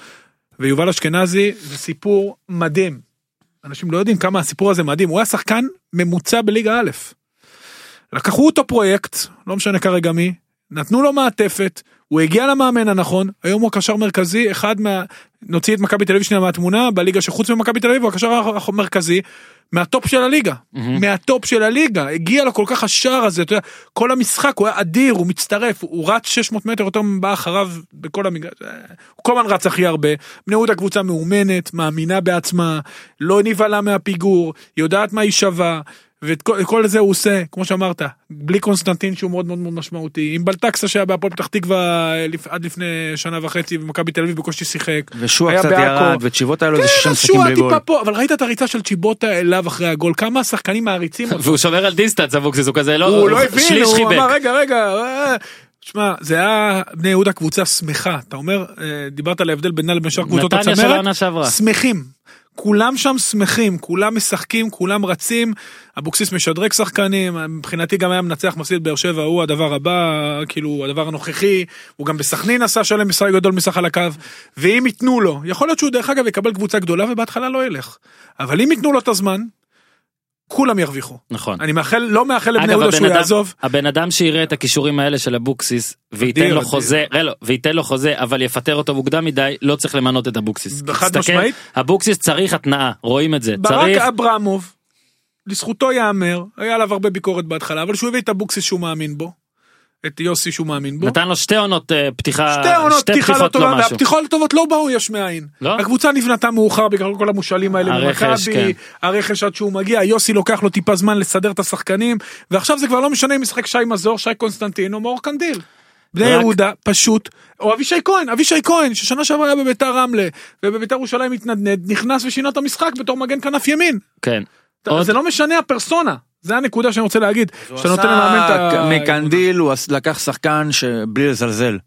[SPEAKER 2] ויובל אשכנזי זה סיפור מדהים. אנשים לא יודעים כמה הסיפור הזה מדהים, הוא היה שחקן ממוצע בליגה א'. לקחו אותו פרויקט, לא משנה כרגע מי, נתנו לו מעטפת, הוא הגיע למאמן הנכון, היום הוא הקשר מרכזי, אחד מה... נוציא את מכבי תל אביב שנייה מהתמונה, בליגה שחוץ ממכבי תל אביב הוא הקשר הח- המרכזי, מהטופ של הליגה.
[SPEAKER 1] מהמם.
[SPEAKER 2] מהטופ של הליגה, הגיע לו כל כך השער הזה, אתה יודע, כל המשחק הוא היה אדיר, הוא מצטרף, הוא- הוא רץ 600 מטר, יותר בא אחריו בכל המגרש, אה, הוא כל הזמן רץ הכי הרבה. בני יהודה קבוצה מאומנת, מאמינה בעצמה, לא נבהלה מהפיגור, יודעת מה היא שווה, ואת כל, כל זה הוא עושה, כמו שאמרת, בלי קונסטנטין שהוא מאוד מאוד מאוד משמעותי, עם בלטקסה שהיה בהפועל פתח תקווה אה, לפ- עד לפני שנה וחצי, ומכבי תל אביב בקושי שיחק.
[SPEAKER 3] ושועה
[SPEAKER 2] היה
[SPEAKER 3] קצת
[SPEAKER 2] בעכו.
[SPEAKER 3] ירד, וצ'יבוטה היה לו איזה שישה
[SPEAKER 2] כן,
[SPEAKER 3] משחקים
[SPEAKER 2] שועה
[SPEAKER 3] בלי גול.
[SPEAKER 2] טיפה פה, אבל ראית את הריצה של צ'יבוטה אליו אחרי הגול, כמה השחקנים מעריצים אותו.
[SPEAKER 1] והוא שומר על דיסטנס אבוקסיס, הוא כזה לא,
[SPEAKER 2] הוא לא הבין,
[SPEAKER 1] שליש
[SPEAKER 2] הוא
[SPEAKER 1] חיבק.
[SPEAKER 2] אמר רגע רגע. אה." שמע, זה היה בני יהודה קבוצה שמחה, אתה אומר, אה, דיברת על ההבדל בינה לבין שאר קבוצות
[SPEAKER 1] נתניה של
[SPEAKER 2] הצמרת,
[SPEAKER 1] העונה שעברה.
[SPEAKER 2] שמחים. כולם שם שמחים, כולם משחקים, כולם רצים, אבוקסיס משדרג שחקנים, מבחינתי גם היה מנצח מפסיד באר שבע, הוא הדבר הבא, כאילו הדבר הנוכחי, הוא גם בסכנין עשה שלם משחק גדול מסך על הקו, ואם ייתנו לו, יכול להיות שהוא דרך אגב יקבל קבוצה גדולה ובהתחלה לא ילך, אבל אם ייתנו לו את הזמן, כולם ירוויחו.
[SPEAKER 1] נכון.
[SPEAKER 2] אני מאחל, לא מאחל לבני
[SPEAKER 1] אגב,
[SPEAKER 2] יהודה
[SPEAKER 1] הבן
[SPEAKER 2] שהוא
[SPEAKER 1] אדם,
[SPEAKER 2] יעזוב.
[SPEAKER 1] הבן אדם שיראה את הכישורים האלה של אבוקסיס וייתן
[SPEAKER 2] אדיר,
[SPEAKER 1] לו
[SPEAKER 2] אדיר.
[SPEAKER 1] חוזה, ראה לו, וייתן לו חוזה אבל יפטר אותו מוקדם מדי, לא צריך למנות את אבוקסיס.
[SPEAKER 2] חד
[SPEAKER 1] תסתכל,
[SPEAKER 2] משמעית.
[SPEAKER 1] אבוקסיס צריך התנעה, רואים את זה.
[SPEAKER 2] ברק
[SPEAKER 1] צריך,
[SPEAKER 2] אברמוב, לזכותו ייאמר, היה עליו הרבה ביקורת בהתחלה, אבל שהוא הביא את אבוקסיס שהוא מאמין בו, את יוסי שהוא מאמין בו.
[SPEAKER 1] נתן לו שתי עונות אה, פתיחה,
[SPEAKER 2] שתי עונות
[SPEAKER 1] שתי
[SPEAKER 2] פתיחה לא
[SPEAKER 1] פתיחות
[SPEAKER 2] טובה,
[SPEAKER 1] משהו.
[SPEAKER 2] והפתיחות הטובות לא באו יש מאין.
[SPEAKER 1] לא?
[SPEAKER 2] הקבוצה נבנתה מאוחר בגלל כל המושאלים האלה
[SPEAKER 1] הרכש, כן.
[SPEAKER 2] ממכבי, הרכש עד שהוא מגיע, יוסי לוקח לו טיפה זמן לסדר את השחקנים, ועכשיו זה כבר לא משנה אם משחק שי מזור, שי קונסטנטין או מאור קנדיל. בני
[SPEAKER 1] רק-
[SPEAKER 2] יהודה פשוט, או אבישי כהן, אבישי כהן, ששנה שעברה היה בביתר רמלה, ובביתר ירושלים התנדנד, נכנס ושינה את המשחק בתור מגן כנף ימין.
[SPEAKER 1] כן.
[SPEAKER 2] אתה-
[SPEAKER 1] עוד-
[SPEAKER 2] זה לא משנה הפרסונה, זה הנקודה שאני רוצה להגיד, שאתה נותן למאמן את
[SPEAKER 3] עשה
[SPEAKER 2] ה...
[SPEAKER 3] מקנדיל הוא עש- לקח שחקן שבלי לזלזל.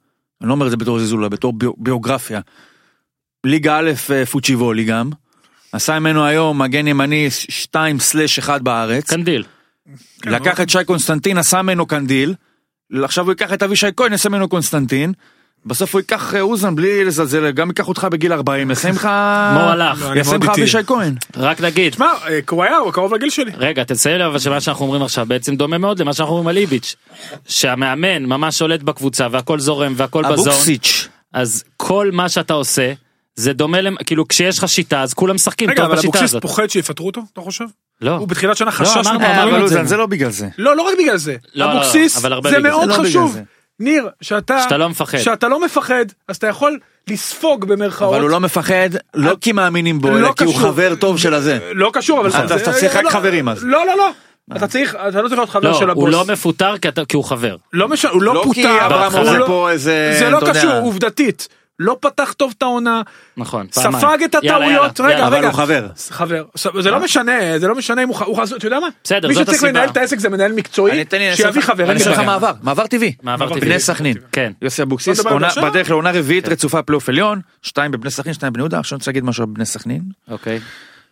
[SPEAKER 3] אני לא אומר את זה בתור זלזול, אלא בתור ביו- ביוגרפיה. ליגה א' אה, פוצ'יבולי גם. עשה ממנו היום מגן ימני 2/1 בארץ.
[SPEAKER 1] קנדיל.
[SPEAKER 2] כן, לא.
[SPEAKER 3] לקח את שי קונסטנטין עשה ממנו קנדיל. עכשיו הוא ייקח את אבישי כהן יעשה ממנו קונסטנטין. בסוף הוא ייקח אה, אוזן בלי לזלזל, גם ייקח אותך בגיל 40, ישים לך...
[SPEAKER 1] מו הלך.
[SPEAKER 2] לא, אני
[SPEAKER 3] ישים
[SPEAKER 2] מאוד
[SPEAKER 3] לך
[SPEAKER 2] איטי.
[SPEAKER 3] אבישי כהן.
[SPEAKER 1] רק נגיד,
[SPEAKER 2] שמע, אה, הוא היה, הוא קרוב לגיל שלי.
[SPEAKER 1] רגע תציין לי אבל שמה שאנחנו אומרים עכשיו בעצם דומה מאוד למה שאנחנו אומרים על איביץ'. שהמאמן ממש שולט בקבוצה והכל זורם והכל בזון.
[SPEAKER 3] אבוקסיץ'.
[SPEAKER 1] אז כל מה שאתה עושה זה דומה למ... כאילו כשיש לך שיטה אז כולם משחקים
[SPEAKER 2] רגע,
[SPEAKER 1] טוב
[SPEAKER 2] אבל
[SPEAKER 1] בשיטה
[SPEAKER 2] אבוקסיס
[SPEAKER 1] הזאת.
[SPEAKER 2] פוחד שיפטרו אותו, אתה חושב?
[SPEAKER 1] לא.
[SPEAKER 2] הוא בתחילת שנה חשש
[SPEAKER 1] אמרת,
[SPEAKER 2] מפרברים.
[SPEAKER 1] אבל
[SPEAKER 3] אבל
[SPEAKER 1] הוא
[SPEAKER 3] הוא
[SPEAKER 1] זה-
[SPEAKER 3] זלזל לא בגלל זה.
[SPEAKER 2] לא, לא רק בגלל זה.
[SPEAKER 1] לא, לא,
[SPEAKER 2] אבוקסיס,
[SPEAKER 1] אבל הרבה
[SPEAKER 2] זה
[SPEAKER 1] בגלל זה.
[SPEAKER 2] מאוד
[SPEAKER 3] לא בגלל
[SPEAKER 2] חשוב.
[SPEAKER 3] זה.
[SPEAKER 2] ניר, שאתה...
[SPEAKER 1] שאתה לא מפחד.
[SPEAKER 2] שאתה לא מפחד, אז אתה יכול לספוג במרכאות.
[SPEAKER 3] אבל הוא לא מפחד, לא כי מאמינים בו,
[SPEAKER 2] לא
[SPEAKER 3] אלא כי הוא
[SPEAKER 2] קשור.
[SPEAKER 3] חבר טוב של הזה.
[SPEAKER 2] לא קשור, אבל...
[SPEAKER 3] נכון,
[SPEAKER 2] זה-
[SPEAKER 3] אז אתה צריך רק
[SPEAKER 2] לא,
[SPEAKER 3] חברים אז.
[SPEAKER 2] לא, לא, לא. אתה צריך, אתה לא צריך להיות חבר
[SPEAKER 1] לא,
[SPEAKER 2] של הבוס.
[SPEAKER 1] הוא לא מפוטר כי, אתה, כי הוא חבר.
[SPEAKER 2] לא משנה, הוא לא
[SPEAKER 3] לא כי
[SPEAKER 2] פוטר.
[SPEAKER 3] אברהם
[SPEAKER 2] הוא
[SPEAKER 3] עושה
[SPEAKER 2] לא-
[SPEAKER 3] פה איזה...
[SPEAKER 2] זה לא
[SPEAKER 3] אתה יודע.
[SPEAKER 2] קשור, עובדתית. לא פתח טוב את העונה,
[SPEAKER 1] נכון.
[SPEAKER 2] ספג
[SPEAKER 1] פעמיים.
[SPEAKER 2] את
[SPEAKER 1] יאללה,
[SPEAKER 2] הטעויות,
[SPEAKER 1] יאללה,
[SPEAKER 2] רגע,
[SPEAKER 1] יאללה.
[SPEAKER 5] אבל הוא חבר.
[SPEAKER 2] חבר, עכשיו, זה לא משנה, זה לא משנה אם הוא ח- הוא חזור, אתה יודע מה?
[SPEAKER 1] בסדר,
[SPEAKER 2] מי
[SPEAKER 1] זאת
[SPEAKER 2] שצריך
[SPEAKER 1] הסיבה.
[SPEAKER 2] לנהל את העסק זה מנהל מקצועי,
[SPEAKER 3] אני- תן לי, אני אעשה
[SPEAKER 2] שיביא
[SPEAKER 3] לך-
[SPEAKER 2] חבר, אין
[SPEAKER 3] אני
[SPEAKER 2] לי
[SPEAKER 3] אעשה לך
[SPEAKER 2] בעיה.
[SPEAKER 3] מעבר, מעבר טבעי.
[SPEAKER 1] מעבר טבעי.
[SPEAKER 3] בני סכנין.
[SPEAKER 1] כן.
[SPEAKER 3] יוסי
[SPEAKER 2] לא
[SPEAKER 3] אבוקסיס,
[SPEAKER 2] מדבר כן. על
[SPEAKER 3] עונה-
[SPEAKER 2] באר שבע?
[SPEAKER 3] בדרך לעונה רביעית רצופה פלייאוף עליון, שתיים בבני סכנין, שתיים בבני יהודה, עכשיו אני רוצה להגיד משהו על בני סכנין.
[SPEAKER 1] אוקיי.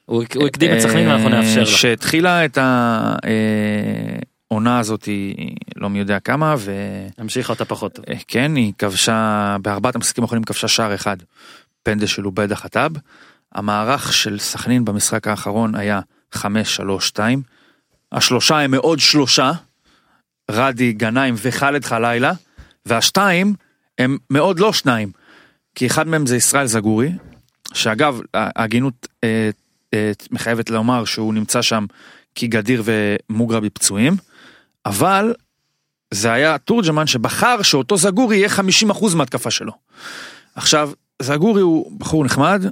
[SPEAKER 1] הוא הוא הקדים את סכנין ואנחנו
[SPEAKER 3] אה,
[SPEAKER 1] נאפשר לו.
[SPEAKER 3] שהתחילה את העונה הזאת, היא לא מי יודע כמה, ו...
[SPEAKER 1] המשיכה אותה פחות טוב.
[SPEAKER 3] אה, כן, היא כבשה, בארבעת המשחקים האחרונים כבשה שער אחד, פנדל של עובד החטב. המערך של סכנין במשחק האחרון היה 5-3-2. השלושה הם מאוד שלושה, רדי, גנאים וח'אלד חלילה, והשתיים הם מאוד לא שניים, כי אחד מהם זה ישראל זגורי, שאגב, ההגינות אה, אה, מחייבת לומר שהוא נמצא שם כי גדיר ומוגרבי פצועים, אבל זה היה תורג'מן שבחר שאותו זגורי יהיה 50% מההתקפה שלו. עכשיו, זגורי הוא בחור נחמד,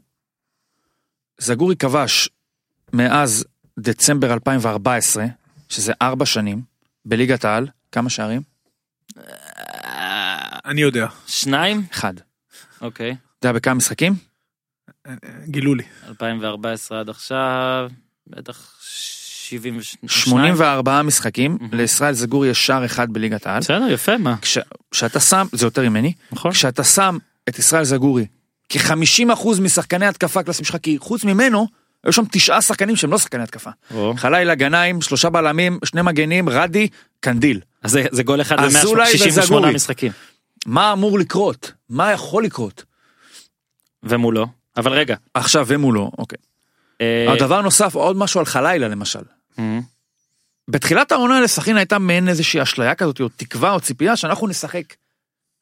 [SPEAKER 3] זגורי כבש מאז דצמבר 2014, שזה ארבע שנים, בליגת העל, כמה שערים?
[SPEAKER 2] אני יודע,
[SPEAKER 1] שניים?
[SPEAKER 3] אחד. אתה
[SPEAKER 1] אוקיי.
[SPEAKER 3] יודע בכמה משחקים?
[SPEAKER 2] גילו לי.
[SPEAKER 1] 2014 עד עכשיו, בטח 72.
[SPEAKER 3] 84 משחקים,
[SPEAKER 1] מהמם.
[SPEAKER 3] לישראל זגורי יש שער אחד בליגת העל.
[SPEAKER 1] בסדר, יפה, מה?
[SPEAKER 3] כש- כשאתה שם, זה יותר ממני,
[SPEAKER 1] נכון.
[SPEAKER 3] כשאתה שם את ישראל זגורי כ-50% משחקני התקפה הקלאסיים שלך, כי חוץ ממנו, היו שם תשעה שחקנים שהם לא שחקני התקפה.
[SPEAKER 1] או.
[SPEAKER 3] חלילה, גנאים, שלושה בלמים, שני מגנים, רדי, קנדיל.
[SPEAKER 1] אז זה- זה גול אחד
[SPEAKER 3] אזולאי
[SPEAKER 1] ב-168
[SPEAKER 3] וזגורי.
[SPEAKER 1] משחקים.
[SPEAKER 3] מה אמור לקרות? מה יכול לקרות?
[SPEAKER 1] ומולו. אבל רגע.
[SPEAKER 3] עכשיו ומולו, אוקיי.
[SPEAKER 1] אה,
[SPEAKER 3] הדבר נוסף, עוד משהו על חלילה למשל.
[SPEAKER 1] אה,
[SPEAKER 3] בתחילת העונה לסכין הייתה מעין איזושהי אשליה כזאת, או תקווה או ציפייה שאנחנו נשחק.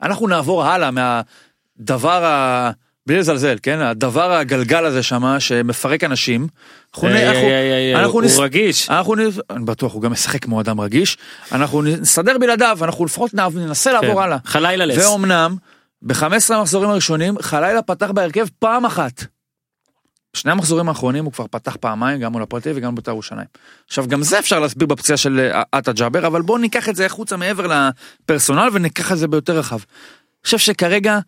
[SPEAKER 3] אנחנו נעבור הלאה מהדבר ה... בלי לזלזל, כן? הדבר הגלגל הזה שמה שמפרק אנשים. אנחנו, נ-
[SPEAKER 1] אה,
[SPEAKER 3] אנחנו,
[SPEAKER 1] אה, אה, אה,
[SPEAKER 3] אנחנו
[SPEAKER 1] הוא
[SPEAKER 3] נס-
[SPEAKER 1] רגיש.
[SPEAKER 3] אנחנו, נ- אני בטוח, הוא גם משחק כמו אדם רגיש. אנחנו נ- נסתדר בלעדיו, אנחנו לפחות נע- ננסה לעבור
[SPEAKER 1] כן.
[SPEAKER 3] הלאה.
[SPEAKER 1] חלילה לס.
[SPEAKER 3] ואומנם, ב-15 המחזורים הראשונים, חלילה פתח בהרכב פעם אחת. שני המחזורים האחרונים הוא כבר פתח פעמיים, גם מול הפועל תל אביב וגם מול בית"ר ירושלים. עכשיו, גם זה אפשר להסביר בפציעה של אה, עטה ג'אבר, אבל בואו ניקח את זה החוצה מעבר לפרסונל וניקח את זה ביותר רחב. אני חושב שכרגע,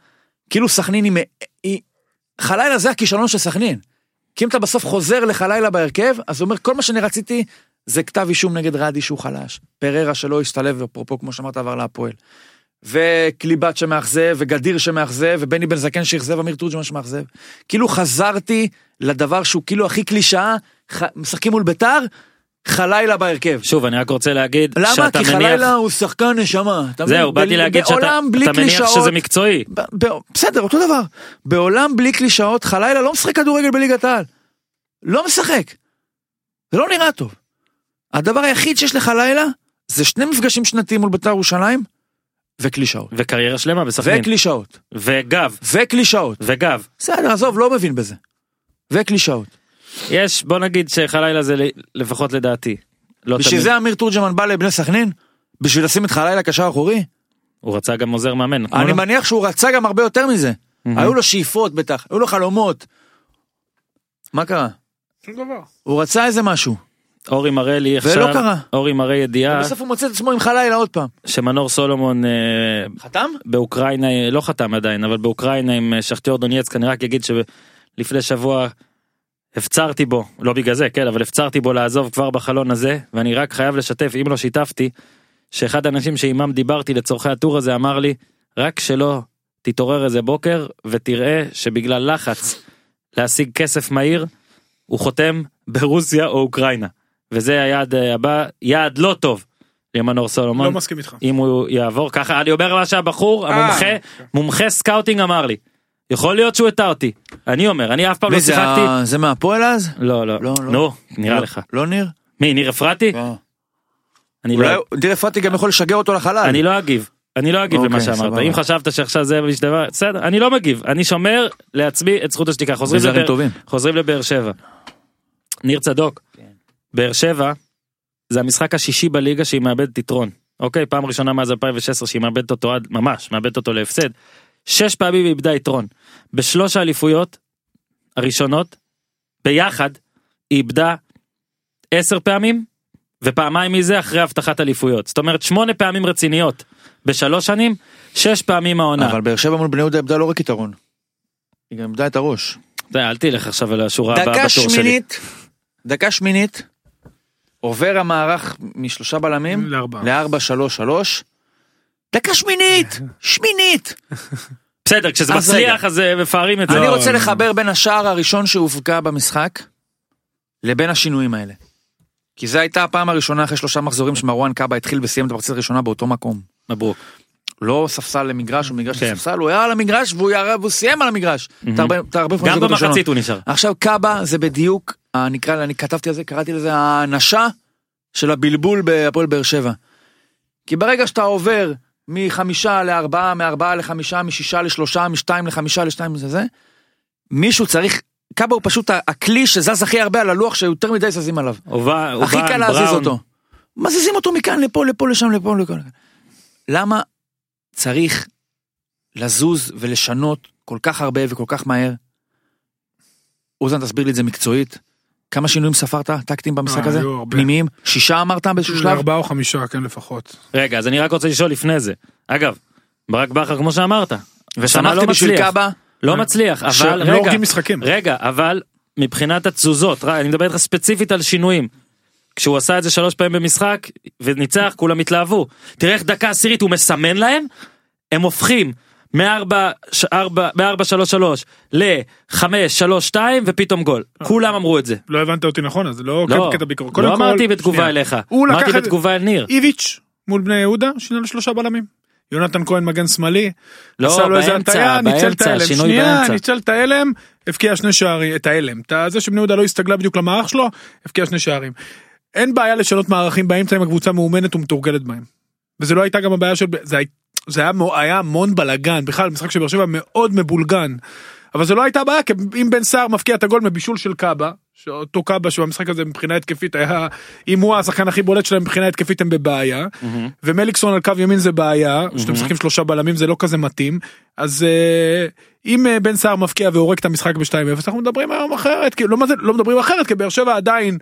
[SPEAKER 3] כאילו סכנין היא... מ- היא... חלילה זה הכישלון של סכנין. כי אם אתה בסוף חוזר לחלילה בהרכב, אז הוא אומר, כל מה שאני רציתי זה כתב אישום נגד רדי שהוא חלש. פררה שלא השתלב, אפרופו, כמו שאמרת, עבר להפועל. וקליבת שמאכזב, וגדיר שמאכזב, ובני בן זקן שאכזב, אמיר תורג'מן שמאכזב. כאילו חזרתי לדבר שהוא כאילו הכי קלישאה, ח... משחקים מול ביתר, חלילה בהרכב.
[SPEAKER 1] שוב, אני רק רוצה להגיד
[SPEAKER 3] למה?
[SPEAKER 1] שאתה
[SPEAKER 3] כי
[SPEAKER 1] מניח...
[SPEAKER 3] חלילה הוא שחקן נשמה. אתה מבין?
[SPEAKER 1] זהו, באתי
[SPEAKER 3] ב-
[SPEAKER 1] להגיד שאתה
[SPEAKER 3] בעולם בלי
[SPEAKER 1] אתה מניח
[SPEAKER 3] קלישאות-
[SPEAKER 1] שזה מקצועי.
[SPEAKER 3] ב- ב- בסדר, אותו דבר. בעולם בלי קלישאות, חלילה לא משחק כדורגל בליגת העל. לא משחק. זה לא נראה טוב. הדבר היחיד שיש לחלילה, זה שני מפגשים שנתיים מול בית"ר ירושלים, וקלישאות.
[SPEAKER 1] וקריירה שלמה בסכנין.
[SPEAKER 3] וקלישאות.
[SPEAKER 1] וגב.
[SPEAKER 3] וקלישאות.
[SPEAKER 1] וגב.
[SPEAKER 3] בסדר, עזוב, לא מבין בזה. וקלישאות.
[SPEAKER 1] יש, בוא נגיד שחלילה זה ל- לפחות לדעתי. לא
[SPEAKER 3] בשביל
[SPEAKER 1] תמיד.
[SPEAKER 3] זה אמיר תורג'מן בא לבני סכנין? בשביל לשים את חלילה קשר אחורי?
[SPEAKER 1] הוא רצה גם עוזר מאמן. נתנו
[SPEAKER 3] אני
[SPEAKER 1] לו.
[SPEAKER 3] מניח שהוא רצה גם הרבה יותר מזה.
[SPEAKER 1] מהמם.
[SPEAKER 3] היו לו שאיפות בטח, היו לו חלומות. מה קרה?
[SPEAKER 2] שום דבר.
[SPEAKER 3] הוא רצה איזה משהו,
[SPEAKER 1] אורי מראה לי
[SPEAKER 3] ולא
[SPEAKER 1] עכשיו.
[SPEAKER 3] קרה.
[SPEAKER 1] אורי מראה ידיעה
[SPEAKER 3] ובסוף הוא מוצא את עצמו עם חלילה עוד פעם.
[SPEAKER 1] שמנור סולומון אה,
[SPEAKER 3] חתם?
[SPEAKER 1] באוקראינה אה, לא חתם עדיין אבל באוקראינה עם אה, שכטיור דונייצק אני רק אגיד שלפני שבוע הפצרתי בו לא בגלל זה כן אבל הפצרתי בו לעזוב כבר בחלון הזה ואני רק חייב לשתף אם לא שיתפתי שאחד האנשים שעימם דיברתי לצורכי הטור הזה אמר לי רק שלא תתעורר איזה בוקר ותראה שבגלל לחץ להשיג כסף מהיר הוא חותם ברוסיה או אוקראינה וזה היעד אה, הבא יעד לא טוב למנור סולומון.
[SPEAKER 2] לא מסכים איתך.
[SPEAKER 1] אם הוא יעבור ככה אני אומר מה שהבחור
[SPEAKER 2] אה.
[SPEAKER 1] המומחה
[SPEAKER 3] אוקיי.
[SPEAKER 1] מומחה סקאוטינג אמר לי. יכול להיות שהוא הטעה אותי. אני אומר אני אף פעם לא
[SPEAKER 3] מי זה,
[SPEAKER 1] שיחקתי.
[SPEAKER 3] ה- זה מהפועל אז?
[SPEAKER 1] לא לא
[SPEAKER 3] לא, לא.
[SPEAKER 1] נו נראה
[SPEAKER 3] לא-
[SPEAKER 1] לך. לא-
[SPEAKER 3] לא ניר? לא.
[SPEAKER 1] מי ניר אפרתי? אני
[SPEAKER 3] אולי
[SPEAKER 1] לא
[SPEAKER 3] דיר אפרתי גם יכול לשגע אותו לחלל.
[SPEAKER 1] אני לא אגיב. אני לא אגיב
[SPEAKER 3] אוקיי,
[SPEAKER 1] למה שאמרת
[SPEAKER 3] סבבה.
[SPEAKER 1] אם חשבת שעכשיו זה משתמע בסדר אני לא מגיב אני שומר לעצמי את זכות השתיקה חוזרים
[SPEAKER 3] וזרים
[SPEAKER 1] לבאר-
[SPEAKER 3] טובים.
[SPEAKER 1] חוזרים לבאר שבע. ניר צדוק. באר שבע זה המשחק השישי בליגה שהיא מאבדת יתרון. אוקיי, פעם ראשונה מאז 2016 שהיא מאבדת אותו עד ממש, מאבדת אותו להפסד. שש פעמים היא איבדה יתרון. בשלוש האליפויות הראשונות ביחד היא איבדה עשר פעמים ופעמיים מזה אחרי הבטחת אליפויות. זאת אומרת שמונה פעמים רציניות בשלוש שנים, שש פעמים העונה.
[SPEAKER 3] אבל באר שבע מול בני יהודה איבדה לא רק יתרון. היא גם איבדה את הראש.
[SPEAKER 1] אתה יודע, אל תלך עכשיו על השורה הבאה
[SPEAKER 3] דקה
[SPEAKER 1] בתור שלי.
[SPEAKER 3] שמינית, דקה שמינית, עובר המערך משלושה בלמים
[SPEAKER 2] לארבעה.
[SPEAKER 3] לארבע שלוש שלוש. דקה שמינית, שמינית.
[SPEAKER 1] בסדר, כשזה
[SPEAKER 3] אז
[SPEAKER 1] מצליח אז אה, מפארים את זה.
[SPEAKER 3] אני
[SPEAKER 2] לא,
[SPEAKER 3] רוצה
[SPEAKER 2] לא.
[SPEAKER 3] לחבר בין השער הראשון שהובקע במשחק לבין השינויים האלה. כי זו הייתה הפעם הראשונה אחרי שלושה מחזורים שמרואן קאבה התחיל וסיים את המחצית הראשונה באותו מקום.
[SPEAKER 1] מברוק.
[SPEAKER 3] לא ספסל למגרש, הוא מגרש
[SPEAKER 1] כן.
[SPEAKER 3] לספסל, הוא היה על המגרש והוא ירה- והוא סיים על המגרש. את הרבה- את הרבה
[SPEAKER 1] גם
[SPEAKER 3] פעמים זה ראשונות.
[SPEAKER 1] במחצית הוא נשאר.
[SPEAKER 3] עכשיו קאבה זה בדיוק, אה, נקרא, לה- אני כתבתי על זה, קראתי לזה האנשה של הבלבול בהפועל באר שבע. כי ברגע שאתה עובר מחמישה לארבעה, מארבעה לחמישה, משישה לשלושה, משתיים לחמישה לשתיים לזה, זה, מישהו צריך, קאבה הוא פשוט ה- הכלי שזז הכי הרבה על הלוח שיותר מדי זזים עליו.
[SPEAKER 1] הובה-
[SPEAKER 3] הכי
[SPEAKER 1] הובן,
[SPEAKER 3] קל להזיז
[SPEAKER 1] בראון.
[SPEAKER 3] אותו. מזיזים אותו מכאן לפה, לפה, לשם, לפה, לכל. למה צריך לזוז ולשנות כל כך הרבה וכל כך מהר? אוזן, תסביר לי את זה מקצועית. כמה שינויים ספרת, טקטים במשחק
[SPEAKER 2] אה,
[SPEAKER 3] הזה?
[SPEAKER 2] היו הרבה. אה,
[SPEAKER 3] פנימיים? שישה אמרת באיזשהו שלב?
[SPEAKER 2] ארבעה או חמישה, כן לפחות.
[SPEAKER 1] רגע, אז אני רק רוצה לשאול לפני זה. אגב, ברק בכר כמו שאמרת. השנה
[SPEAKER 2] לא
[SPEAKER 3] ושמחתי בשביל קאבה?
[SPEAKER 1] לא מצליח, אבל
[SPEAKER 2] שלא
[SPEAKER 1] רגע,
[SPEAKER 2] הורגים משחקים.
[SPEAKER 1] רגע, אבל מבחינת התזוזות, ר- אני מדבר איתך ספציפית על שינויים. כשהוא עשה את זה שלוש פעמים במשחק וניצח, כולם התלהבו. תראה איך דקה עשירית הוא מסמן להם, הם הופכים מ-4-3-3 ל-5-3-2 ופתאום גול. כולם אמרו את זה.
[SPEAKER 2] לא הבנת אותי נכון, אז לא
[SPEAKER 1] לא,
[SPEAKER 2] קטע ביקורת. קודם
[SPEAKER 1] לא
[SPEAKER 2] כל-
[SPEAKER 1] אמרתי בתגובה
[SPEAKER 2] שנייה.
[SPEAKER 1] אליך,
[SPEAKER 2] הוא לקח
[SPEAKER 1] אמרתי
[SPEAKER 2] את-
[SPEAKER 1] בתגובה אל ניר.
[SPEAKER 2] איביץ' מול בני יהודה, שינה לשלושה בלמים. יונתן כהן מגן שמאלי,
[SPEAKER 1] לא,
[SPEAKER 2] עשה לו איזה
[SPEAKER 1] באמצע,
[SPEAKER 2] הטעיה, ניצל את
[SPEAKER 1] באמצע,
[SPEAKER 2] ההלם,
[SPEAKER 1] שינוי
[SPEAKER 2] שנייה,
[SPEAKER 1] באמצע.
[SPEAKER 2] ניצל את ההלם, הבקיע שני שערים, את ההלם, את זה שבני יהודה לא הסתגלה בדיוק למערך שלו, הבקיע שני שערים. אין בעיה לשנות מערכים באמצע אם הקבוצה מאומנת ומתורגלת בהם. וזה לא הייתה גם הבעיה של... זה, הי- זה היה, מו- היה המון בלאגן, בכלל משחק של באר שבע מאוד מבולגן. אבל זה לא הייתה הבעיה, כי אם בן סער מבקיע את הגול מבישול של קאבה, שאותו קאבה שבמשחק הזה מבחינה התקפית היה, אם הוא השחקן הכי בולט שלהם מבחינה התקפית הם בבעיה, ומליקסון על קו ימין זה בעיה, שאתם משחקים שלושה בלמים זה לא כזה מתאים, אז אה, אם אה, בן סער מבקיע והורג את המשחק ב-2-0, אנחנו מדברים היום אחרת, כי לא, מה זה- לא מדברים אחרת, כי באר שבע עדיין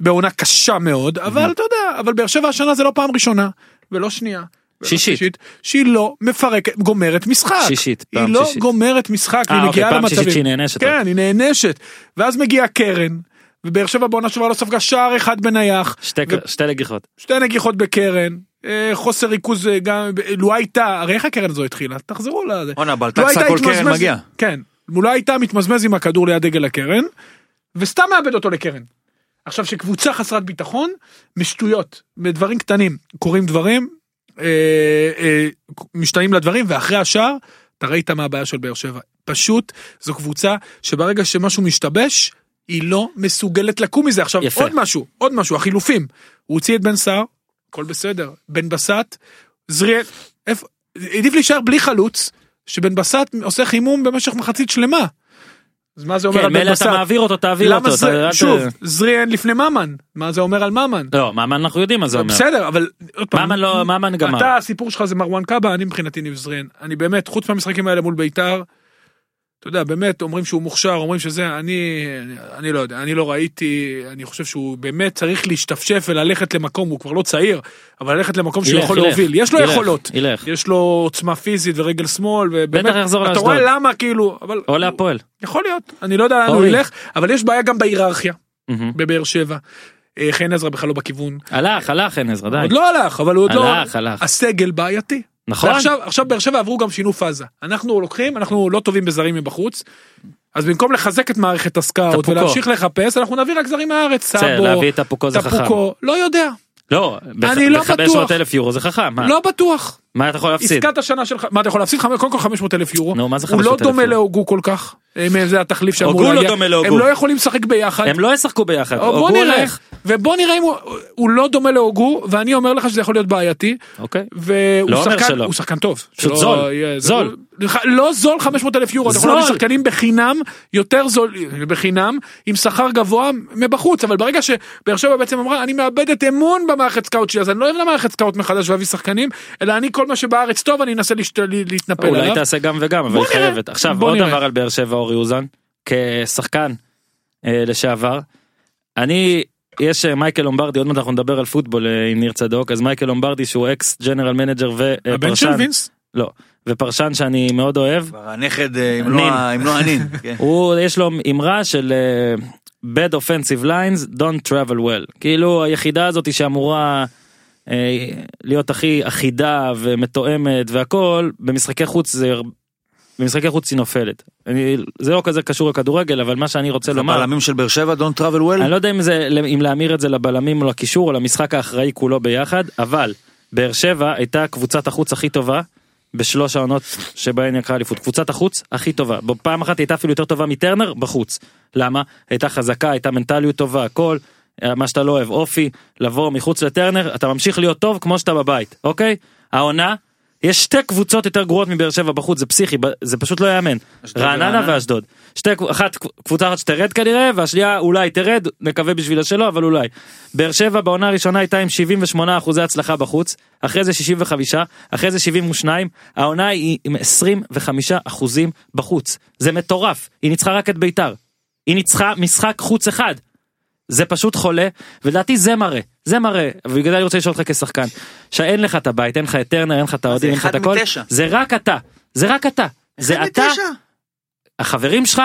[SPEAKER 2] בעונה קשה מאוד, אבל אתה יודע, אבל באר שבע השנה זה לא פעם ראשונה, ולא שנייה. ולא
[SPEAKER 1] שישית.
[SPEAKER 2] שהיא לא מפרקת, גומרת משחק.
[SPEAKER 1] שישית,
[SPEAKER 2] היא
[SPEAKER 1] פעם
[SPEAKER 2] לא
[SPEAKER 1] שישית.
[SPEAKER 2] גומרת משחק,
[SPEAKER 1] אה, אוקיי,
[SPEAKER 2] והיא מגיעה
[SPEAKER 1] פעם
[SPEAKER 2] למצבים.
[SPEAKER 1] שישית שהיא נענשת. אוקיי.
[SPEAKER 2] כן, היא נענשת. ואז מגיעה קרן, ובאר שבע בעונה שעברה לא ספגה שער אחד בנייח,
[SPEAKER 1] שתי
[SPEAKER 2] ו-
[SPEAKER 1] שתי נגיחות.
[SPEAKER 2] שתי נגיחות בקרן, אה, חוסר ריכוז אה, גם, ב- לו הייתה, הרי איך הקרן הזו התחילה? תחזרו לזה.
[SPEAKER 3] עונה, אבל
[SPEAKER 2] לו
[SPEAKER 3] טקסה
[SPEAKER 2] לא הייתה
[SPEAKER 3] כל קרן
[SPEAKER 2] התמזמז-
[SPEAKER 3] מגיע.
[SPEAKER 2] כן, הוא לא הייתה מתמזמז עם הכדור ליד דגל הקרן, וסתם מאבד אותו לקרן. עכשיו שקבוצה חסרת ביטחון, משטויות, בדברים קטנים, קורים דברים, אה, אה, משתנים לדברים, ואחרי השאר, אתה ראית מה הבעיה של באר שבע. פשוט, זו קבוצה שברגע שמשהו משתבש, היא לא מסוגלת לקום מזה. עכשיו,
[SPEAKER 1] יפה.
[SPEAKER 2] יפה. עוד משהו, עוד משהו, החילופים. הוא הוציא את בן סער, הכל בסדר, בן בסט, זריאל, איפה, עדיף להישאר בלי חלוץ, שבן בסט עושה חימום במשך מחצית שלמה. אז מה זה אומר
[SPEAKER 1] כן,
[SPEAKER 2] על בן
[SPEAKER 1] מילא
[SPEAKER 2] בסט?
[SPEAKER 1] אתה מעביר אותו, תעביר
[SPEAKER 2] למה
[SPEAKER 1] אותו.
[SPEAKER 2] זה,
[SPEAKER 1] אתה- אל ת-
[SPEAKER 2] שוב, זריאן לפני ממן, מה זה אומר על ממן?
[SPEAKER 1] לא, ממן אנחנו יודעים מה זה אומר.
[SPEAKER 2] בסדר, אבל עוד פעם,
[SPEAKER 1] ממן לא, ממן גמר.
[SPEAKER 2] אתה הסיפור שלך זה מרואן קאבה, אני מבחינתי ניב זריאן. אני באמת, חוץ מהמשחקים האלה מול בית"ר, אתה יודע, באמת, אומרים שהוא מוכשר, אומרים שזה, אני, אני לא יודע, אני לא ראיתי, אני חושב שהוא באמת צריך להשתפשף וללכת למקום, הוא כבר לא צעיר, אבל ללכת למקום שהוא
[SPEAKER 1] ילך,
[SPEAKER 2] יכול
[SPEAKER 1] ילך,
[SPEAKER 2] להוביל, יש לו
[SPEAKER 1] ילך,
[SPEAKER 2] יכולות.
[SPEAKER 1] ילך.
[SPEAKER 2] יש לו עוצמה פיזית ורגל שמאל, ובאמת,
[SPEAKER 1] בטח יחזור
[SPEAKER 2] אתה
[SPEAKER 1] לאשדוד.
[SPEAKER 2] רואה למה כאילו, אבל,
[SPEAKER 1] או להפועל.
[SPEAKER 2] יכול להיות, אני לא יודע לאן הוא
[SPEAKER 1] אורי.
[SPEAKER 2] ילך, אבל יש בעיה גם בהיררכיה.
[SPEAKER 1] מהמם.
[SPEAKER 2] בבאר שבע. אה, חן עזרא בכלל לא בכיוון.
[SPEAKER 1] הלך, הלך אין עזרא, די.
[SPEAKER 2] עוד לא הלך, אבל הוא עוד לא...
[SPEAKER 1] הלך, הלך.
[SPEAKER 2] הסגל בעייתי.
[SPEAKER 1] נכון.
[SPEAKER 2] ועכשיו- עכשיו באר שבע עברו גם שינו פאזה. אנחנו לוקחים, אנחנו לא טובים בזרים מבחוץ. אז במקום לחזק את מערכת הסקאוט
[SPEAKER 1] תפוקו.
[SPEAKER 2] ולהמשיך לחפש, אנחנו נביא רק זרים מהארץ.
[SPEAKER 1] בסדר,
[SPEAKER 2] סאבו,
[SPEAKER 1] להביא את תפוקו זה חכם.
[SPEAKER 2] תפוקו, לא יודע,
[SPEAKER 1] לא,
[SPEAKER 2] אני לא בטוח.
[SPEAKER 1] אלף יורו זה חכם, מה?
[SPEAKER 2] לא בטוח.
[SPEAKER 1] מה אתה יכול להפסיד?
[SPEAKER 2] עסקת השנה שלך, מה אתה יכול להפסיד? חמש- קודם כל 500 אלף יורו.
[SPEAKER 1] נו, מה זה
[SPEAKER 2] הוא לא
[SPEAKER 1] 500,000
[SPEAKER 2] דומה
[SPEAKER 1] יורו?
[SPEAKER 2] להוגו כל כך. אם זה התחליף שאמור
[SPEAKER 1] הוגו לא
[SPEAKER 2] להגיע.
[SPEAKER 1] דומה להוגו.
[SPEAKER 2] הם לא יכולים לשחק ביחד.
[SPEAKER 1] הם לא ישחקו ביחד.
[SPEAKER 2] או בוא
[SPEAKER 1] הוגו
[SPEAKER 2] נראה,
[SPEAKER 1] הולך.
[SPEAKER 2] ובוא נראה אם הוא, הוא לא דומה להוגו, ואני אומר לך שזה יכול להיות בעייתי,
[SPEAKER 1] אוקיי.
[SPEAKER 2] והוא
[SPEAKER 1] לא אומר
[SPEAKER 2] שחקן,
[SPEAKER 1] שלא.
[SPEAKER 2] הוא שחקן טוב.
[SPEAKER 1] פשוט
[SPEAKER 2] שלא
[SPEAKER 1] זול,
[SPEAKER 2] יהיה- זה-
[SPEAKER 1] זול.
[SPEAKER 2] הוא- לא זול 500 אלף יורו, אתה יכול
[SPEAKER 1] זול.
[SPEAKER 2] להביא שחקנים בחינם, יותר זול, בחינם, עם שכר גבוה מבחוץ, אבל ברגע שבאר שבע בעצם אמרה, אני מאבדת אמון במערכת סקאוט שלי, אז אני לא אוהב למערכת סקאוט מחדש ואביא שחקנים, אלא אני כל מה שבארץ טוב, אני אנסה להשת- להתנפל עליו.
[SPEAKER 1] אולי תעשה גם וגם, אבל
[SPEAKER 2] בוא
[SPEAKER 1] היא
[SPEAKER 2] נראה.
[SPEAKER 1] חייבת. עכשיו,
[SPEAKER 2] בוא
[SPEAKER 1] עוד
[SPEAKER 2] נראה.
[SPEAKER 1] דבר על באר שבע אורי אוזן, כשחקן אה, לשעבר. אני, יש אה, מייקל לומברדי, עוד מעט אנחנו נדבר על פוטבול אה, עם ניר צדוק, אז מייקל לומברדי שהוא אקס ג'נרל מנג'ר
[SPEAKER 2] הבן של
[SPEAKER 1] ופרשן.
[SPEAKER 2] וינס?
[SPEAKER 1] לא. ופרשן שאני מאוד אוהב,
[SPEAKER 3] כבר הנכד, אה, אם לא
[SPEAKER 1] נין.
[SPEAKER 3] ה- אם לא הנין. כן.
[SPEAKER 1] הוא יש לו אמרה של אה, bad offensive lines don't travel well כאילו היחידה הזאת שאמורה אה, להיות הכי אחידה ומתואמת והכל במשחקי חוץ זה הר- במשחקי חוץ היא נופלת אני, זה לא כזה קשור לכדורגל אבל מה שאני רוצה לומר
[SPEAKER 3] הבלמים של באר שבע, don't travel well.
[SPEAKER 1] אני לא יודע אם זה אם להמיר את זה לבלמים או לקישור או למשחק האחראי כולו ביחד אבל באר שבע הייתה קבוצת החוץ הכי טובה בשלוש העונות שבהן יקרה אליפות קבוצת החוץ הכי טובה פעם אחת היא הייתה אפילו יותר טובה מטרנר בחוץ למה הייתה חזקה הייתה מנטליות טובה הכל אה, מה שאתה לא אוהב אופי לבוא מחוץ לטרנר אתה ממשיך להיות טוב כמו שאתה בבית אוקיי העונה. יש שתי קבוצות יותר גרועות מבאר שבע בחוץ זה פסיכי ב- זה פשוט לא יאמן
[SPEAKER 3] אשדוד
[SPEAKER 1] רעננה
[SPEAKER 3] ורעננה.
[SPEAKER 1] ואשדוד שתי קב- אחת קבוצה אחת שתרד כנראה והשנייה אולי תרד נקווה בשבילה שלא אבל אולי. באר שבע בעונה הראשונה הייתה עם 78 אחוזי הצלחה בחוץ אחרי זה 65 אחרי זה 72 העונה היא עם 25 אחוזים בחוץ זה מטורף היא ניצחה רק את ביתר. היא ניצחה משחק חוץ אחד. זה פשוט חולה ולדעתי זה מראה זה מראה ובגלל זה אני רוצה לשאול אותך כשחקן שאין לך את הבית אין לך את טרנר אין לך את האוהדים אין לך
[SPEAKER 3] אחד
[SPEAKER 1] את הכל
[SPEAKER 3] מתשע.
[SPEAKER 1] זה רק אתה זה רק אתה זה אתה החברים שלך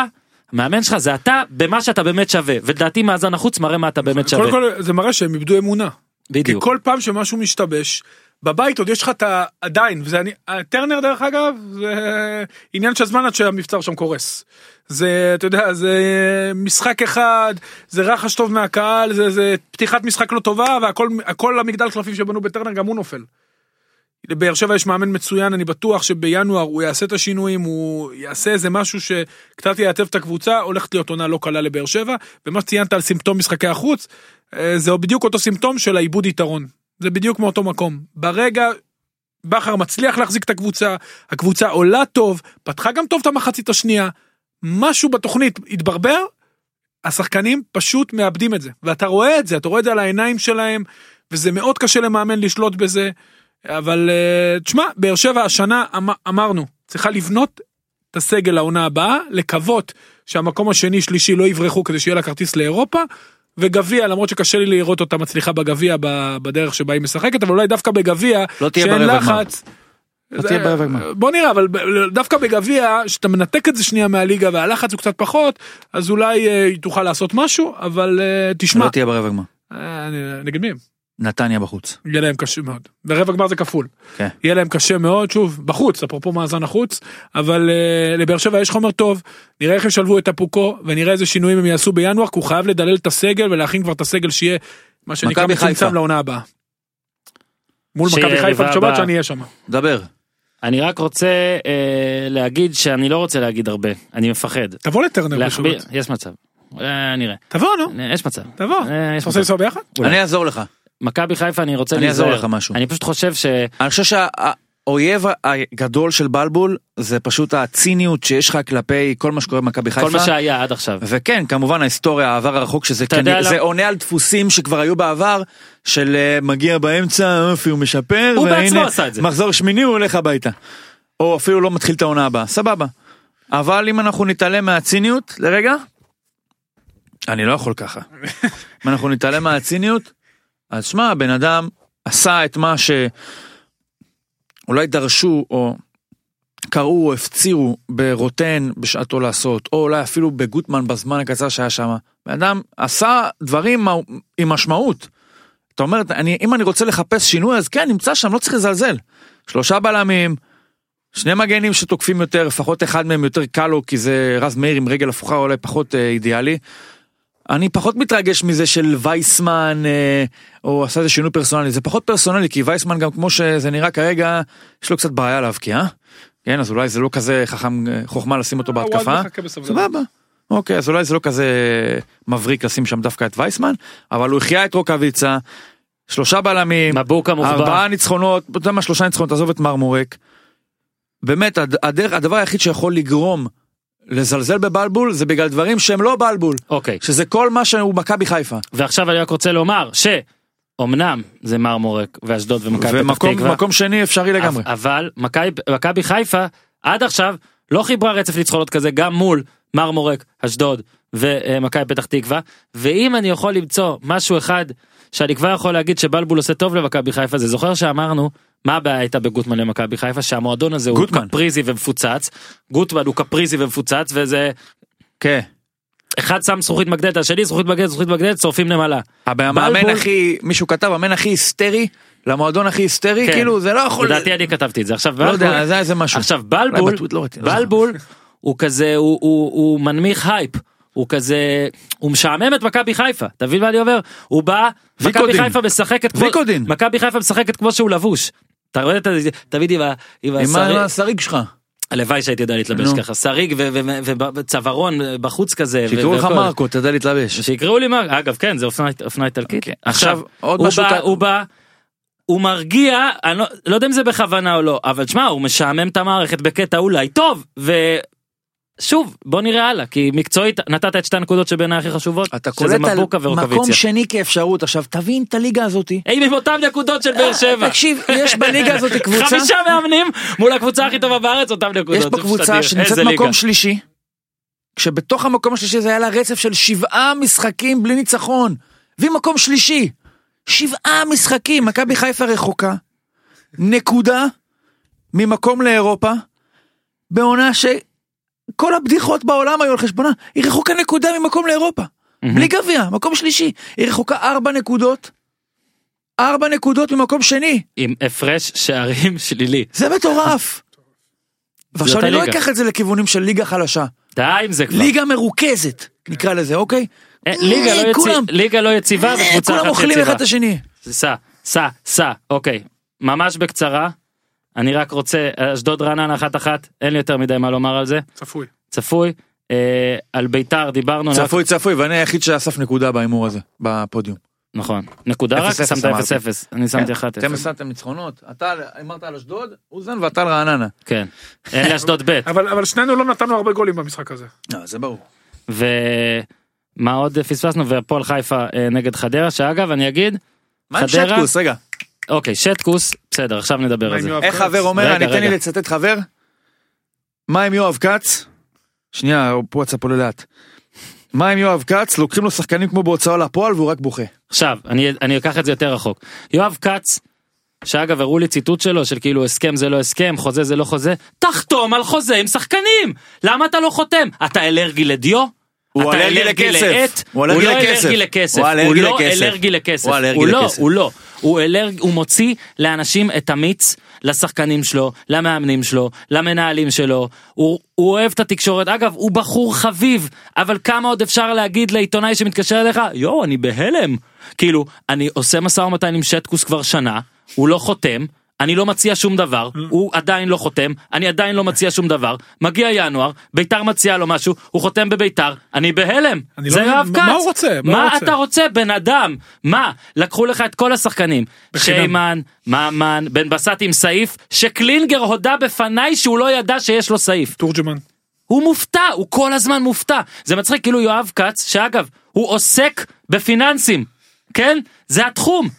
[SPEAKER 1] המאמן שלך זה אתה במה שאתה באמת שווה ולדעתי מאזן החוץ מראה מה אתה באמת שווה
[SPEAKER 2] קודם כל זה מראה שהם איבדו אמונה. כי
[SPEAKER 1] בדיוק
[SPEAKER 2] כל פעם שמשהו משתבש, בבית עוד יש לך את ה... עדיין, וזה אני... הטרנר דרך אגב, זה עניין של זמן עד שהמבצר שם קורס. זה, אתה יודע, זה משחק אחד, זה רחש טוב מהקהל, זה, זה פתיחת משחק לא טובה, והכל הכל המגדל קלפים שבנו בטרנר גם הוא נופל. לבאר שבע יש מאמן מצוין, אני בטוח שבינואר הוא יעשה את השינויים, הוא יעשה איזה משהו שקצת יעטב את הקבוצה, הולכת להיות עונה לא קלה לבאר שבע, ומה שציינת על סימפטום משחקי החוץ, אה, זה בדיוק אותו סימפטום של העיבוד יתרון. זה בדיוק מאותו מקום. ברגע בכר מצליח להחזיק את הקבוצה, הקבוצה עולה טוב, פתחה גם טוב את המחצית השנייה, משהו בתוכנית התברבר, השחקנים פשוט מאבדים את זה. ואתה רואה את זה, אתה רואה את זה על העיניים שלהם, וזה מאוד קשה למאמן לשלוט בזה. אבל אה, תשמע, באר שבע השנה אמ- אמרנו, צריכה לבנות את הסגל לעונה הבאה, לקוות שהמקום השני שלישי לא יברחו כדי שיהיה לה כרטיס לאירופה, וגביע, למרות שקשה לי לראות אותה מצליחה בגביע ב- בדרך שבה היא משחקת, אבל אולי דווקא בגביע,
[SPEAKER 3] לא תהיה
[SPEAKER 2] שאין
[SPEAKER 3] ברבע גמר.
[SPEAKER 2] לחץ,
[SPEAKER 5] לא תהיה
[SPEAKER 2] זה-
[SPEAKER 5] ברבע גמר.
[SPEAKER 2] בוא נראה, אבל ב- דווקא בגביע, שאתה מנתק את זה שנייה מהליגה והלחץ הוא קצת פחות, אז אולי אה, היא תוכל לעשות משהו, אבל אה, תשמע,
[SPEAKER 3] לא תהיה ברבע גמר.
[SPEAKER 2] אה, אני- נגד מי הם?
[SPEAKER 3] נתניה בחוץ.
[SPEAKER 2] יהיה להם קשה מאוד. ברבע גמר זה כפול.
[SPEAKER 3] כן.
[SPEAKER 2] יהיה להם קשה מאוד, שוב, בחוץ, אפרופו מאזן החוץ, אבל uh, לבאר שבע יש חומר טוב, נראה איך ישלבו את הפוקו, ונראה איזה שינויים הם יעשו בינואר, כי הוא חייב לדלל את הסגל ולהכין כבר את הסגל שיהיה, מה שנקרא,
[SPEAKER 3] מכבי
[SPEAKER 2] מצומצם
[SPEAKER 3] חיפה.
[SPEAKER 2] לעונה הבאה. מול
[SPEAKER 1] שיהיה
[SPEAKER 2] מכבי חיפה
[SPEAKER 1] יריבה
[SPEAKER 2] בשבת
[SPEAKER 1] הבאה.
[SPEAKER 2] שאני אהיה שם.
[SPEAKER 3] דבר.
[SPEAKER 1] אני רק רוצה אה, להגיד שאני לא רוצה להגיד הרבה אני מפחד
[SPEAKER 2] תבוא לטרנר בשבת.
[SPEAKER 1] להחביא יש מצב אה, נראה
[SPEAKER 2] תבוא, נו,
[SPEAKER 1] אה, יש מצב
[SPEAKER 2] תבוא.
[SPEAKER 1] אה, יש
[SPEAKER 2] אתה רוצה
[SPEAKER 1] מצב
[SPEAKER 2] לנסוע ביחד?
[SPEAKER 1] אולי.
[SPEAKER 3] אני אעזור לך.
[SPEAKER 1] מכבי חיפה אני רוצה
[SPEAKER 3] אני אעזור
[SPEAKER 1] להיזהר.
[SPEAKER 3] לך משהו.
[SPEAKER 1] אני פשוט חושב ש...
[SPEAKER 3] אני חושב שהאויב הגדול של בלבול זה פשוט הציניות שיש לך כלפי כל מה שקורה במכבי חיפה.
[SPEAKER 1] כל מה שהיה עד עכשיו.
[SPEAKER 3] וכן כמובן ההיסטוריה העבר הרחוק שזה
[SPEAKER 1] אתה יודע לא-
[SPEAKER 3] כנראה-
[SPEAKER 1] למה-
[SPEAKER 3] זה עונה על דפוסים שכבר היו בעבר של אה, מגיע באמצע אופי הוא משפר
[SPEAKER 1] הוא
[SPEAKER 3] והנה,
[SPEAKER 1] בעצמו עשה את זה.
[SPEAKER 3] מחזור שמיני הוא הולך הביתה. או אפילו לא מתחיל את העונה הבאה סבבה. אבל אם אנחנו נתעלם מהציניות לרגע. אני לא יכול ככה. אם אנחנו נתעלם מהציניות. אז שמע הבן אדם עשה את מה שאולי דרשו או קראו או הפצירו ברוטן בשעתו לעשות, או אולי אפילו בגוטמן בזמן הקצר שהיה שם. בן אדם עשה דברים מה- עם משמעות. אתה אומר, אני, אם אני רוצה לחפש שינוי, אז כן, נמצא שם, לא צריך לזלזל. שלושה בלמים, שני מגנים שתוקפים יותר, לפחות אחד מהם יותר קל לו, כי זה רז מאיר עם רגל הפוכה אולי פחות אה, אידיאלי. אני פחות מתרגש מזה של וייסמן, אה, או עשה איזה שינוי פרסונלי, זה פחות פרסונלי, כי וייסמן גם כמו שזה נראה כרגע, יש לו קצת בעיה להבקיע. כן, אז אולי זה לא כזה חכם, אה, חוכמה לשים אותו
[SPEAKER 2] הוא
[SPEAKER 3] בהתקפה.
[SPEAKER 2] עוד מחכה בסבלנות.
[SPEAKER 3] סבבה. אוקיי, אז אולי זה לא כזה מבריק לשים שם דווקא את וייסמן, אבל הוא החיה את רוקאביצה, שלושה בלמים,
[SPEAKER 1] מבוקה מוחבא.
[SPEAKER 3] ארבעה ניצחונות, אתה יודע מה, שלושה ניצחונות, עזוב את מרמורק. באמת, הד- הדרך, הדבר היחיד שיכול לגרום לזלזל בבלבול, זה בגלל דברים שהם לא בלבול,
[SPEAKER 1] אוקיי.
[SPEAKER 3] שזה כל מה שהוא מכבי חיפה.
[SPEAKER 1] ועכשיו אני רק רוצה לומר ש... אמנם זה מרמורק ואשדוד ומכבי פתח
[SPEAKER 3] ומקום
[SPEAKER 1] תקווה.
[SPEAKER 3] מקום שני אפשרי לגמרי.
[SPEAKER 1] אב- אבל מכבי- מכבי חיפה עד עכשיו לא חיברה רצף ניצחונות כזה גם מול מרמורק, אשדוד ומכבי פתח תקווה ואם אני יכול למצוא משהו אחד שאני כבר יכול להגיד שבלבול עושה טוב למכבי חיפה זה זוכר שאמרנו מה הבעיה הייתה בגוטמן למכבי חיפה שהמועדון הזה הוא
[SPEAKER 3] גוטמן.
[SPEAKER 1] קפריזי ומפוצץ גוטמן הוא קפריזי ומפוצץ וזה
[SPEAKER 3] כן.
[SPEAKER 1] אחד שם זכוכית מגנט השני זכוכית מגנט זכוכית מגנט שורפים נמלה.
[SPEAKER 3] המאמן
[SPEAKER 1] בלבול-
[SPEAKER 3] הכי, מישהו כתב, המאמן הכי היסטרי, למועדון הכי היסטרי,
[SPEAKER 1] כן.
[SPEAKER 3] כאילו זה לא יכול...
[SPEAKER 1] לדעתי אני כתבתי את זה עכשיו
[SPEAKER 3] לא
[SPEAKER 1] בלבול-
[SPEAKER 3] יודע, זה היה איזה משהו.
[SPEAKER 1] עכשיו
[SPEAKER 3] אולי
[SPEAKER 1] בלבול,
[SPEAKER 3] בטוויט לא ראיתי, לא זוכר.
[SPEAKER 1] בלבול הוא כזה, הוא- הוא הוא מנמיך הייפ, הוא כזה, הוא משעמם את מכבי חיפה, אתה מבין מה אני אומר? הוא בא, מכבי
[SPEAKER 3] ויקודין.
[SPEAKER 1] חיפה משחקת כמו,
[SPEAKER 3] ויקודין.
[SPEAKER 1] מכבי חיפה משחקת כמו שהוא לבוש. אתה רואה את זה, תמיד עם ה- עם
[SPEAKER 3] עם מה-
[SPEAKER 1] השרי,
[SPEAKER 3] מה השריג שלך?
[SPEAKER 1] הלוואי שהייתי יודע להתלבש
[SPEAKER 3] נו.
[SPEAKER 1] ככה, שריג ו- ו- ו- ו- וצווארון בחוץ כזה. ו-
[SPEAKER 3] שיקראו לך
[SPEAKER 1] והכל.
[SPEAKER 3] מרקו, תדע להתלבש.
[SPEAKER 1] שיקראו לי מה, אגב כן זה אופנה, אופנה איטלקית.
[SPEAKER 3] אוקיי.
[SPEAKER 1] עכשיו
[SPEAKER 3] עכשיו, עוד
[SPEAKER 1] הוא
[SPEAKER 3] משהו
[SPEAKER 1] בא,
[SPEAKER 3] קטן.
[SPEAKER 1] הוא בא, הוא מרגיע, אני לא, לא יודע אם זה בכוונה או לא, אבל שמע הוא משעמם את המערכת בקטע אולי טוב, ושוב בוא נראה הלאה, כי מקצועית נתת את שתי הנקודות שבעיניי הכי חשובות,
[SPEAKER 3] אתה
[SPEAKER 1] שזה
[SPEAKER 3] קולט על
[SPEAKER 1] מבוקה
[SPEAKER 3] מקום
[SPEAKER 1] ורוקוויציה.
[SPEAKER 3] שני כאפשרות, עכשיו תבין את הליגה הזאתי.
[SPEAKER 1] הם עם אותן נקודות של באר שבע.
[SPEAKER 3] אה, תקשיב, יש בליגה הזאתי קבוצה,
[SPEAKER 1] חמישה מאמנים מול הקבוצה הכי טובה בארץ אותם נקודות.
[SPEAKER 3] יש פה
[SPEAKER 1] זה פשוט אדיר.
[SPEAKER 3] קבוצה שנמצאת
[SPEAKER 1] איזה ליגה.
[SPEAKER 3] מקום שלישי, כשבתוך המקום השלישי זה היה לה רצף של שבעה משחקים בלי ניצחון, והיא מקום שלישי. שבעה משחקים, מכבי חיפה רחוקה, נקודה, ממקום לאירופה, בעונה שכל הבדיחות בעולם היו על חשבונה, היא רחוקה נקודה ממקום לאירופה, בלי גביע, מקום שלישי, היא רחוקה ארבע נקודות, ארבע נקודות ממקום שני,
[SPEAKER 1] עם הפרש שערים שלילי.
[SPEAKER 3] זה מטורף. ועכשיו אני לא
[SPEAKER 1] הליגה.
[SPEAKER 3] אקח את זה לכיוונים של ליגה חלשה.
[SPEAKER 1] די עם זה כבר.
[SPEAKER 3] ליגה מרוכזת, נקרא לזה, אוקיי?
[SPEAKER 1] אה, ליגה לא
[SPEAKER 3] אה,
[SPEAKER 1] יציב-
[SPEAKER 3] כולם-
[SPEAKER 1] ליגה לא יציבה
[SPEAKER 3] אה,
[SPEAKER 1] וקבוצה
[SPEAKER 3] כולם
[SPEAKER 1] אחת
[SPEAKER 3] אוכלים
[SPEAKER 1] יציבה.
[SPEAKER 3] אחד את השני.
[SPEAKER 1] סע, סע, סע, אוקיי. ממש בקצרה, אני רק רוצה, אשדוד רעננה אחת אחת, אין לי יותר מדי מה לומר על זה,
[SPEAKER 2] צפוי.
[SPEAKER 1] צפוי. אה, על ביתר דיברנו, אני רק-
[SPEAKER 3] צפוי צפוי, ואני היחיד שאסף נקודה בהימור הזה, בפודיום.
[SPEAKER 1] נכון, נקודה רק,
[SPEAKER 3] אפס אפס
[SPEAKER 1] שמת
[SPEAKER 3] אמרתי. כן,
[SPEAKER 1] 0-0, אני שמתי 1-0,
[SPEAKER 3] אתם הסתם ניצחונות, אתה אמרת על אשדוד, אוזן ואתה על רעננה.
[SPEAKER 1] כן, אין לאשדוד ב',
[SPEAKER 2] אבל אבל שנינו לא נתנו הרבה גולים במשחק הזה.
[SPEAKER 3] לא, זה ברור.
[SPEAKER 1] ומה עוד פספסנו, והפועל חיפה אה, נגד חדרה, שאגב אני אגיד,
[SPEAKER 3] מה עם
[SPEAKER 1] חדרה?
[SPEAKER 3] שטקוס, רגע,
[SPEAKER 1] אוקיי, שטקוס, בסדר, עכשיו נדבר
[SPEAKER 2] מה
[SPEAKER 1] על
[SPEAKER 2] עם
[SPEAKER 1] זה.
[SPEAKER 2] יואב
[SPEAKER 3] איך
[SPEAKER 2] כץ?
[SPEAKER 3] חבר אומר,
[SPEAKER 1] רגע,
[SPEAKER 3] אני תן לי
[SPEAKER 1] רגע.
[SPEAKER 3] לצטט חבר? מה עם יואב כץ? שנייה, וואטסאפ עולה לאט. מה עם יואב כץ? לוקחים לו שחקנים כמו בהוצאה לפועל והוא רק בוכה.
[SPEAKER 1] עכשיו אני אני אקח את זה יותר רחוק יואב כץ. שאגב הראו לי ציטוט שלו של כאילו הסכם זה לא הסכם חוזה זה לא חוזה תחתום על חוזה עם שחקנים למה אתה לא חותם אתה אלרגי לדיו.
[SPEAKER 3] הוא
[SPEAKER 1] אתה
[SPEAKER 3] אלרגי לכסף.
[SPEAKER 1] לעט?
[SPEAKER 3] הוא
[SPEAKER 1] הוא
[SPEAKER 3] אלרגי
[SPEAKER 1] לא
[SPEAKER 3] לכסף.
[SPEAKER 1] אלרגי לכסף.
[SPEAKER 3] הוא
[SPEAKER 1] הוא
[SPEAKER 3] אלרגי
[SPEAKER 1] לא
[SPEAKER 3] לכסף.
[SPEAKER 1] אלרגי לכסף.
[SPEAKER 3] הוא אלרגי
[SPEAKER 1] הוא לא,
[SPEAKER 3] לכסף.
[SPEAKER 1] הוא לא. הוא אלרגי, הוא מוציא לאנשים את המיץ, לשחקנים שלו, למאמנים שלו, למנהלים שלו. הוא, הוא אוהב את התקשורת. אגב, הוא בחור חביב, אבל כמה עוד אפשר להגיד לעיתונאי שמתקשר אליך, יואו, אני בהלם. כאילו, אני עושה משא ומתן עם שטקוס כבר שנה, הוא לא חותם. אני לא מציע שום דבר,
[SPEAKER 2] Mm.
[SPEAKER 1] הוא עדיין לא חותם, אני עדיין לא מציע שום דבר, מגיע ינואר, ביתר מציעה לו משהו, הוא חותם בביתר, אני בהלם,
[SPEAKER 2] אני
[SPEAKER 1] זה
[SPEAKER 2] לא
[SPEAKER 1] יואב
[SPEAKER 2] מבין,
[SPEAKER 1] כץ.
[SPEAKER 2] מה הוא רוצה? מה
[SPEAKER 1] מה
[SPEAKER 2] הוא רוצה?
[SPEAKER 1] אתה רוצה, בן אדם? מה? לקחו לך את כל השחקנים.
[SPEAKER 2] בחינם.
[SPEAKER 1] שיימן, ממן, בן בסט עם סעיף, שקלינגר הודה בפניי שהוא לא ידע שיש לו סעיף.
[SPEAKER 2] תורג'מן.
[SPEAKER 1] הוא מופתע, הוא כל הזמן מופתע. זה מצחיק, כאילו יואב כץ, שאגב, הוא עוסק בפיננסים, כן? זה התחום.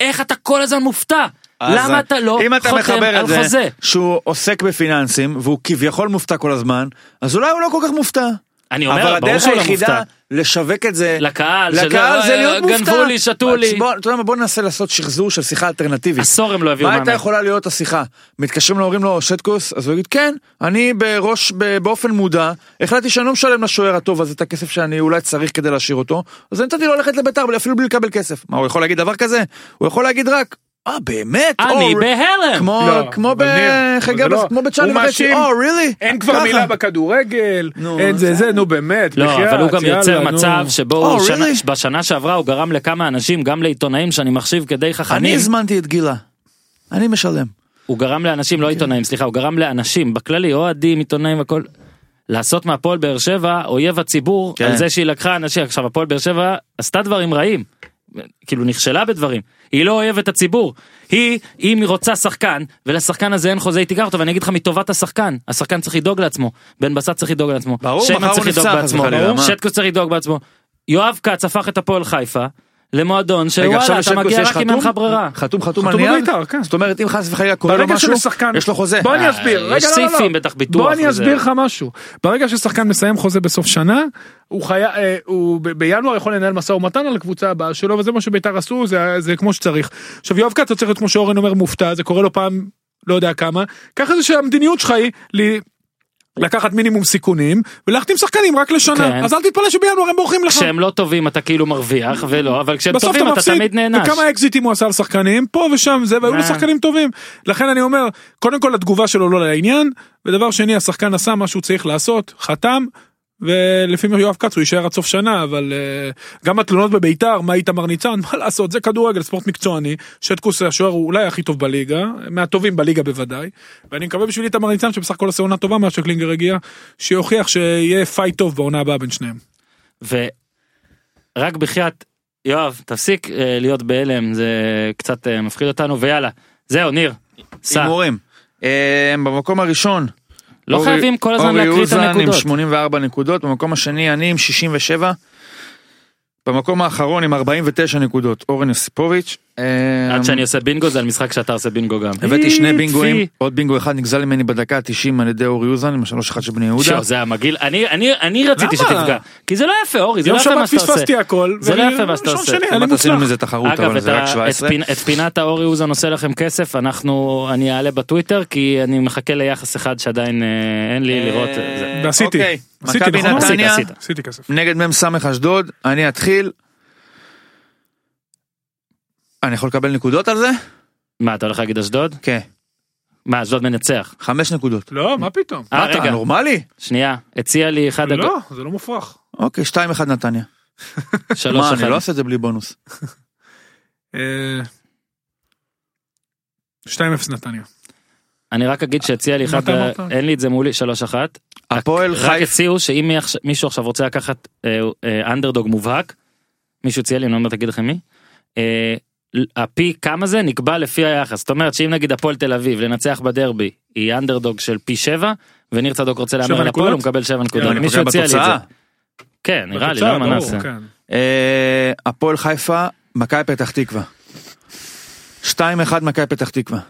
[SPEAKER 1] איך אתה כל הזמן מופתע? למה אתה לא
[SPEAKER 3] אם אתה
[SPEAKER 1] חותם
[SPEAKER 3] מחבר
[SPEAKER 1] על
[SPEAKER 3] את זה
[SPEAKER 1] חוזה?
[SPEAKER 3] שהוא עוסק בפיננסים והוא כביכול מופתע כל הזמן אז אולי הוא לא כל כך מופתע.
[SPEAKER 1] אני אומר,
[SPEAKER 3] אבל
[SPEAKER 1] ברור
[SPEAKER 3] הדרך
[SPEAKER 1] שהוא לא
[SPEAKER 3] היחידה
[SPEAKER 1] מופתע.
[SPEAKER 3] לשווק את זה
[SPEAKER 1] לקהל, שזה,
[SPEAKER 3] לקהל זה
[SPEAKER 1] אה,
[SPEAKER 3] להיות
[SPEAKER 1] גנבו
[SPEAKER 3] מופתע.
[SPEAKER 1] לי, שתו
[SPEAKER 3] אז
[SPEAKER 1] לי.
[SPEAKER 3] בוא- אתה יודע מה, בוא ננסה לעשות שחזור של שיחה אלטרנטיבית.
[SPEAKER 1] עשור הם לא הביאו
[SPEAKER 3] מה
[SPEAKER 1] מאמן.
[SPEAKER 3] הייתה יכולה להיות השיחה? מתקשרים להורים לו שטקוס אז הוא יגיד כן אני בראש ב- באופן מודע החלטתי שאני לא משלם לשוער הטוב הזה את הכסף שאני אולי צריך כדי להשאיר אותו אז נתתי לו ללכת לביתר אפילו בלי לקבל כסף. מה הוא יכול להגיד דבר כזה? הוא יכול להגיד רק אה באמת?
[SPEAKER 1] אני
[SPEAKER 3] או,
[SPEAKER 1] בהלם.
[SPEAKER 3] כמו
[SPEAKER 2] לא,
[SPEAKER 3] אה, כמו
[SPEAKER 2] אבל ניר,
[SPEAKER 3] בחגי
[SPEAKER 2] אבל זה לא.
[SPEAKER 3] כמו בצ'אנל
[SPEAKER 2] הוא
[SPEAKER 3] וחצי,
[SPEAKER 2] מאשים.
[SPEAKER 3] או really?
[SPEAKER 2] אין כבר
[SPEAKER 3] ככה.
[SPEAKER 2] מילה בכדורגל,
[SPEAKER 3] נו,
[SPEAKER 2] אין זה זה, נו באמת,
[SPEAKER 1] לא,
[SPEAKER 2] בחייאת,
[SPEAKER 1] אבל הוא גם יוצר
[SPEAKER 2] יאללה, נו.
[SPEAKER 1] מצב שבו הוא
[SPEAKER 3] Oh,
[SPEAKER 1] שנה-
[SPEAKER 3] really?
[SPEAKER 1] בשנה שעברה הוא גרם לכמה אנשים, גם לעיתונאים שאני מחשיב כדי
[SPEAKER 3] אני
[SPEAKER 1] חכמים,
[SPEAKER 3] הזמנתי את גילה. אני משלם.
[SPEAKER 1] הוא גרם לאנשים,
[SPEAKER 3] כן.
[SPEAKER 1] לא עיתונאים, סליחה, הוא גרם לאנשים, בכללי, אוהדים, עיתונאים, הכל, לעשות מהפועל באר שבע אויב הציבור,
[SPEAKER 3] כן.
[SPEAKER 1] על זה שהיא לקחה אנשים, עכשיו הפועל באר שבע עשתה דברים רעים, כאילו נכשלה בדברים, היא לא אוהבת הציבור, היא, אם היא רוצה שחקן, ולשחקן הזה אין חוזה, היא תיקח אותו, ואני אגיד לך מטובת השחקן, השחקן צריך לדאוג לעצמו, בן בסט צריך לדאוג לעצמו,
[SPEAKER 3] ברור,
[SPEAKER 1] שיימן
[SPEAKER 3] מחר הוא
[SPEAKER 1] צריך לדאוג
[SPEAKER 3] נפצע, חס
[SPEAKER 1] בעצמו,
[SPEAKER 3] וחלילה, מה?
[SPEAKER 1] שטקוס צריך לדאוג בעצמו, יואב כץ הפך את הפועל חיפה למועדון
[SPEAKER 3] רגע, עכשיו
[SPEAKER 1] שוואלה אתה
[SPEAKER 3] יושב
[SPEAKER 1] מגיע
[SPEAKER 3] גוס, יש
[SPEAKER 1] רק אם אין לך
[SPEAKER 3] חתום?
[SPEAKER 1] ברירה.
[SPEAKER 3] חתום חתום על
[SPEAKER 1] לא
[SPEAKER 2] חתום
[SPEAKER 3] נייר?
[SPEAKER 2] בבית"ר, כן.
[SPEAKER 3] זאת אומרת אם חס וחלילה קורה לו
[SPEAKER 2] ברגע
[SPEAKER 3] משהו,
[SPEAKER 2] שלשחקן...
[SPEAKER 3] יש לו חוזה.
[SPEAKER 2] בוא אני
[SPEAKER 1] אה,
[SPEAKER 2] אסביר.
[SPEAKER 1] יש
[SPEAKER 2] רגע, לא, לא,
[SPEAKER 1] סעיפים,
[SPEAKER 2] לא.
[SPEAKER 1] בטח, ביטוח
[SPEAKER 2] בוא אני
[SPEAKER 1] וזה.
[SPEAKER 2] אסביר לך משהו. ברגע ששחקן מסיים חוזה בסוף שנה, הוא חי... אה, הוא ב- בינואר יכול לנהל משא ומתן על הקבוצה הבאה שלו, וזה מה שביתר עשו, זה- זה כמו שצריך. עכשיו יואב כץ צריך להיות כמו שאורן אומר מופתע, זה קורה לו פעם לא יודע כמה. ככה זה שהמדיניות שלך היא ל- לקחת מינימום סיכונים, ולהחתים שחקנים רק לשנה.
[SPEAKER 1] כן.
[SPEAKER 2] אז אל תתפלא שבינואר הם בורחים לך.
[SPEAKER 1] כשהם לא טובים אתה כאילו מרוויח ולא אבל כשהם
[SPEAKER 2] בסוף
[SPEAKER 1] טובים
[SPEAKER 2] אתה
[SPEAKER 1] אתה
[SPEAKER 2] מפסיד,
[SPEAKER 1] תמיד נענש.
[SPEAKER 2] וכמה אקזיטים הוא עשה על שחקנים פה ושם זה והיו לו
[SPEAKER 1] אה.
[SPEAKER 2] שחקנים טובים לכן אני אומר קודם כל התגובה שלו לא לעניין ודבר שני השחקן עשה מה שהוא צריך לעשות חתם. ולפי מה יואב כץ הוא יישאר עד סוף שנה אבל uh, גם התלונות בביתר מה איתמר ניצן מה לעשות זה כדורגל ספורט מקצועני שטקוס השוער הוא אולי הכי טוב בליגה מהטובים בליגה בוודאי ואני מקווה בשביל איתמר ניצן שבסך הכל עושה עונה טובה מאז שקלינגר הגיע שיוכיח שיהיה פייט טוב בעונה הבאה בין שניהם.
[SPEAKER 1] ורק בחייאת יואב תפסיק אה, להיות בהלם זה קצת אה, מפחיד אותנו ויאללה זהו ניר. סע.
[SPEAKER 3] הימורים. אה, במקום הראשון.
[SPEAKER 1] לא
[SPEAKER 3] אורי-
[SPEAKER 1] חייבים כל הזמן להקריא את
[SPEAKER 3] אורי אוזן עם
[SPEAKER 1] הנקודות.
[SPEAKER 3] 84 נקודות, במקום השני אני עם 67. במקום האחרון עם 49 נקודות, אורן יוסיפוביץ'. אה,
[SPEAKER 1] עד שאני עושה בינגו זה על משחק שאתה עושה בינגו גם.
[SPEAKER 3] הבאתי שני
[SPEAKER 1] איצי.
[SPEAKER 3] בינגואים, עוד בינגו אחד נגזל ממני בדקה ה-90 על ידי אורי אוזן עם השלוש אחד של בני יהודה.
[SPEAKER 1] שו, זה היה מגעיל אני אני אני רציתי
[SPEAKER 2] למה?
[SPEAKER 1] שתפגע כי זה לא יפה אורי זה לא
[SPEAKER 2] יום
[SPEAKER 1] יפה מה
[SPEAKER 2] שבת
[SPEAKER 1] שאתה עושה.
[SPEAKER 2] פספסתי הכל
[SPEAKER 1] זה לא
[SPEAKER 2] ואני-
[SPEAKER 1] יפה מה שאתה
[SPEAKER 2] ראשון
[SPEAKER 1] עושה.
[SPEAKER 2] שני, אני
[SPEAKER 3] כמעט עשינו
[SPEAKER 2] מוצלח.
[SPEAKER 3] מזה תחרות, אבל
[SPEAKER 1] את
[SPEAKER 3] זה
[SPEAKER 1] ה-
[SPEAKER 3] רק
[SPEAKER 1] את
[SPEAKER 3] 17.
[SPEAKER 1] פינ- את פינת האורי אוזן עושה לכם כסף אנחנו אני אעלה בטוויטר כי אני מחכה ליחס אחד שעדיין אה, אין לי לראות. את זה.
[SPEAKER 3] אה,
[SPEAKER 2] ועשיתי.
[SPEAKER 3] אוקיי.
[SPEAKER 2] עשיתי,
[SPEAKER 3] מכבי
[SPEAKER 2] נכון?
[SPEAKER 1] עשית,
[SPEAKER 3] נתניה
[SPEAKER 1] עשית.
[SPEAKER 2] עשיתי כסף.
[SPEAKER 3] נגד מ"ס אשדוד, אני אתחיל. אני יכול לקבל נקודות על זה?
[SPEAKER 1] מה אתה הולך להגיד אשדוד?
[SPEAKER 3] כן.
[SPEAKER 1] מה אשדוד מנצח.
[SPEAKER 3] חמש נקודות.
[SPEAKER 2] לא, מה פתאום?
[SPEAKER 1] אה,
[SPEAKER 3] מה אתה
[SPEAKER 1] רגע.
[SPEAKER 3] נורמלי?
[SPEAKER 1] שנייה הציע לי אחד
[SPEAKER 2] לא, זה לא מופרך.
[SPEAKER 3] אוקיי, 2-1 נתניה.
[SPEAKER 1] שלוש
[SPEAKER 3] מה,
[SPEAKER 1] אחד.
[SPEAKER 3] אני לא עושה את זה בלי בונוס.
[SPEAKER 2] אה, 2-0 נתניה.
[SPEAKER 1] אני רק אגיד שהציע לי
[SPEAKER 2] מה
[SPEAKER 1] אחד
[SPEAKER 2] אתה אמרת?
[SPEAKER 1] אין לי את זה מולי שלוש אחת.
[SPEAKER 3] הפועל
[SPEAKER 1] רק
[SPEAKER 3] חיפה.
[SPEAKER 1] הציעו שאם מעכשיו- מישהו עכשיו רוצה לקחת אה, אה, אנדרדוג מובהק, מישהו ציע לי, אני לא אומר תגיד לכם מי, אה, ל- הפי כמה זה נקבע לפי היחס. זאת אומרת שאם נגיד הפועל תל אביב לנצח בדרבי היא אנדרדוג של פי שבע, וניר צדוק רוצה
[SPEAKER 2] שבע
[SPEAKER 1] להמר על הפועל
[SPEAKER 2] נקודות?
[SPEAKER 1] הוא מקבל שבע
[SPEAKER 2] יאללה,
[SPEAKER 1] נקודות.
[SPEAKER 2] אני
[SPEAKER 1] מישהו הציע לי את זה.
[SPEAKER 3] לא, בתוצאה.
[SPEAKER 1] כן נראה לי,
[SPEAKER 2] בתוצאה,
[SPEAKER 1] לא מה
[SPEAKER 2] ברור,
[SPEAKER 1] נעשה.
[SPEAKER 2] כן.
[SPEAKER 3] אה, הפועל חיפה, מכבי פתח תקווה. 2-1 מכבי פתח תקווה.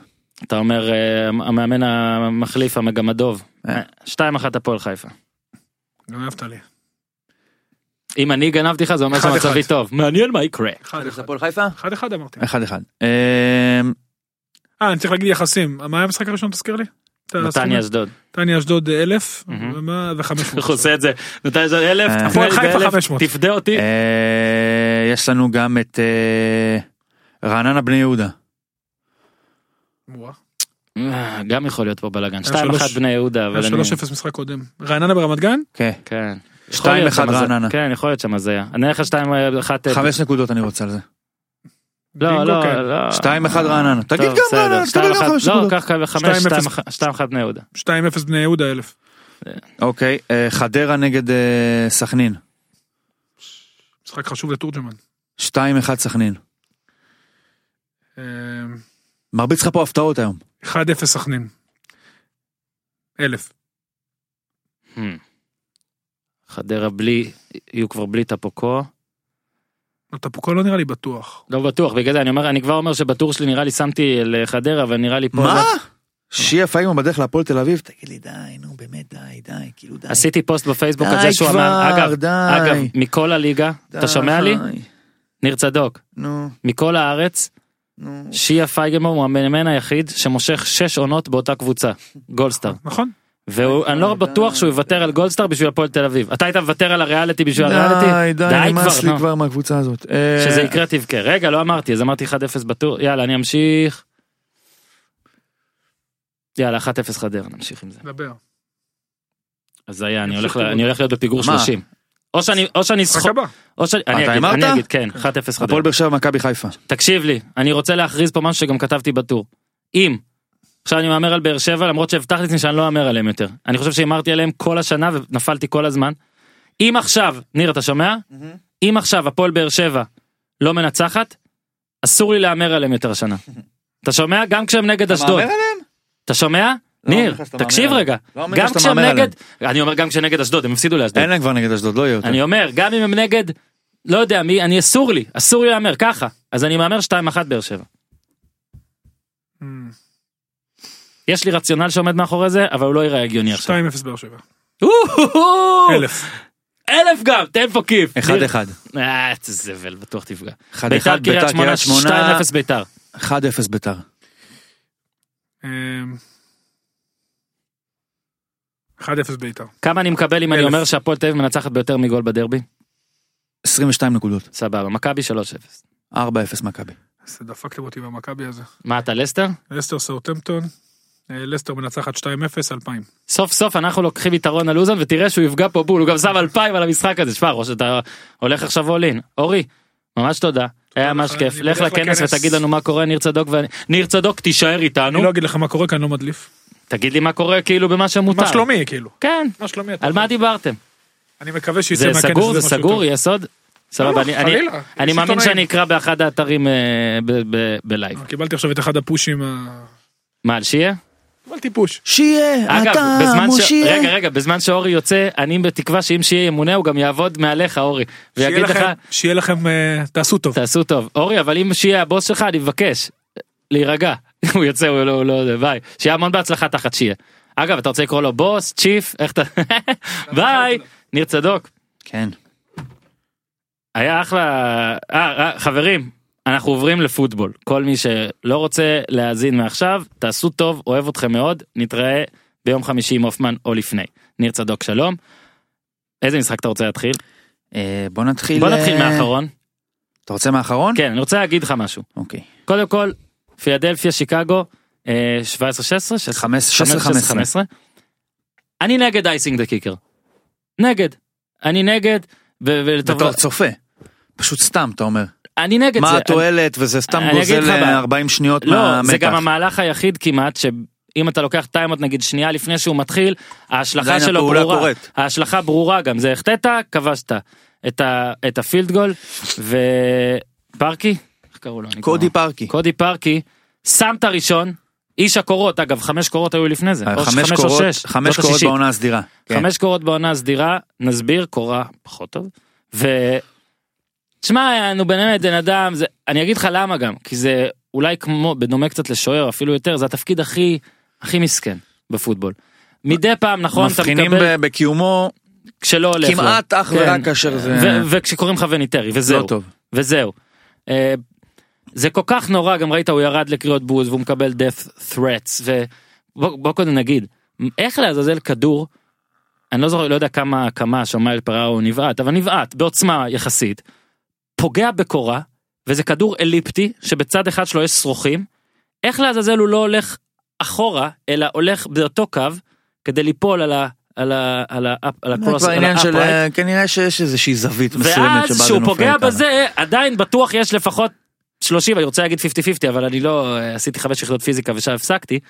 [SPEAKER 1] אתה אומר אה, המאמן המחליף המגמדוב.
[SPEAKER 3] אה.
[SPEAKER 1] שתיים אחת הפועל חיפה.
[SPEAKER 2] גם אהבת לי.
[SPEAKER 1] אם אני גנבתי לך זה אומר
[SPEAKER 2] אחד,
[SPEAKER 1] שמצבי
[SPEAKER 2] אחד.
[SPEAKER 1] טוב. מעניין מה יקרה.
[SPEAKER 2] 1-1
[SPEAKER 3] הפועל חיפה?
[SPEAKER 2] 1-1 אמרתי.
[SPEAKER 3] 1-1. אה,
[SPEAKER 2] אה, אני צריך להגיד יחסים. מה היה המשחק הראשון תזכיר לי? אתה
[SPEAKER 1] נתניה
[SPEAKER 2] הסכמת?
[SPEAKER 1] אשדוד.
[SPEAKER 2] נתניה אשדוד 1,000
[SPEAKER 1] מהמם.
[SPEAKER 2] ו-500.
[SPEAKER 1] איך הוא עושה את זה? נתן לזה אלף,
[SPEAKER 3] אה.
[SPEAKER 2] הפועל
[SPEAKER 1] נתן לזה
[SPEAKER 2] חיפה
[SPEAKER 1] אלף,
[SPEAKER 2] 500.
[SPEAKER 1] תפדה אותי.
[SPEAKER 3] אה, יש לנו גם את אה, רעננה בני יהודה.
[SPEAKER 1] אה, גם יכול להיות פה בלאגן.
[SPEAKER 2] היה
[SPEAKER 1] 2-1
[SPEAKER 2] שלוש.
[SPEAKER 1] בני יהודה, אבל אני...
[SPEAKER 2] 3-0 משחק קודם. רעננה ברמת גן?
[SPEAKER 3] כן.
[SPEAKER 1] כן. יכול להיות
[SPEAKER 3] 2-1
[SPEAKER 1] שם הזיה.
[SPEAKER 3] רעננה.
[SPEAKER 1] כן, יכול להיות שם הזיה. אני אלך 2-1... אה,
[SPEAKER 3] חמש נקודות אני רוצה על זה.
[SPEAKER 1] לא,
[SPEAKER 2] בינגו,
[SPEAKER 1] לא,
[SPEAKER 2] כן.
[SPEAKER 1] לא.
[SPEAKER 3] 2-1 רעננה. תגיד
[SPEAKER 1] טוב,
[SPEAKER 3] גם רעננה,
[SPEAKER 1] בסדר,
[SPEAKER 3] תקבל גם
[SPEAKER 1] 2-1.
[SPEAKER 3] חמש
[SPEAKER 1] לא,
[SPEAKER 3] נקודות.
[SPEAKER 1] קח קו
[SPEAKER 2] שתיים אפס.
[SPEAKER 1] 2-1 בני יהודה.
[SPEAKER 2] 2-0 בני יהודה 1,000.
[SPEAKER 1] כן.
[SPEAKER 3] אוקיי, אה, חדרה נגד אה, סכנין.
[SPEAKER 2] משחק חשוב לתורג'מן.
[SPEAKER 3] 2-1 סכנין.
[SPEAKER 2] אה,
[SPEAKER 3] מרביץ לך פה הפתעות היום.
[SPEAKER 2] 1-0 סכנין. 1,000.
[SPEAKER 1] Hmm. חדרה בלי, יהיו כבר בלי טפוקו.
[SPEAKER 2] אתה פה כל לא נראה לי בטוח.
[SPEAKER 1] לא בטוח, בגלל זה אני אומר, אני כבר אומר שבטור שלי נראה לי שמתי לחדרה, אבל נראה לי פה...
[SPEAKER 3] מה?
[SPEAKER 1] זה-
[SPEAKER 3] שיהיה פייגמן בדרך להפועל תל אביב? תגיד לי די, נו באמת די, די, כאילו די.
[SPEAKER 1] עשיתי פוסט בפייסבוק על
[SPEAKER 3] די
[SPEAKER 1] זה שהוא
[SPEAKER 3] כבר,
[SPEAKER 1] אמר, אגב,
[SPEAKER 3] די.
[SPEAKER 1] אגב, מכל הליגה,
[SPEAKER 3] די,
[SPEAKER 1] אתה שומע לי? ניר צדוק,
[SPEAKER 3] נו,
[SPEAKER 1] מכל הארץ,
[SPEAKER 3] נו.
[SPEAKER 1] שיה פייגמור הוא המאמן היחיד שמושך שש עונות באותה קבוצה גולדסטאר
[SPEAKER 2] נכון?
[SPEAKER 1] ואני לא בטוח שהוא יוותר על גולדסטאר בשביל הפועל תל אביב אתה היית מוותר על הריאליטי בשביל
[SPEAKER 3] די,
[SPEAKER 1] הריאליטי
[SPEAKER 3] די, נמאס לי
[SPEAKER 1] נו.
[SPEAKER 3] כבר מהקבוצה הזאת. לא, אה,
[SPEAKER 1] שזה יקרה תבכה רגע לא אמרתי אז אמרתי 1-0 בטור יאללה אני אמשיך. יאללה 1-0 חדרה נמשיך עם זה
[SPEAKER 2] דבר.
[SPEAKER 1] אז היה אני
[SPEAKER 2] ימשיך
[SPEAKER 1] הולך ל-
[SPEAKER 2] כיוון.
[SPEAKER 1] אני הולך להיות בפיגור
[SPEAKER 3] מה?
[SPEAKER 1] 30. או שאני או שאני
[SPEAKER 2] משחק
[SPEAKER 1] סחו-
[SPEAKER 2] הבא.
[SPEAKER 1] או שאני
[SPEAKER 3] אתה
[SPEAKER 1] אני אגיד
[SPEAKER 3] אמרת?
[SPEAKER 1] אני אגיד כן 1-0 חדרה
[SPEAKER 3] הפועל באר שבע מכבי חיפה.
[SPEAKER 1] תקשיב לי, אני רוצה להכריז פה משהו שגם כתבתי בטור. אם, עכשיו אני מהמר על באר שבע למרות שהבטחתי לעצמי שאני לא מהמר עליהם יותר. אני חושב שהימרתי עליהם כל השנה ונפלתי כל הזמן. אם עכשיו, ניר אתה שומע? אם עכשיו הפועל באר שבע לא מנצחת, אסור לי להמר עליהם יותר השנה. אתה שומע? גם כשהם נגד אשדוד. אתה שומע?
[SPEAKER 3] לא אומר
[SPEAKER 1] ניר,
[SPEAKER 3] לך שאתה מהמר
[SPEAKER 1] תקשיב
[SPEAKER 3] עליהם.
[SPEAKER 1] רגע.
[SPEAKER 3] לא אומר לך
[SPEAKER 1] גם
[SPEAKER 3] שאתה
[SPEAKER 1] כשהם
[SPEAKER 3] מהמר
[SPEAKER 1] נגד, אני אומר גם כשנגד אשדוד, הם הפסידו לאשדוד.
[SPEAKER 3] אין להם כבר נגד אשדוד, לא יהיה יותר.
[SPEAKER 1] אני אומר, גם אם הם נגד לא יודע מי, אני אסור לי, אסור לי להמר ככה. אז אני מהמר 2-1 באר שבע. יש לי רציונל שעומד מאחורי זה, אבל הוא לא ייראה הגיוני עכשיו.
[SPEAKER 2] 2-0 באר שבע.
[SPEAKER 1] אוהו!
[SPEAKER 2] אלף.
[SPEAKER 1] אלף גם, תן פה כיף.
[SPEAKER 3] אחד אחד.
[SPEAKER 1] אה, איזה זבל, בטוח תפגע.
[SPEAKER 3] אחד
[SPEAKER 1] ביתר
[SPEAKER 3] אחד,
[SPEAKER 1] קריית
[SPEAKER 3] ביתר
[SPEAKER 1] שמונה,
[SPEAKER 3] קריית שמונה,
[SPEAKER 1] 2-0 ביתר.
[SPEAKER 3] 1-0 ביתר.
[SPEAKER 2] אמ, 1-0 ביתר.
[SPEAKER 1] כמה אני מקבל אם אני
[SPEAKER 2] אלף.
[SPEAKER 1] אומר שהפועל תל אביב מנצחת ביותר מגול בדרבי?
[SPEAKER 3] 22 נקודות.
[SPEAKER 1] סבבה, מכבי 3-0.
[SPEAKER 3] 4-0 מכבי.
[SPEAKER 2] אז דפקתם אותי במכבי הזה.
[SPEAKER 1] מה אתה, לסטר?
[SPEAKER 2] לסטר סאוטמפטון. אה, לסטר מנצחת 2-0, 2000.
[SPEAKER 1] סוף סוף אנחנו לוקחים יתרון על אוזן ותראה שהוא יפגע פה בול, הוא גם שם אלפיים על המשחק הזה, שמע, ראש, אתה הולך עכשיו all in. אורי, ממש תודה, היה ממש
[SPEAKER 2] לך,
[SPEAKER 1] כיף,
[SPEAKER 2] אני
[SPEAKER 1] לך
[SPEAKER 2] בדרך
[SPEAKER 1] לכנס
[SPEAKER 2] לכנס.
[SPEAKER 1] ותגיד לנו מה קורה, ניר צדוק ואני, ניר צדוק תישאר איתנו,
[SPEAKER 2] אני לא אגיד לך מה קורה כי אני לא מדליף.
[SPEAKER 1] תגיד לי מה קורה כאילו במה שמותר.
[SPEAKER 2] מה שלומי כאילו.
[SPEAKER 1] כן,
[SPEAKER 2] מה שלומי אתה?
[SPEAKER 1] על מה דיברתם?
[SPEAKER 2] אני מקווה שיצא
[SPEAKER 1] זה
[SPEAKER 2] מהכנס הזה
[SPEAKER 1] סגור, זה
[SPEAKER 2] משהו
[SPEAKER 1] סגור,
[SPEAKER 2] טוב.
[SPEAKER 1] יהיה סוד?
[SPEAKER 2] לא,
[SPEAKER 1] סבבה, אני- אני-
[SPEAKER 2] חלילה,
[SPEAKER 1] אני
[SPEAKER 2] יש
[SPEAKER 1] מאמין
[SPEAKER 2] עיתונאים. אוקיי.
[SPEAKER 1] שאני אקרא באחד האתרים אה, ב- ב- בלייב.
[SPEAKER 2] קיבלתי עכשיו את אחד הפושים. ה-
[SPEAKER 1] מה, על שיהיה?
[SPEAKER 2] קיבלתי פוש.
[SPEAKER 3] שיהיה,
[SPEAKER 1] אגב,
[SPEAKER 3] אתה
[SPEAKER 1] בזמן ש...
[SPEAKER 3] מושיע.
[SPEAKER 1] רגע, רגע, בזמן שאורי יוצא, אני בתקווה שאם שיהיה ימונה, הוא גם יעבוד מעליך, אורי.
[SPEAKER 2] שיהיה
[SPEAKER 1] ויגיד לך,
[SPEAKER 2] לכם- שיהיה לכם, אה, תעשו טוב.
[SPEAKER 1] תעשו טוב. אורי, אבל אם שיהיה הבוס שלך, אני מבקש, אה, להירגע. הוא יוצא, הוא לא, הוא לא, זה, ביי. שיהיה המון בהצלחה תחת שיהיה. אגב, אתה רוצה לקרוא לו בוס, צ'יף, איך אתה...
[SPEAKER 2] לא,
[SPEAKER 1] ביי, ניר צדוק.
[SPEAKER 3] כן.
[SPEAKER 1] היה אחלה... אה, אה, חברים, אנחנו עוברים לפוטבול. כל מי שלא רוצה להאזין מעכשיו, תעשו טוב, אוהב אתכם מאוד, נתראה ביום חמישי עם הופמן או לפני. ניר צדוק, שלום. איזה משחק אתה רוצה להתחיל?
[SPEAKER 3] אה, בוא נתחיל.
[SPEAKER 1] בוא
[SPEAKER 3] אה,
[SPEAKER 1] נתחיל מהאחרון.
[SPEAKER 3] אתה רוצה מהאחרון?
[SPEAKER 1] כן, אני רוצה להגיד לך משהו.
[SPEAKER 3] אוקיי.
[SPEAKER 1] קודם כל, פילדלפיה, שיקגו, אה, 17-16, 16,
[SPEAKER 3] 15-15.
[SPEAKER 1] 15. אני נגד אייסינג דה קיקר. נגד. אני נגד, ו- ולטוב...
[SPEAKER 3] אתה צופה. פשוט סתם, אתה אומר.
[SPEAKER 1] אני נגד לא- כן, זה.
[SPEAKER 3] מה
[SPEAKER 1] אני-
[SPEAKER 3] התועלת, וזה סתם
[SPEAKER 1] אני אגיד לך
[SPEAKER 3] גוזל
[SPEAKER 1] מה-
[SPEAKER 3] אה, 40 שניות
[SPEAKER 1] לא, זה גם
[SPEAKER 3] מהמתח.
[SPEAKER 1] המהלך היחיד כמעט שאם אתה לוקח טיימות נגיד שנייה לפני שהוא מתחיל, ההשלכה
[SPEAKER 3] עדיין
[SPEAKER 1] שלו
[SPEAKER 3] הפעולה
[SPEAKER 1] ברורה.
[SPEAKER 3] קורית.
[SPEAKER 1] ההשלכה ברורה גם, זה החטאת, כבשת את, ה, את הפילד גול, ופרקי, איך קראו לו? אני
[SPEAKER 3] קודי
[SPEAKER 1] כבר-
[SPEAKER 3] פארקי.
[SPEAKER 1] קודי פארקי, שם את הראשון, איש הקורות, אגב חמש קורות היו לפני זה, או
[SPEAKER 3] אה, חמש
[SPEAKER 1] חמש
[SPEAKER 3] קורות-
[SPEAKER 1] או שש,
[SPEAKER 3] חמש
[SPEAKER 1] זאת
[SPEAKER 3] קורות
[SPEAKER 1] השישית.
[SPEAKER 3] בעונה הסדירה. כן.
[SPEAKER 1] חמש קורות בעונה הסדירה, נסביר, קורה פחות טוב. ו... שמע, נו באמת, בן אדם, זה... אני אגיד לך למה גם, כי זה אולי כמו, בדומה קצת לשוער, אפילו יותר, זה התפקיד הכי, הכי מסכן בפוטבול. מדי פעם, נכון, אתה
[SPEAKER 3] מבחינים
[SPEAKER 1] מקבל,
[SPEAKER 3] ב- בקיומו
[SPEAKER 1] כשלא הולך לו.
[SPEAKER 3] כמעט אך
[SPEAKER 1] כן.
[SPEAKER 3] ורק כאשר זה
[SPEAKER 1] ו- וכשקוראים לך וניטרי, וזהו.
[SPEAKER 3] לא טוב.
[SPEAKER 1] וזהו. אה, זה כל כך נורא, גם ראית, הוא ירד לקריאות בוז והוא מקבל death threats, ובוא בוא קודם נגיד, איך לעזאזל כדור, אני לא זוכר, לא יודע כמה, כמה, שמאל פראו נבעט, אבל נבעט בעוצמה יחסית, פוגע בקורה, וזה כדור אליפטי, שבצד אחד שלו יש שרוכים, איך לעזאזל הוא לא הולך אחורה, אלא הולך באותו קו, כדי ליפול על ה... על ה... על ה... על
[SPEAKER 3] זה
[SPEAKER 1] הקרוס,
[SPEAKER 3] כבר
[SPEAKER 1] על
[SPEAKER 3] עניין של
[SPEAKER 1] ה-upright.
[SPEAKER 3] אה, כנראה שיש איזושהי זווית מסוימת שבה
[SPEAKER 1] ואז
[SPEAKER 3] זה
[SPEAKER 1] שהוא
[SPEAKER 3] נופל.
[SPEAKER 1] פוגע
[SPEAKER 3] ככה.
[SPEAKER 1] בזה עדיין בטוח יש לפחות 30 אני רוצה להגיד 50-50 אבל אני לא אה, עשיתי חמש יחידות פיזיקה ושם הפסקתי.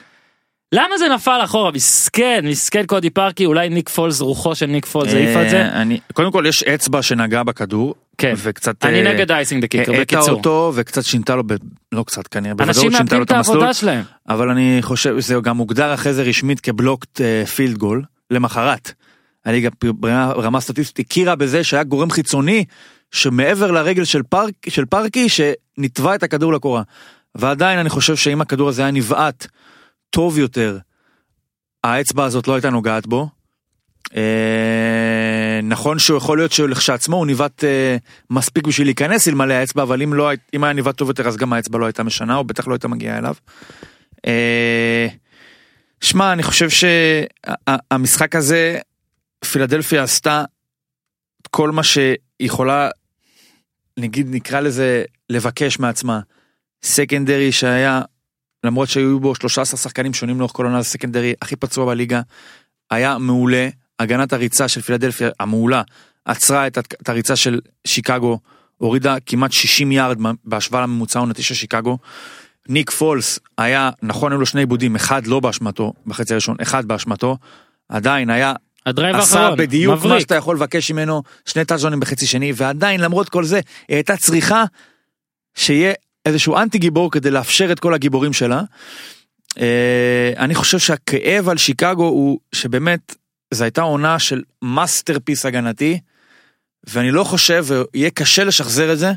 [SPEAKER 1] למה זה נפל אחורה מסכן מסכן קודי פארקי אולי ניק פולס רוחו של ניק פולס העיף על זה.
[SPEAKER 3] אה, אני- קודם כל יש אצבע שנגעה בכדור
[SPEAKER 1] כן.
[SPEAKER 3] וקצת
[SPEAKER 1] אני
[SPEAKER 3] אה,
[SPEAKER 1] נגד אייסינג דה קיקר
[SPEAKER 3] האטה
[SPEAKER 1] בקיצור.
[SPEAKER 3] אותו וקצת שינתה לו ב- לא קצת כנראה
[SPEAKER 1] אנשים
[SPEAKER 3] בוודאות שינתה לו
[SPEAKER 1] מאבדים
[SPEAKER 3] את
[SPEAKER 1] את העבודה
[SPEAKER 3] המסלול
[SPEAKER 1] שלהם.
[SPEAKER 3] אבל אני חושב זה גם הוגדר אחרי זה רשמית כבלוקט פילד גול למחרת. הליגה פ- ברמה ברמה סטטיסטית הכירה בזה שהיה גורם חיצוני שמעבר לרגל של פארק של פארקי שנתבע את הכדור לקורה. ועדיין אני חושב שאם הכדור הזה היה נבעט טוב יותר האצבע הזאת לא הייתה נוגעת בו. אה, נכון שהוא יכול להיות שלכשעצמו הוא ניווט אה, מספיק בשביל להיכנס אלמלא האצבע אבל אם לא הי- אם היה ניווט טוב יותר אז גם האצבע לא הייתה משנה או בטח לא הייתה מגיעה אליו. אה, שמע אני חושב שהמשחק הזה פילדלפיה עשתה את כל מה שהיא יכולה נגיד נקרא לזה לבקש מעצמה סקנדרי שהיה למרות שהיו בו 13 שחקנים שונים לאורך כל העונה זה סקנדרי הכי פצוע בליגה היה מעולה הגנת הריצה של פילדלפיה המעולה עצרה את הת- את הריצה של שיקגו הורידה כמעט 60 יארד מה- בהשוואה לממוצע העונתי של שיקגו. ניק פולס היה נכון היו לו שני עיבודים אחד לא באשמתו בחצי הראשון אחד באשמתו עדיין היה
[SPEAKER 1] הדרייב
[SPEAKER 3] עשה
[SPEAKER 1] האחרון.
[SPEAKER 3] בדיוק מה
[SPEAKER 1] מבריק.
[SPEAKER 3] שאתה יכול לבקש ממנו שני טאז'ונים בחצי שני ועדיין למרות כל זה היא הייתה צריכה שיהיה איזשהו אנטי גיבור כדי לאפשר את כל הגיבורים שלה. אה, אני חושב שהכאב על שיקגו הוא שבאמת זו הייתה עונה של מאסטרפיס הגנתי ואני לא חושב, יהיה קשה לשחזר את זה,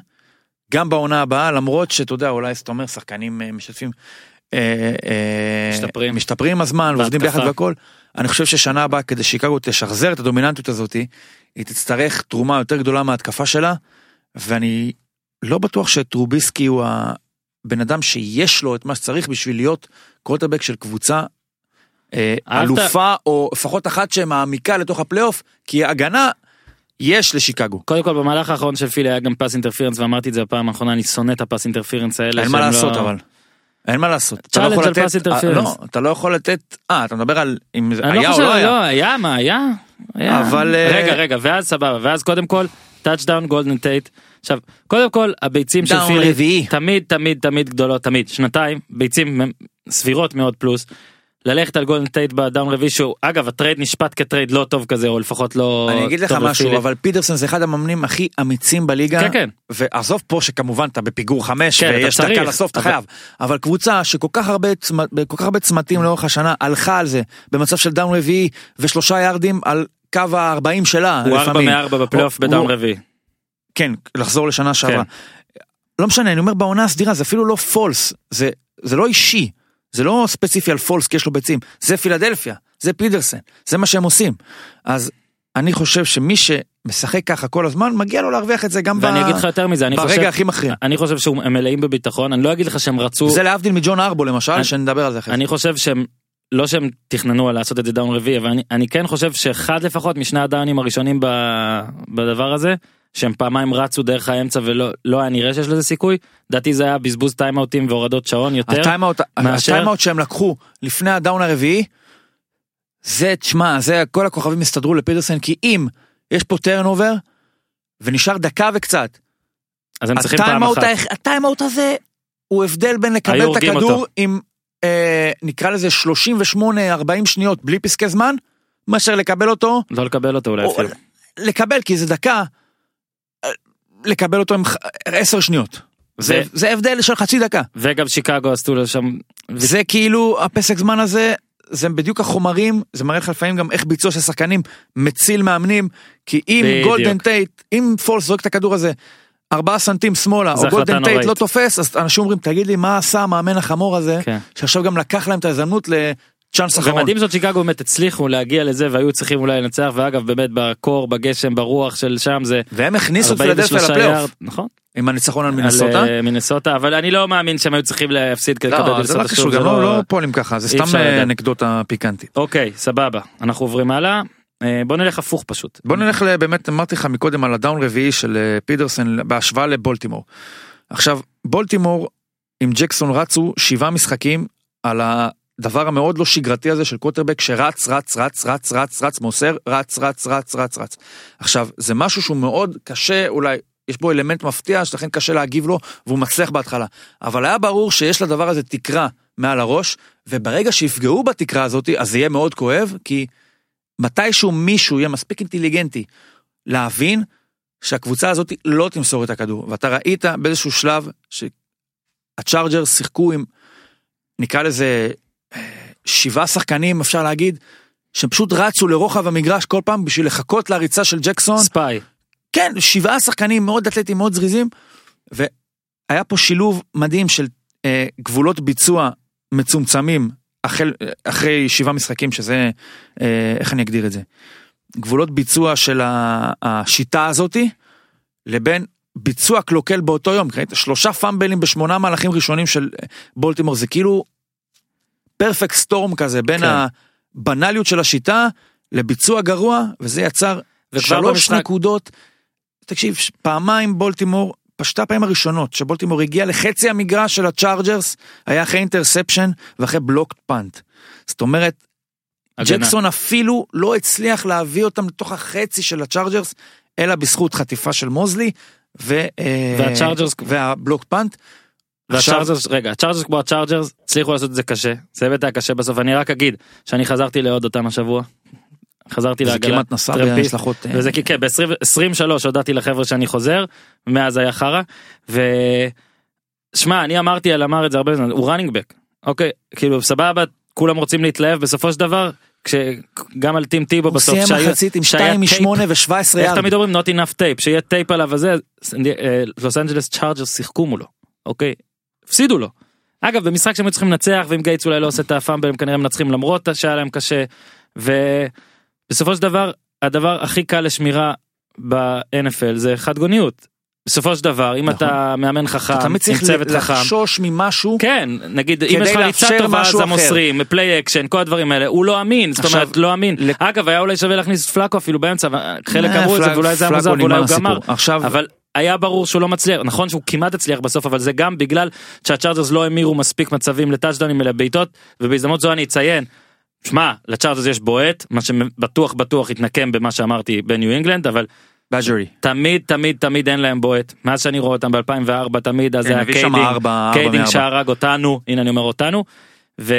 [SPEAKER 3] גם בעונה הבאה, למרות שאתה יודע, אולי אתה אומר, שחקנים אה, משתתפים. אה, אה,
[SPEAKER 1] משתפרים.
[SPEAKER 3] משתפרים עם הזמן ועובדים
[SPEAKER 1] בהתקפה.
[SPEAKER 3] ביחד והכל. אני חושב ששנה הבאה כדי שיקגו תשחזר את הדומיננטיות הזאת, היא תצטרך תרומה יותר גדולה מההתקפה שלה, ואני לא בטוח שטרוביסקי הוא הבן אדם שיש לו את מה שצריך בשביל להיות קורטבק של קבוצה אה,
[SPEAKER 1] אהבת?
[SPEAKER 3] אלופה, או לפחות אחת שמעמיקה לתוך הפלייאוף, כי הגנה יש לשיקגו.
[SPEAKER 1] קודם כל במהלך האחרון של פילי היה גם פס אינטרפירנס ואמרתי את זה הפעם האחרונה אני שונא את הפס אינטרפירנס האלה.
[SPEAKER 3] אין מה
[SPEAKER 1] שהם
[SPEAKER 3] לעשות
[SPEAKER 1] לא...
[SPEAKER 3] אבל. אין מה לעשות. אתה לא
[SPEAKER 1] צ'אלנג'
[SPEAKER 3] יכול
[SPEAKER 1] על
[SPEAKER 3] לתת-
[SPEAKER 1] פס
[SPEAKER 3] אה, לא,
[SPEAKER 1] interference.
[SPEAKER 3] אתה לא יכול לתת, אה, אתה מדבר על אם זה
[SPEAKER 1] אני
[SPEAKER 3] היה
[SPEAKER 1] לא
[SPEAKER 3] או
[SPEAKER 1] חושב,
[SPEAKER 3] לא היה.
[SPEAKER 1] לא, היה, מה, היה? היה.
[SPEAKER 3] אבל, אה,
[SPEAKER 1] רגע, רגע, ואז סבבה, ואז קודם כל, טאצ'דאון גולדן טייט. עכשיו, קודם כל, הביצים של
[SPEAKER 3] דאון
[SPEAKER 1] פילי,
[SPEAKER 3] רביעי.
[SPEAKER 1] תמיד, תמיד, תמיד גדולות, תמיד, שנתיים, ביצים סבירות מאוד פלוס. ללכת על גולדן טייט בדאון רביעי, שהוא, אגב, הטרייד נשפט כטרייד לא טוב כזה, או לפחות לא...
[SPEAKER 3] אני אגיד לך
[SPEAKER 1] טוב
[SPEAKER 3] משהו
[SPEAKER 1] לפילי.
[SPEAKER 3] אבל פיטרסון זה אחד המאמנים הכי אמיצים בליגה
[SPEAKER 1] כן, כן.
[SPEAKER 3] ועזוב פה שכמובן אתה בפיגור חמש
[SPEAKER 1] כן, אתה
[SPEAKER 3] ויש
[SPEAKER 1] צריך,
[SPEAKER 3] דקה לסוף אתה
[SPEAKER 1] אבל-
[SPEAKER 3] חייב אבל קבוצה שכל כך הרבה צמ- בכל כך הרבה צמתים לאורך השנה הלכה על זה במצב של דאון רביעי ושלושה יארדים על קו ה-40 שלה
[SPEAKER 1] הוא ארבע
[SPEAKER 3] לפעמים.
[SPEAKER 1] מארבע בפלייאוף
[SPEAKER 3] הוא-
[SPEAKER 1] בדאון
[SPEAKER 3] הוא-
[SPEAKER 1] רביעי.
[SPEAKER 3] כן לחזור לשנה שעברה.
[SPEAKER 1] כן.
[SPEAKER 3] לא משנה אני אומר בעונה הסדירה זה אפילו לא פולס זה זה לא אישי זה לא ספציפי על פולס כי יש לו ביצים זה פילדלפיה זה פידרסן זה מה שהם עושים אז אני חושב שמי שמשחק ככה כל הזמן מגיע לו להרוויח את זה גם
[SPEAKER 1] ואני
[SPEAKER 3] ב-
[SPEAKER 1] אגיד לך יותר מזה, אני
[SPEAKER 3] ברגע
[SPEAKER 1] חושב...
[SPEAKER 3] הכי מכריע
[SPEAKER 1] אני חושב שהם מלאים בביטחון, אני לא אגיד לך שהם רצו...
[SPEAKER 3] זה להבדיל מג'ון ארבו למשל
[SPEAKER 1] אני-
[SPEAKER 3] שנדבר על זה אחרי זה.
[SPEAKER 1] אני חושב שהם לא שהם תכננו על לעשות את זה דאון רביעי אבל אני, אני כן חושב שאחד לפחות משני הדאונים הראשונים ב, בדבר הזה שהם פעמיים רצו דרך האמצע ולא לא היה נראה שיש לזה סיכוי לדעתי זה היה בזבוז טיימאוטים והורדות שעון יותר
[SPEAKER 3] הטיימאוט
[SPEAKER 1] מאשר-
[SPEAKER 3] הטיימאוט שהם לקחו לפני הדאון הרביעי זה תשמע זה כל הכוכבים הסתדרו לפידרסן כי אם יש פה טרנובר ונשאר דקה וקצת
[SPEAKER 1] אז הם צריכים פעם
[SPEAKER 3] הטיימאוט
[SPEAKER 1] אחת.
[SPEAKER 3] ה- הטיימאוט הזה הוא הבדל בין
[SPEAKER 1] היו
[SPEAKER 3] לקבל את
[SPEAKER 1] הורגים
[SPEAKER 3] הכדור
[SPEAKER 1] אותו.
[SPEAKER 3] עם אה, נקרא לזה 38-40 שניות בלי פסקי זמן מאשר לקבל אותו
[SPEAKER 1] לא לקבל אותו אולי
[SPEAKER 3] או-
[SPEAKER 1] אפילו.
[SPEAKER 3] לקבל כי זה דקה אה, לקבל אותו עם ח- 10 שניות זה,
[SPEAKER 1] ו-
[SPEAKER 3] זה הבדל של חצי דקה
[SPEAKER 1] וגם שיקגו עשו לו שם
[SPEAKER 3] זה כאילו הפסק זמן הזה זה בדיוק החומרים זה מראה לך לפעמים גם איך ביצוע של שחקנים מציל מאמנים כי אם
[SPEAKER 1] בדיוק.
[SPEAKER 3] גולדן טייט אם פולס זורק את הכדור הזה. ארבעה סנטים שמאלה
[SPEAKER 1] זו
[SPEAKER 3] או
[SPEAKER 1] החלטה
[SPEAKER 3] גולדן טייט
[SPEAKER 1] נוראית.
[SPEAKER 3] לא תופס אז אנשים אומרים תגיד לי מה עשה המאמן החמור הזה
[SPEAKER 1] כן.
[SPEAKER 3] שעכשיו גם לקח להם את ההזדמנות לצ'אנס
[SPEAKER 1] זה
[SPEAKER 3] אחרון.
[SPEAKER 1] מדהים זאת שיקגו באמת הצליחו להגיע לזה והיו צריכים אולי לנצח ואגב באמת בקור בגשם ברוח של שם זה
[SPEAKER 3] והם הכניסו את
[SPEAKER 1] 43
[SPEAKER 3] פילדלפיה
[SPEAKER 1] יארד
[SPEAKER 3] לפלייאוף
[SPEAKER 1] נכון
[SPEAKER 3] עם הניצחון על
[SPEAKER 1] על
[SPEAKER 3] מינסוטה.
[SPEAKER 1] אה, מינסוטה אבל אני לא מאמין שהם היו צריכים להפסיד כדי לקבל
[SPEAKER 3] לא, זה לא
[SPEAKER 1] מינסוטה
[SPEAKER 3] קשור
[SPEAKER 1] שוב. זה
[SPEAKER 3] גם לא
[SPEAKER 1] לא-
[SPEAKER 3] לא פועלים ככה זה
[SPEAKER 1] אי
[SPEAKER 3] סתם
[SPEAKER 1] אפשר
[SPEAKER 3] אה,
[SPEAKER 1] לדעת.
[SPEAKER 3] אנקדוטה פיקנטית.
[SPEAKER 1] אוקיי סבבה אנחנו עוברים הלאה אה, בוא נלך הפוך פשוט.
[SPEAKER 3] בוא נלך ל- באמת אמרתי לך מקודם על הדאון רביעי של אה, פידרסן בהשוואה לבולטימור. עכשיו בולטימור עם ג'קסון רצו שבעה משחקים על הדבר המאוד לא שגרתי הזה של קוטרבק שרץ רץ רץ רץ רץ רץ מוסר רץ רץ רץ רץ רץ. עכשיו זה משהו שהוא מאוד קשה אולי. יש בו אלמנט מפתיע שלכן קשה להגיב לו והוא מצליח בהתחלה. אבל היה ברור שיש לדבר הזה תקרה מעל הראש וברגע שיפגעו בתקרה הזאת אז זה יהיה מאוד כואב כי מתישהו מישהו יהיה מספיק אינטליגנטי להבין שהקבוצה הזאת לא תמסור את הכדור. ואתה ראית באיזשהו שלב שהצ'ארג'ר שיחקו עם, נקרא לזה, אה, שבעה שחקנים, אפשר להגיד, שפשוט רצו לרוחב המגרש כל פעם בשביל לחכות לריצה של ג'קסון.
[SPEAKER 1] ספיי
[SPEAKER 3] כן, שבעה שחקנים מאוד אתלטים, מאוד זריזים, והיה פה שילוב מדהים של אה, גבולות ביצוע מצומצמים החל, אחרי שבעה משחקים, שזה, אה, איך אני אגדיר את זה? גבולות ביצוע של ה- השיטה הזאתי, לבין ביצוע קלוקל באותו יום, ראית? שלושה פאמבלים בשמונה מהלכים ראשונים של אה, בולטימור, זה כאילו פרפקט סטורם כזה, בין
[SPEAKER 1] כן.
[SPEAKER 3] הבנאליות של השיטה לביצוע גרוע, וזה יצר
[SPEAKER 1] וכבר
[SPEAKER 3] שלוש
[SPEAKER 1] במשחק-
[SPEAKER 3] נקודות. תקשיב, ש- פעמיים בולטימור, בשתי הפעמים הראשונות שבולטימור הגיע לחצי המגרש של הצ'ארג'רס, היה אחרי אינטרספשן ואחרי בלוקד פאנט. זאת אומרת,
[SPEAKER 1] הגנה.
[SPEAKER 3] ג'קסון אפילו לא הצליח להביא אותם לתוך החצי של הצ'ארג'רס, אלא בזכות חטיפה של מוזלי ו... אה,
[SPEAKER 1] והצ'ארג'רס-
[SPEAKER 3] והבלוק פאנט.
[SPEAKER 1] והצ'ארג'רס רגע הצ'ארג'רס כמו הצ'ארג'רס הצליחו לעשות את זה קשה זה באמת היה קשה בסוף אני רק אגיד שאני חזרתי לעוד אותם השבוע. חזרתי
[SPEAKER 3] זה
[SPEAKER 1] להגלה
[SPEAKER 3] כמעט נסע
[SPEAKER 1] טרמפיסט,
[SPEAKER 3] בהשלכות. אה,
[SPEAKER 1] וזה כי כן ב-23 הודעתי לחבר'ה שאני חוזר מאז היה חרא ו... שמע אני אמרתי על אמר את זה הרבה זמן הוא ראנינג בק אוקיי כאילו סבבה כולם רוצים להתלהב בסופו של דבר כש- גם על טים טיבו
[SPEAKER 3] הוא
[SPEAKER 1] בסוף
[SPEAKER 3] סיים
[SPEAKER 1] שהיו-
[SPEAKER 3] מחצית עם
[SPEAKER 1] שהיה
[SPEAKER 3] 2
[SPEAKER 1] טייפ-
[SPEAKER 3] מ-8 ו-17
[SPEAKER 1] איך
[SPEAKER 3] יארד.
[SPEAKER 1] תמיד אומרים not enough tape שיהיה טייפ עליו הזה אז, אה, לוס אנג'לס צ'ארג'רס שיחקו מולו אוקיי הפסידו לו. אגב במשחק שהם היו צריכים לנצח ואם גייטס אולי לא עושה את הפאמבל הם כנראה מנצחים למרות שהיה להם קשה ובסופו של דבר הדבר הכי קל לשמירה ב-NFL זה חד גוניות. בסופו של דבר אם
[SPEAKER 3] נכון.
[SPEAKER 1] אתה מאמן חכם,
[SPEAKER 3] אתה תמיד
[SPEAKER 1] עם
[SPEAKER 3] צריך
[SPEAKER 1] צוות חכם,
[SPEAKER 3] לחשוש ממשהו.
[SPEAKER 1] כן, נגיד אם
[SPEAKER 3] כדי
[SPEAKER 1] יש לך ריצה
[SPEAKER 3] לאפשר
[SPEAKER 1] טובה אז
[SPEAKER 3] משהו אחר.
[SPEAKER 1] המוסרים, פליי אקשן, כל הדברים האלה, הוא לא אמין, זאת
[SPEAKER 3] עכשיו,
[SPEAKER 1] אומרת לא אמין.
[SPEAKER 3] לק-
[SPEAKER 1] אגב היה אולי שווה להכניס את פלאקו אפילו באמצע, אבל חלק
[SPEAKER 3] אה,
[SPEAKER 1] אמרו את זה
[SPEAKER 3] פלאק-
[SPEAKER 1] ואולי זה היה
[SPEAKER 3] פלאקו
[SPEAKER 1] מוזר ואולי
[SPEAKER 3] נגמר
[SPEAKER 1] הוא גמר,
[SPEAKER 3] הסיפור. עכשיו,
[SPEAKER 1] אבל היה ברור שהוא לא מצליח, נכון שהוא כמעט הצליח בסוף אבל זה גם בגלל שהצ'ארג'רס לא המירו מספיק מצבים לטאצ'דאונים אלא בעיטות, ובהזדמנות זו אני אציין. שמע, לצ'ארג'רס יש בועט, מה שבטוח בטוח התנקם במה שאמרתי בניו אינגלנד, אבל
[SPEAKER 3] באג'רי.
[SPEAKER 1] תמיד תמיד תמיד אין להם בועט מאז שאני רואה אותם ב2004 תמיד אז
[SPEAKER 3] כן,
[SPEAKER 1] היה
[SPEAKER 3] הביא שם
[SPEAKER 1] קיידינג
[SPEAKER 3] ארבע- ארבע
[SPEAKER 1] קיידינג
[SPEAKER 3] מארבע.
[SPEAKER 1] שהרג אותנו הנה אני אומר אותנו. ו...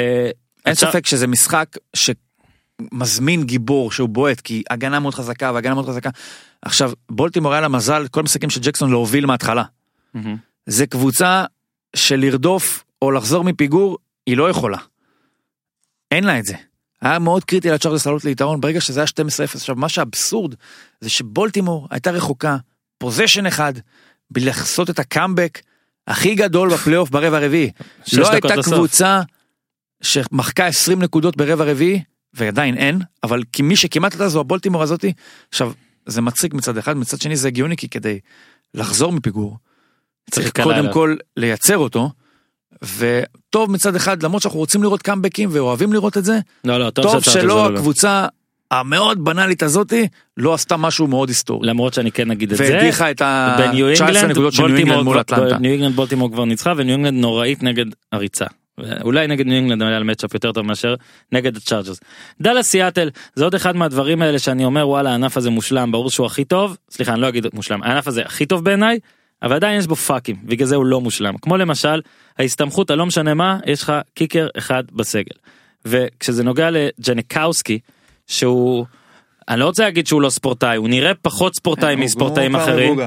[SPEAKER 3] אין
[SPEAKER 1] אפשר-
[SPEAKER 3] ספק שזה משחק שמזמין גיבור שהוא בועט כי הגנה מאוד חזקה והגנה מאוד חזקה. עכשיו בולטימור היה לה מזל כל המשחקים של ג'קסון להוביל מההתחלה.
[SPEAKER 1] מהמם.
[SPEAKER 3] זה קבוצה שלרדוף או לחזור מפיגור היא לא יכולה. אין לה את זה. היה מאוד קריטי לצ'ארלס לעלות ליתרון ברגע שזה היה 12-0. עכשיו מה שהאבסורד זה שבולטימור הייתה רחוקה פוזיישן אחד בלעשות את הקאמבק הכי גדול בפלייאוף ברבע הרביעי.
[SPEAKER 1] שש
[SPEAKER 3] לא
[SPEAKER 1] דקות
[SPEAKER 3] הייתה
[SPEAKER 1] לסוף.
[SPEAKER 3] קבוצה שמחקה 20 נקודות ברבע רביעי ועדיין אין אבל כי מי שכמעט הייתה זו הבולטימור הזאתי. עכשיו זה מצחיק מצד אחד מצד שני זה הגיוני כי כדי לחזור מפיגור צריך
[SPEAKER 1] להיקלע
[SPEAKER 3] קודם
[SPEAKER 1] אליו.
[SPEAKER 3] כל לייצר אותו. וטוב מצד אחד למרות שאנחנו רוצים לראות קאמבקים ואוהבים לראות את זה
[SPEAKER 1] לא לא טוב,
[SPEAKER 3] טוב
[SPEAKER 1] שהצ'ארג'רס
[SPEAKER 3] שלא
[SPEAKER 1] לא- לא.
[SPEAKER 3] הקבוצה המאוד בנאלית הזאתי לא עשתה משהו מאוד היסטורי.
[SPEAKER 1] למרות שאני כן אגיד את זה.
[SPEAKER 3] והדיחה את
[SPEAKER 1] בניו
[SPEAKER 3] ה-19
[SPEAKER 1] אינגלנד,
[SPEAKER 3] נקודות של ניו
[SPEAKER 1] בולטימור
[SPEAKER 3] אינגלנד מול
[SPEAKER 1] כבר-
[SPEAKER 3] אטלנטה.
[SPEAKER 1] ניו אינגלנד בולטימור כבר ניצחה וניו אינגלנד נוראית נגד הריצה. אולי נגד ניו אינגלנד היה לה מצ'אפ יותר טוב מאשר נגד הצ'ארג'רס. דאלאס סיאטל זה עוד אחד מהדברים האלה שאני אומר וואלה הענף הזה מושלם ברור שהוא הכי טוב סליחה אני לא אגיד מושלם הענף הזה הכי טוב בעיניי אבל עדיין יש בו פאקים בגלל זה הוא לא מושלם כמו למשל ההסתמכות הלא משנה מה יש לך קיקר אחד בסגל. וכשזה נוגע לג'ניקאוסקי שהוא אני לא רוצה להגיד שהוא לא ספורטאי הוא נראה פחות
[SPEAKER 3] אה,
[SPEAKER 1] ספורטאי
[SPEAKER 3] לא
[SPEAKER 1] מספורטאים אחרים.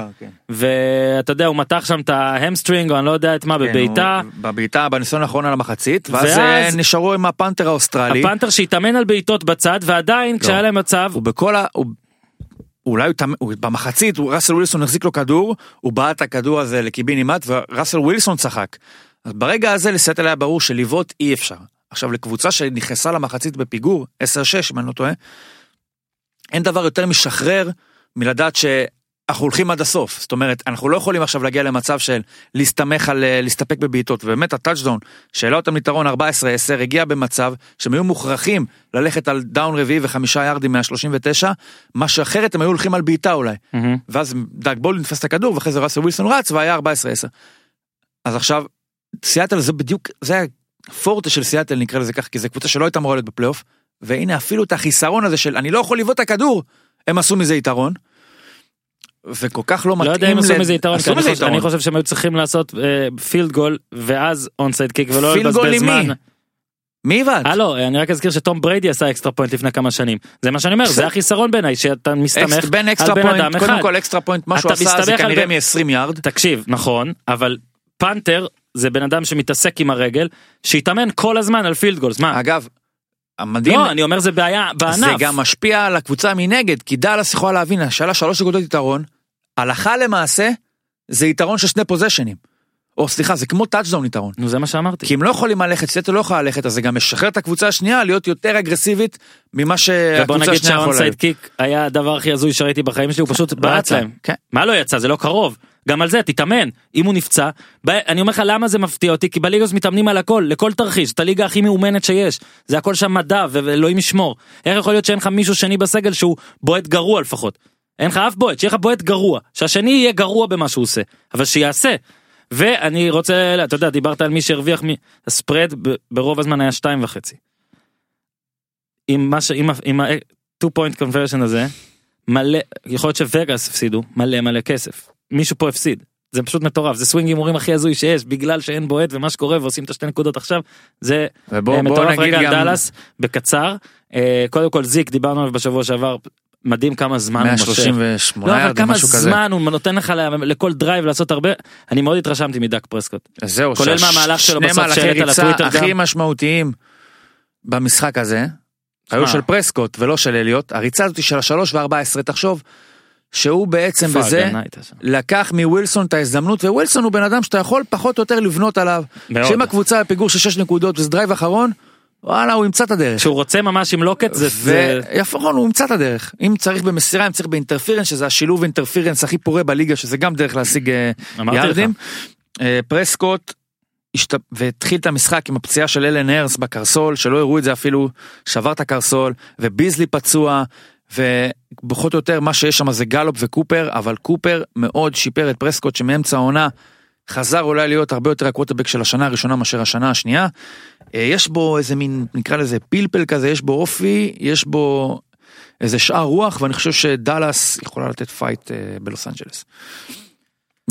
[SPEAKER 1] ואתה יודע הוא מתח שם את ההמסטרינג או אני לא יודע את מה בבעיטה.
[SPEAKER 3] כן, הוא- בבעיטה בניסיון האחרון על המחצית ואז
[SPEAKER 1] ואז-
[SPEAKER 3] אה, נשארו עם הפנתר האוסטרלי
[SPEAKER 1] הפנתר שהתאמן על בעיטות בצד ועדיין כשהיה להם מצב
[SPEAKER 3] לא. הוא בכל ה... הוא- אולי הוא תמ- הוא במחצית הוא- ראסל ווילסון החזיק לו כדור הוא בעט את הכדור הזה לקיבינימט וראסל ווילסון צחק. אז ברגע הזה לסטל היה ברור שלבעוט אי אפשר. עכשיו לקבוצה שנכנסה למחצית בפיגור 10-6 אם אני לא טועה. אין דבר יותר משחרר מלדעת שאנחנו הולכים עד הסוף זאת אומרת אנחנו לא יכולים עכשיו להגיע למצב של להסתמך על אה, להסתפק בבעיטות ובאמת הטאצ'דאון שהעלה אותם ליתרון 14-10 הגיע במצב שהם היו מוכרחים ללכת על דאון רביעי וחמישה יארדים מה-39 מה שאחרת הם היו הולכים על בעיטה אולי
[SPEAKER 1] מהמם.
[SPEAKER 3] ואז דאג בולדין תפס את הכדור ואחרי זה ראסל ווילסון רץ והיה 14-10. אז עכשיו סיאטל זה בדיוק זה הפורטה של סיאטל נקרא לזה כך כי זו קבוצה שלא הייתה אמורה להיות בפלייאוף והנה אפילו את החיסרון הזה של אני לא יכול לבעוט את הכדור הם עשו מזה יתרון. וכל כך לא מתאים.
[SPEAKER 1] לא יודע אם עשו
[SPEAKER 3] ל-
[SPEAKER 1] מזה יתרון כי
[SPEAKER 3] עשו
[SPEAKER 1] אני
[SPEAKER 3] מזה
[SPEAKER 1] חושב-
[SPEAKER 3] יתרון.
[SPEAKER 1] אני חושב שהם היו צריכים לעשות פילד גול ואז אונסייד קיק ולא
[SPEAKER 3] Field goal
[SPEAKER 1] לבזבז
[SPEAKER 3] למי?
[SPEAKER 1] זמן.
[SPEAKER 3] מי בעט?
[SPEAKER 1] הלו אני רק אזכיר שטום בריידי עשה אקסטרה פוינט לפני כמה שנים זה מה שאני אומר זה החיסרון בעיניי שאתה מסתמך
[SPEAKER 3] אקס- בין
[SPEAKER 1] על
[SPEAKER 3] אקסטרה
[SPEAKER 1] בן
[SPEAKER 3] פוינט,
[SPEAKER 1] אדם אחד.
[SPEAKER 3] קודם כל אקסטרה פוינט, מה
[SPEAKER 1] אתה
[SPEAKER 3] שהוא עשה זה
[SPEAKER 1] מסתמך על
[SPEAKER 3] כנראה
[SPEAKER 1] בן-
[SPEAKER 3] מ-20 יארד.
[SPEAKER 1] תקשיב נכון אבל פנתר זה בן אדם שמתעסק עם הרגל שהתאמן כל הזמן על פילד גולס מה
[SPEAKER 3] אגב, המדהים,
[SPEAKER 1] לא אני אומר זה בעיה בענף.
[SPEAKER 3] זה גם משפיע על הקבוצה מנגד, כי דאלאס יכולה להבין, השאלה שלוש נקודות יתרון, הלכה למעשה, זה יתרון של שני פוזיישנים. או סליחה, זה כמו טאצ'דאון יתרון.
[SPEAKER 1] נו זה מה שאמרתי.
[SPEAKER 3] כי אם לא יכולים ללכת, סטל לא יכולה ללכת, אז זה גם משחרר את הקבוצה השנייה להיות יותר אגרסיבית ממה
[SPEAKER 1] ובוא
[SPEAKER 3] שהקבוצה
[SPEAKER 1] נגיד
[SPEAKER 3] השנייה יכולה
[SPEAKER 1] שהאונסייד
[SPEAKER 3] להיות.
[SPEAKER 1] קיק היה הדבר הכי הזוי שראיתי בחיים שלי הוא פשוט בעט
[SPEAKER 3] בעט להם,
[SPEAKER 1] להם.
[SPEAKER 3] כן.
[SPEAKER 1] מה לא יצא זה לא קרוב. גם על זה תתאמן אם הוא נפצע ב- אני אומר לך למה זה מפתיע אותי כי בליגה הזאת מתאמנים על הכל לכל תרחיש את הליגה הכי מאומנת שיש זה הכל שם מדע ו- ואלוהים ישמור איך יכול להיות שאין לך מישהו שני בסגל שהוא בועט גרוע לפחות. אין לך אף בועט שיהיה לך בועט גרוע שהשני יהיה גרוע במה שהוא עושה אבל שיעשה. ואני רוצה אתה יודע דיברת על מי שהרוויח מהספרד ב- ברוב הזמן היה שתיים וחצי. עם מה ש... עם, ה- עם ה-2 point conversion הזה, מלא, יכול להיות שווגאס הפסידו מלא מלא כסף. מישהו פה הפסיד. זה פשוט מטורף, זה סווינג הימורים הכי הזוי שיש, בגלל שאין בועט ומה שקורה ועושים את השתי נקודות עכשיו, זה
[SPEAKER 3] ובוא
[SPEAKER 1] אה,
[SPEAKER 3] בוא
[SPEAKER 1] מטורף.
[SPEAKER 3] נגיד
[SPEAKER 1] רגע, על
[SPEAKER 3] גם,
[SPEAKER 1] דאלאס, בקצר, אה, קודם כל זיק, דיברנו עליו בשבוע שעבר, מדהים כמה זמן הוא מושך.
[SPEAKER 3] 138
[SPEAKER 1] לא, אבל
[SPEAKER 3] יארד,
[SPEAKER 1] כמה
[SPEAKER 3] משהו כזה.
[SPEAKER 1] זמן הוא נותן לך ל- לכל דרייב לעשות הרבה, אני מאוד התרשמתי מדק פרסקוט.
[SPEAKER 3] אז זהו,
[SPEAKER 1] כולל
[SPEAKER 3] שה-
[SPEAKER 1] מהמהלך שלו
[SPEAKER 3] שני
[SPEAKER 1] בסוף
[SPEAKER 3] מהלכי
[SPEAKER 1] שהעלית
[SPEAKER 3] ריצה
[SPEAKER 1] לטוויטר
[SPEAKER 3] הכי
[SPEAKER 1] גם.
[SPEAKER 3] משמעותיים במשחק הזה, היו
[SPEAKER 1] מה?
[SPEAKER 3] של פרסקוט ולא של אליוט, הריצה הזאת של השלוש וארבע עשרה, תחשוב, שהוא בעצם
[SPEAKER 1] פאק,
[SPEAKER 3] בזה,
[SPEAKER 1] גנאי את השם.
[SPEAKER 3] לקח מווילסון את ההזדמנות, ווילסון הוא בן אדם שאתה יכול פחות או יותר לבנות עליו.
[SPEAKER 1] מאוד.
[SPEAKER 3] שאם הקבוצה בפיגור של 6 נקודות וזה דרייב אחרון, וואלה הוא ימצא את הדרך.
[SPEAKER 1] כשהוא רוצה ממש עם לוקט זה... זה-
[SPEAKER 3] ויפרון הוא ימצא את הדרך אם צריך במסירה אם צריך באינטרפירנס שזה השילוב אינטרפירנס הכי פורה בליגה שזה גם דרך להשיג אה,
[SPEAKER 1] אמרתי
[SPEAKER 3] יארדים. אה, פרסקוט השת... והתחיל את המשחק עם הפציעה של אלן הרס בקרסול שלא הראו את זה אפילו שבר את הקרסול וביזלי פצוע ופחות או יותר מה שיש שם זה גלופ וקופר אבל קופר מאוד שיפר את פרסקוט שמאמצע העונה חזר אולי להיות הרבה יותר הקווטרבק של השנה הראשונה מאשר השנה השנייה. אה, יש בו איזה מין נקרא לזה פלפל כזה יש בו אופי יש בו איזה שאר רוח ואני חושב שדאלאס יכולה לתת פייט אה, בלוס אנג'לס.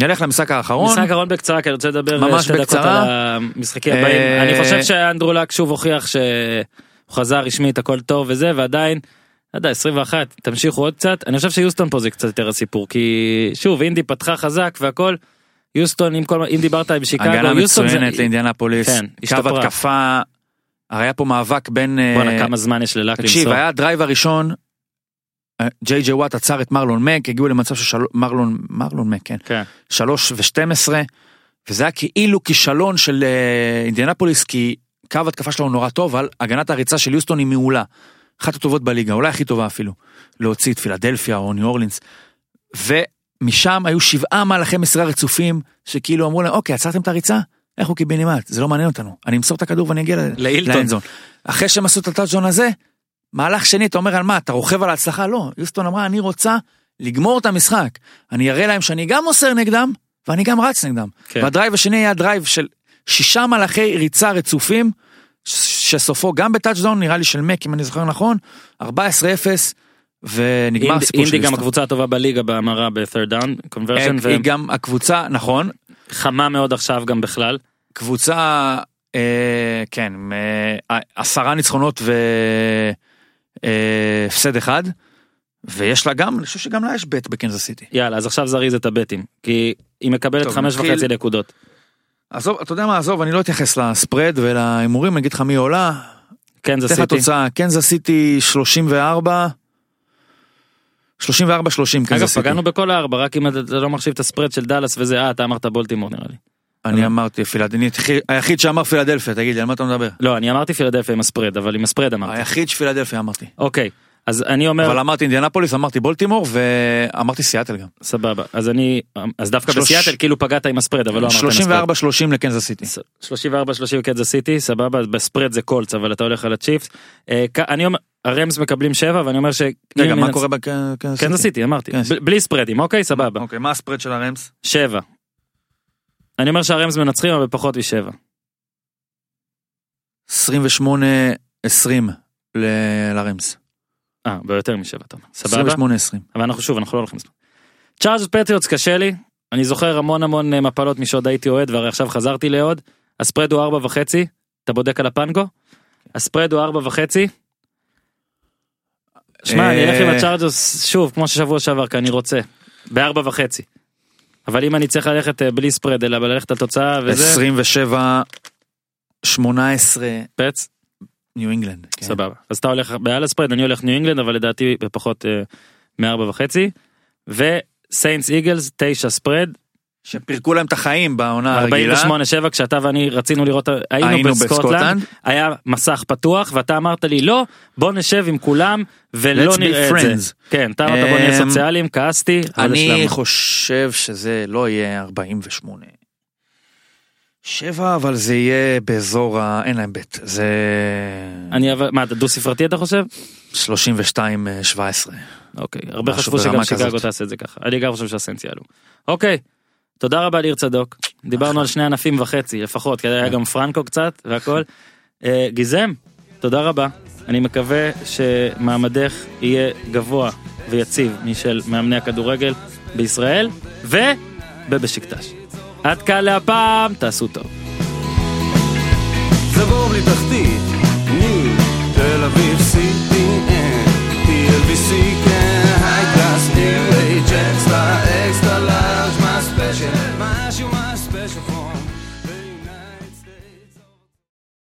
[SPEAKER 3] נלך למשחק האחרון.
[SPEAKER 1] משחק אחרון בקצרה כי אני רוצה לדבר
[SPEAKER 3] נכון. ממש
[SPEAKER 1] אה, שתי דקות
[SPEAKER 3] בקצרה.
[SPEAKER 1] על המשחקים הבאים.
[SPEAKER 3] אה,
[SPEAKER 1] אני חושב שאנדרו לק שוב הוכיח שהוא חזר רשמית הכל טוב וזה ועדיין. לא יודע 21 תמשיכו עוד קצת אני חושב שיוסטון פה זה קצת יותר הסיפור כי שוב אינדי פתחה חזק והכל. יוסטון עם כל אם דיברת עם שיקגו
[SPEAKER 3] הגנה
[SPEAKER 1] יוסטון זה-
[SPEAKER 3] מצוינת לאינדיאנפוליס.
[SPEAKER 1] כן,
[SPEAKER 3] קו
[SPEAKER 1] השתפרה.
[SPEAKER 3] התקפה. הרי היה פה מאבק בין... אה,
[SPEAKER 1] בואנה כמה זמן יש ללק
[SPEAKER 3] תקשיב
[SPEAKER 1] למסור.
[SPEAKER 3] היה הדרייב הראשון. אה, ג'יי ג'יי וואט עצר את מרלון מק הגיעו למצב של מרלון מרלון מק כן
[SPEAKER 1] כן.
[SPEAKER 3] 3 ו-12, וזה היה כאילו כישלון של אה, אינדיאנפוליס, כי קו התקפה שלו הוא נורא טוב, אבל הגנת הריצה של יוסטון היא מעולה. אחת הטובות בליגה, אולי הכי טובה אפילו. להוציא את פילדלפיה או ניו אורלינס. ומשם היו שבעה מהלכי מסירה רצופים, שכאילו אמרו להם, אוקיי, עצרתם את הריצה? לכו קיבינימט, זה לא מעניין אותנו. אני אמסור את הכדור ואני אגיע ל-
[SPEAKER 1] לאילטון.
[SPEAKER 3] לאנד זון." אחרי שהם עשו את הטאצ'ון הזה, מהלך שני, אתה אומר על מה, אתה רוכב על ההצלחה? לא, יוסטון אמרה, אני רוצה לגמור את המשחק. אני אראה להם שאני גם מוסר נגדם, ואני גם רץ נגדם.
[SPEAKER 1] כן.
[SPEAKER 3] כן. והדרייב השני היה דרייב של שישה מלאכי ריצה רצופים, ש- שסופו גם בטאצ'דאון, נראה לי של מק, אם אני זוכר נכון, 14-0, ונגמר
[SPEAKER 1] אינדי-
[SPEAKER 3] הסיפור של
[SPEAKER 1] אינדי גם
[SPEAKER 3] יוסטון. כן,
[SPEAKER 1] הקבוצה הטובה בליגה בהמרה ב-third down קונברשן
[SPEAKER 3] היא גם הקבוצה, נכון,
[SPEAKER 1] וחמה מאוד עכשיו גם בכלל.
[SPEAKER 3] קבוצה, אה, כן, אה, עשרה ניצחונות והפסד אחד, ויש לה גם, אני חושב שגם לה יש בית בקנזס סיטי.
[SPEAKER 1] יאללה אז עכשיו זריז את הבטים כי היא מקבלת
[SPEAKER 3] טוב,
[SPEAKER 1] חמש
[SPEAKER 3] נתחיל.
[SPEAKER 1] וחצי נקודות.
[SPEAKER 3] עזוב, אתה יודע מה, עזוב, אני לא אתייחס לספרד ולהימורים, אני אגיד לך מי עולה.
[SPEAKER 1] קנזס
[SPEAKER 3] תן לך
[SPEAKER 1] כן, סיטי.
[SPEAKER 3] תוצאה, קנזס סיטי 34, 34 30
[SPEAKER 1] אגב
[SPEAKER 3] קנזס סיטי.
[SPEAKER 1] פגענו בכל הארבע רק אם אתה אתה לא מחשיב את הספרד של דאלאס וזה אה אתה אמרת בולטימור נראה לי.
[SPEAKER 3] אני אמרתי פילדלפיה, היחיד שאמר פילדלפיה, תגיד לי, על מה אתה מדבר?
[SPEAKER 1] לא אני אמרתי פילדלפיה עם הספרד אבל עם הספרד אמרתי.
[SPEAKER 3] היחיד שפילדלפיה אמרתי.
[SPEAKER 1] אוקיי אז אני
[SPEAKER 3] אה, אבל
[SPEAKER 1] אומר
[SPEAKER 3] אמרתי אינדיאנפוליס, אמרתי בולטימור ואמרתי סיאטל גם.
[SPEAKER 1] סבבה אז אני אז דווקא
[SPEAKER 3] שלוש-
[SPEAKER 1] בסיאטל כאילו פגעת עם הספרד אבל לא אמרת עם הספרד.
[SPEAKER 3] 34 30 לקנזס סיטי.
[SPEAKER 1] 34 30 קנזס סיטי סבבה אז בספרד זה קולץ אבל אתה הולך על הצ'יפס. אה, כ- אני אומר הרמס מקבלים שבע ואני אומר ש...
[SPEAKER 3] רגע,
[SPEAKER 1] אם
[SPEAKER 3] מה
[SPEAKER 1] ינצ-
[SPEAKER 3] קורה בקנזס
[SPEAKER 1] קנזס סיטי אמרתי
[SPEAKER 3] כן.
[SPEAKER 1] ב- בלי ספרדים אוקיי סבבה
[SPEAKER 3] אוקיי, מה הספרד של הרמס?
[SPEAKER 1] שבע. אני אומר שהרמס מנצחים אבל פחות משבע.
[SPEAKER 3] 28 20 לרמס.
[SPEAKER 1] אה ביותר משבע אתה אומר. סבבה.
[SPEAKER 3] 28 20.
[SPEAKER 1] אבל אנחנו שוב אנחנו לא הולכים לספורט. צ'ארג' פטריוטס קשה לי אני זוכר המון המון אה, מפלות משעוד הייתי אוהד והרי עכשיו חזרתי לאוהד הספרד הוא ארבע וחצי אתה בודק על הפנגו הספרד הוא ארבע וחצי. שמע אני אלך עם
[SPEAKER 3] אה,
[SPEAKER 1] הצ'ארג'וס שוב כמו ששבוע שעבר כי אני רוצה בארבע וחצי. אבל אם אני צריך ללכת אה, בלי ספרד אלא ללכת על תוצאה וזה
[SPEAKER 3] 27 18
[SPEAKER 1] פץ
[SPEAKER 3] ניו אינגלנד. כן.
[SPEAKER 1] סבבה אז אתה הולך בעל הספרד אני הולך ניו אינגלנד אבל לדעתי בפחות אה, מארבע וחצי וסיינס איגלס תשע ספרד
[SPEAKER 3] שפירקו להם את החיים בעונה הרגילה.
[SPEAKER 1] 48-7 כשאתה ואני רצינו לראות היינו
[SPEAKER 3] היינו
[SPEAKER 1] בסקוטלנד
[SPEAKER 3] בסקוטלנד.
[SPEAKER 1] היה מסך פתוח ואתה אמרת לי לא בוא נשב עם כולם ולא
[SPEAKER 3] Let's be
[SPEAKER 1] נראה את זה.
[SPEAKER 3] friends.
[SPEAKER 1] כן אתה אמרת בוא נהיה
[SPEAKER 3] אמ,
[SPEAKER 1] סוציאליים כעסתי אבל
[SPEAKER 3] אני
[SPEAKER 1] השלמנו.
[SPEAKER 3] חושב שזה לא יהיה 48. שבע אבל זה יהיה באזור ה... אין להם בית. זה
[SPEAKER 1] אני אבל מה אתה דו ספרתי אתה חושב
[SPEAKER 3] 32 אה, 17.
[SPEAKER 1] אוקיי הרבה
[SPEAKER 3] משהו
[SPEAKER 1] חשבו שגם
[SPEAKER 3] ברמה
[SPEAKER 1] שיקגו
[SPEAKER 3] כזאת.
[SPEAKER 1] תעשה את זה ככה אני גם חושב שהסנס יעלו. אוקיי תודה רבה ליר צדוק דיברנו על שני ענפים וחצי לפחות כי
[SPEAKER 3] כן.
[SPEAKER 1] היה גם פרנקו קצת והכל. אה, גיזם תודה רבה אני מקווה שמעמדך יהיה גבוה ויציב משל מאמני הכדורגל בישראל ובבשיקטש. עד כאן להפעם תעשו טוב.
[SPEAKER 4] זה בור בלי תחתית